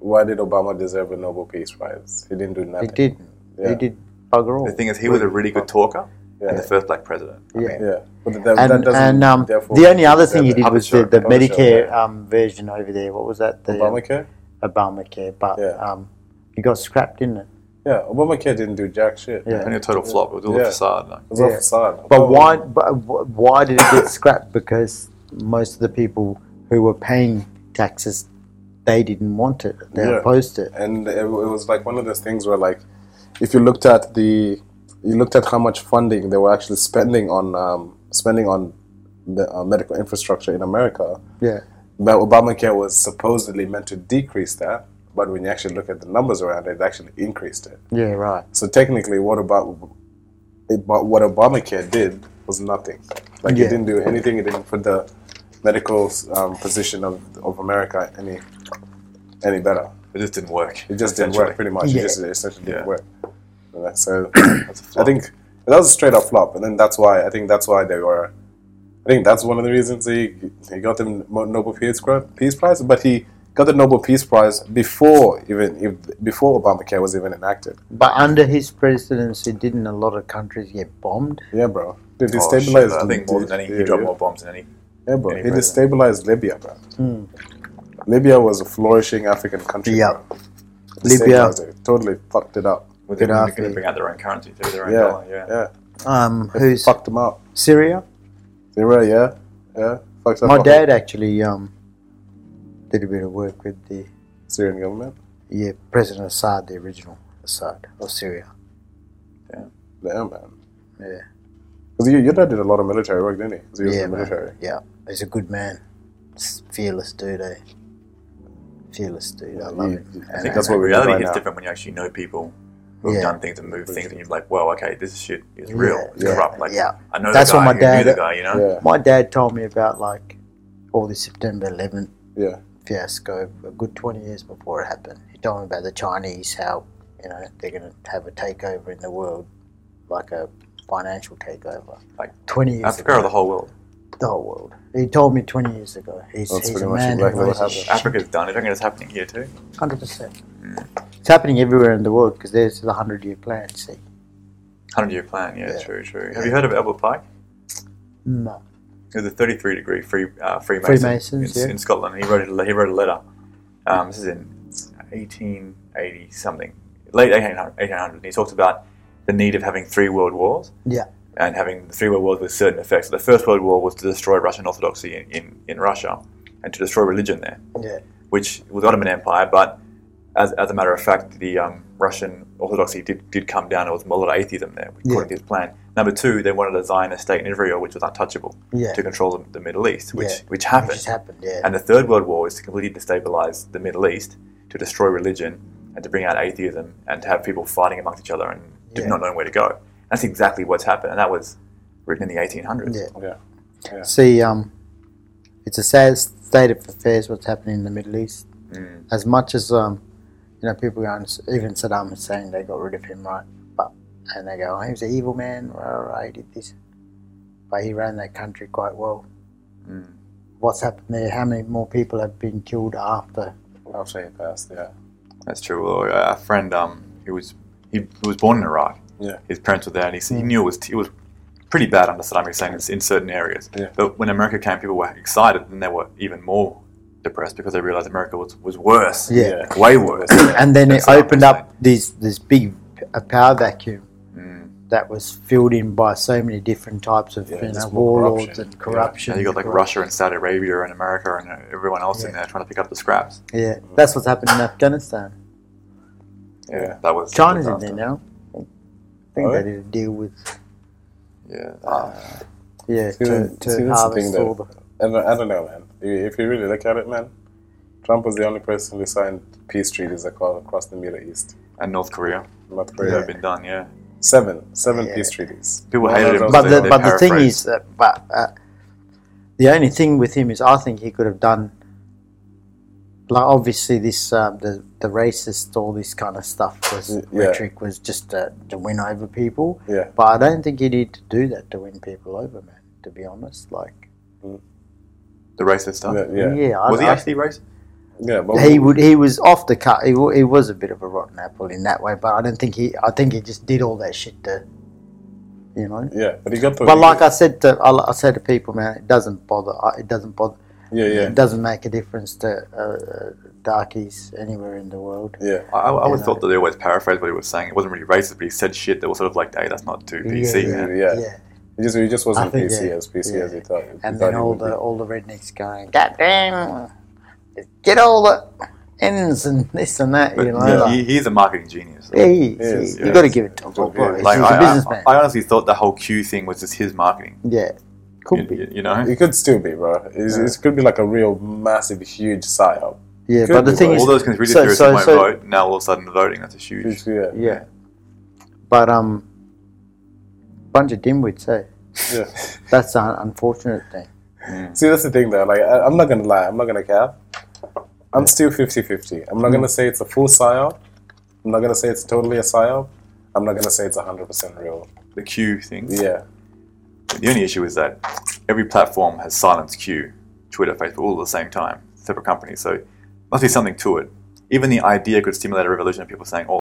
D: why did Obama deserve a Nobel Peace Prize? He didn't do
C: he
D: nothing.
C: did.
D: Yeah.
C: He did bugger all.
E: The thing is, he was a really good talker
D: Yeah.
E: and the first black president. I
C: Yeah.
E: mean,
D: Yeah, but that, that
C: and
D: doesn't.
C: and um,
D: therefore
C: the only other thing he
D: deserve
C: did
D: it.
E: Other
C: was the, the
D: show, other show,
C: Medicare
D: yeah.
C: um, version over there. What was that? The
D: Obamacare.
C: um, Obamacare, but
D: Yeah.
C: um, he got scrapped, didn't it?
D: Yeah, Obamacare didn't do jack shit.
C: Yeah.
E: only a total flop. It was all a
D: Yeah.
E: facade. Like,
D: It was all
C: Yeah.
D: facade.
C: But
D: Obama-
C: why? But wh- why did it get scrapped? Because most of the people who were paying taxes, they didn't want it. They
D: Yeah.
C: opposed it.
D: And it, it was like one of those things where, like, if you looked at the, you looked at how much funding they were actually spending on, um, spending on the uh, medical infrastructure in America.
C: Yeah.
D: But Obamacare was supposedly meant to decrease that, but when you actually look at the numbers around it, it actually increased it.
C: Yeah. Right.
D: So technically, what about about what Obamacare did was nothing. Like
C: Yeah.
D: it didn't do anything. It didn't put the medical um, position of, of America any any better.
E: it just didn't work. Oh,
D: It just didn't work pretty much.
C: Yeah.
D: It just it essentially didn't
E: Yeah.
D: work. And that- So
E: That's a
D: I
E: flop.
D: think that was a straight up flop, and then that's why I think that's why they were. I think that's one of the reasons he he got the Mo- Nobel Peace Pri- Peace Prize, but he got the Nobel Peace Prize before even if, before Obamacare was even enacted.
C: But under his presidency, didn't a lot of countries get bombed?
D: Yeah, bro. They
E: Oh,
D: destabilized.
E: shit, I think more than any, he
D: yeah,
E: dropped
D: yeah.
E: more bombs than any.
D: Yeah, bro.
E: any
D: he
E: president.
D: destabilized Libya, bro. Libya was a flourishing African country.
C: Hmm. Yeah.
D: bro.
C: Libya.
D: Destabilized it. Totally fucked it up.
E: Well, they're
C: Gaddafi.
E: going to bring out their own currency, too, their own
D: Yeah,
E: dollar.
D: yeah.
E: Yeah.
D: yeah.
C: Um, who's
D: Fucked them up.
C: Syria?
D: They were, yeah, yeah. Fucked up.
C: My
D: the
C: dad actually um, did a bit of work with the
D: whole Syrian government.
C: yeah President Assad, the original Assad of Syria.
D: Damn, man.
C: Yeah.
D: Because you, your dad did a lot of military work, didn't he? 'Cause he was
C: yeah,
D: in the
C: man.
D: military.
C: Yeah, he's a good man. S- Fearless dude, eh? Fearless dude. I love
D: You-
C: him.
D: you- I
C: And-
D: think that's what we
E: reality
D: need
E: hits
D: right now.
E: different when you actually know people who've
C: Yeah.
E: done things and moved things, and you're like, "Whoa, okay, this shit is real. It's
D: yeah,
E: corrupt." Like,
C: yeah.
E: I know
C: That's
E: the guy
C: what my
E: who
C: dad-
E: knew the guy. You know,
D: Yeah,
C: My dad told me about like all the September 11th
D: yeah.
C: fiasco a good 20 years before it happened. He told me about the Chinese, how you know they're going to have a takeover in the world, like a financial takeover.
E: Like,
C: 20 years
E: Africa or the whole world.
C: the whole world. He told me 20 years ago. He's,
D: That's
C: he's
D: pretty
C: a
D: much
C: man who
D: exactly what
C: knows his
D: happened.
C: shit.
E: Africa's done. it. I think it's happening here too.
C: Hundred percent. It's happening everywhere in the world because there's the hundred-year plan. See,
E: Hundred year plan. Yeah,
C: Yeah.
E: true, true. Have you heard of Albert Pike?
C: no,
E: It was a 33 degree free uh, Freemason
C: Freemasons,
E: in,
C: yeah.
E: in Scotland. He wrote a, he wrote a letter. Um, this is in 1880 something, late 1800, 1800. And he talks about the need of having three world wars.
C: Yeah.
E: And having the three world wars with certain effects. The first world war was to destroy Russian Orthodoxy in, in, in Russia and to destroy religion there,
C: yeah,
E: which was the Ottoman Empire. But as, as a matter of fact, the um, Russian Orthodoxy did, did come down. It was more atheism there, according to his plan. Number two, they wanted a Zionist state in Israel, which was untouchable
C: yeah.
E: to control the, the Middle East, which,
C: Yeah.
E: which
C: It
E: happened.
C: just happened. Yeah,
E: And the Third World War is to completely destabilize the Middle East, to destroy religion, and to bring out atheism, and to have people fighting amongst each other and
C: Yeah.
E: not knowing where to go. That's exactly what's happened, and that was written in the 1800s.
C: Yeah.
D: Yeah.
C: See, um, it's a sad, state of affairs what's happening in the Middle East.
E: Mm.
C: As much as um, you know, people go and s- even Saddam Hussein, they got rid of him, right? But and they go, oh, he was an evil man. Rah, rah, rah, he did this, but he ran that country quite well.
E: Mm.
C: What's happened there? How many more people have been killed after?
D: After he passed, yeah.
E: That's true. Well, a friend, um, he was he, he was born in Iraq.
D: Yeah.
E: His parents were there, and he, s- he knew it was it was pretty bad under Saddam Hussein in, in certain areas.
D: Yeah.
E: But when America came, people were excited, and they were even more depressed because they realized America was, was worse.
C: Yeah.
D: Yeah.
E: Way worse.
C: And then
E: That's
C: it opened
E: Saddam
C: up this this big a power vacuum
E: Mm.
C: that was filled in by so many different types of
D: Yeah,
C: you know,
D: just more
C: warlords
D: corruption.
C: and corruption.
E: Yeah, you got like Russia and Saudi Arabia and America and uh, everyone else in
C: Yeah.
E: there trying to pick up the scraps.
C: Yeah, that's what's happened in Afghanistan.
D: Yeah.
E: That was
C: China's in there
E: disaster.
C: now. I think
D: Oh,
C: they
D: yeah?
C: did a deal with
E: Yeah. Uh,
C: yeah
D: See,
C: to,
D: that-
C: to
D: see, that's the
C: harvest
D: thing, though.
C: all the
D: And I don't know, man. If you really look at it, man, Trump was the only person who signed peace treaties aco- across the Middle East.
E: and North Korea.
D: North
E: They've
D: Korea.
E: been done, yeah.
D: Seven. Seven
C: Yeah.
D: peace treaties.
E: People
D: None
E: hated
D: of
E: him
D: those
C: but
E: they-
D: were-
C: the,
E: they
C: but the thing
E: paraphrase.
C: is that but uh, the only thing with him is I think he could have done like obviously this um, the the racist all this kind of stuff was
D: Y- yeah.
C: rhetoric was just to, to win over people
D: Yeah.
C: but I don't think you need to do that to win people over man to be honest like
E: The racist stuff.
D: Yeah. Yeah.
C: I-
E: Was he
C: I-
E: actually racist?
D: yeah but
C: he would he was off the cut he, wa- he was a bit of a rotten apple in that way but I don't think he I think he just did all that shit to you know
D: Yeah. But he got the.
C: but like I said to I, I said to people man it doesn't bother I- it doesn't bother
D: Yeah, yeah.
C: It doesn't make a difference to uh, uh, darkies anywhere in the world.
D: Yeah.
E: I, I always
C: Yeah.
E: thought that they always paraphrased what he was saying. It wasn't really racist, but he said shit that was sort of like, hey, that's not too PC,
D: Yeah.
E: man.
D: yeah. He just, he just wasn't
C: I think,
D: PC
C: yeah.
D: as PC as he thought. he
C: And
D: thought
C: then
D: he
C: all
D: would
C: the all the rednecks going, God damn, get all the ends and this and that,
E: But
C: you know.
E: he-
C: like,
E: he, he's a marketing genius.
C: yeah, he-
D: He is,
C: he- you
D: yes.
C: got to give it to him. Well,
D: Yeah.
C: He's,
E: Like,
C: he's
E: I-
C: a
E: I-
C: businessman.
E: I, honestly thought the whole Q thing was just his marketing.
C: yeah,
E: you,
C: could be.
E: you know?
D: be. It could still be, bro. It's, It could be like a real massive, huge psyop.
C: Yeah,
D: could
C: but the
D: be,
C: thing
D: but
C: is,
E: All those conspiracy
C: so-
E: theorists
C: so-
E: that won't
C: so-
E: vote, now all of a sudden they're voting, that's a huge.
D: Yeah.
C: yeah, but um, bunch of dimwits, eh?
D: yeah.
C: That's an unfortunate thing.
D: See, that's the thing though. Like, I, I'm not gonna lie. I'm not gonna cap. I'm still 50 50. I'm
C: Mm-hmm.
D: not gonna say it's a full psyop. I'm not gonna say it's totally a psyop. I'm not gonna say it's 100% real.
E: The Q thing.
D: Yeah.
E: The only issue is that every platform has silenced Q, Twitter, Facebook, all at the same time, separate companies. So must be something to it. Even the idea could stimulate a revolution of people saying, "Oh,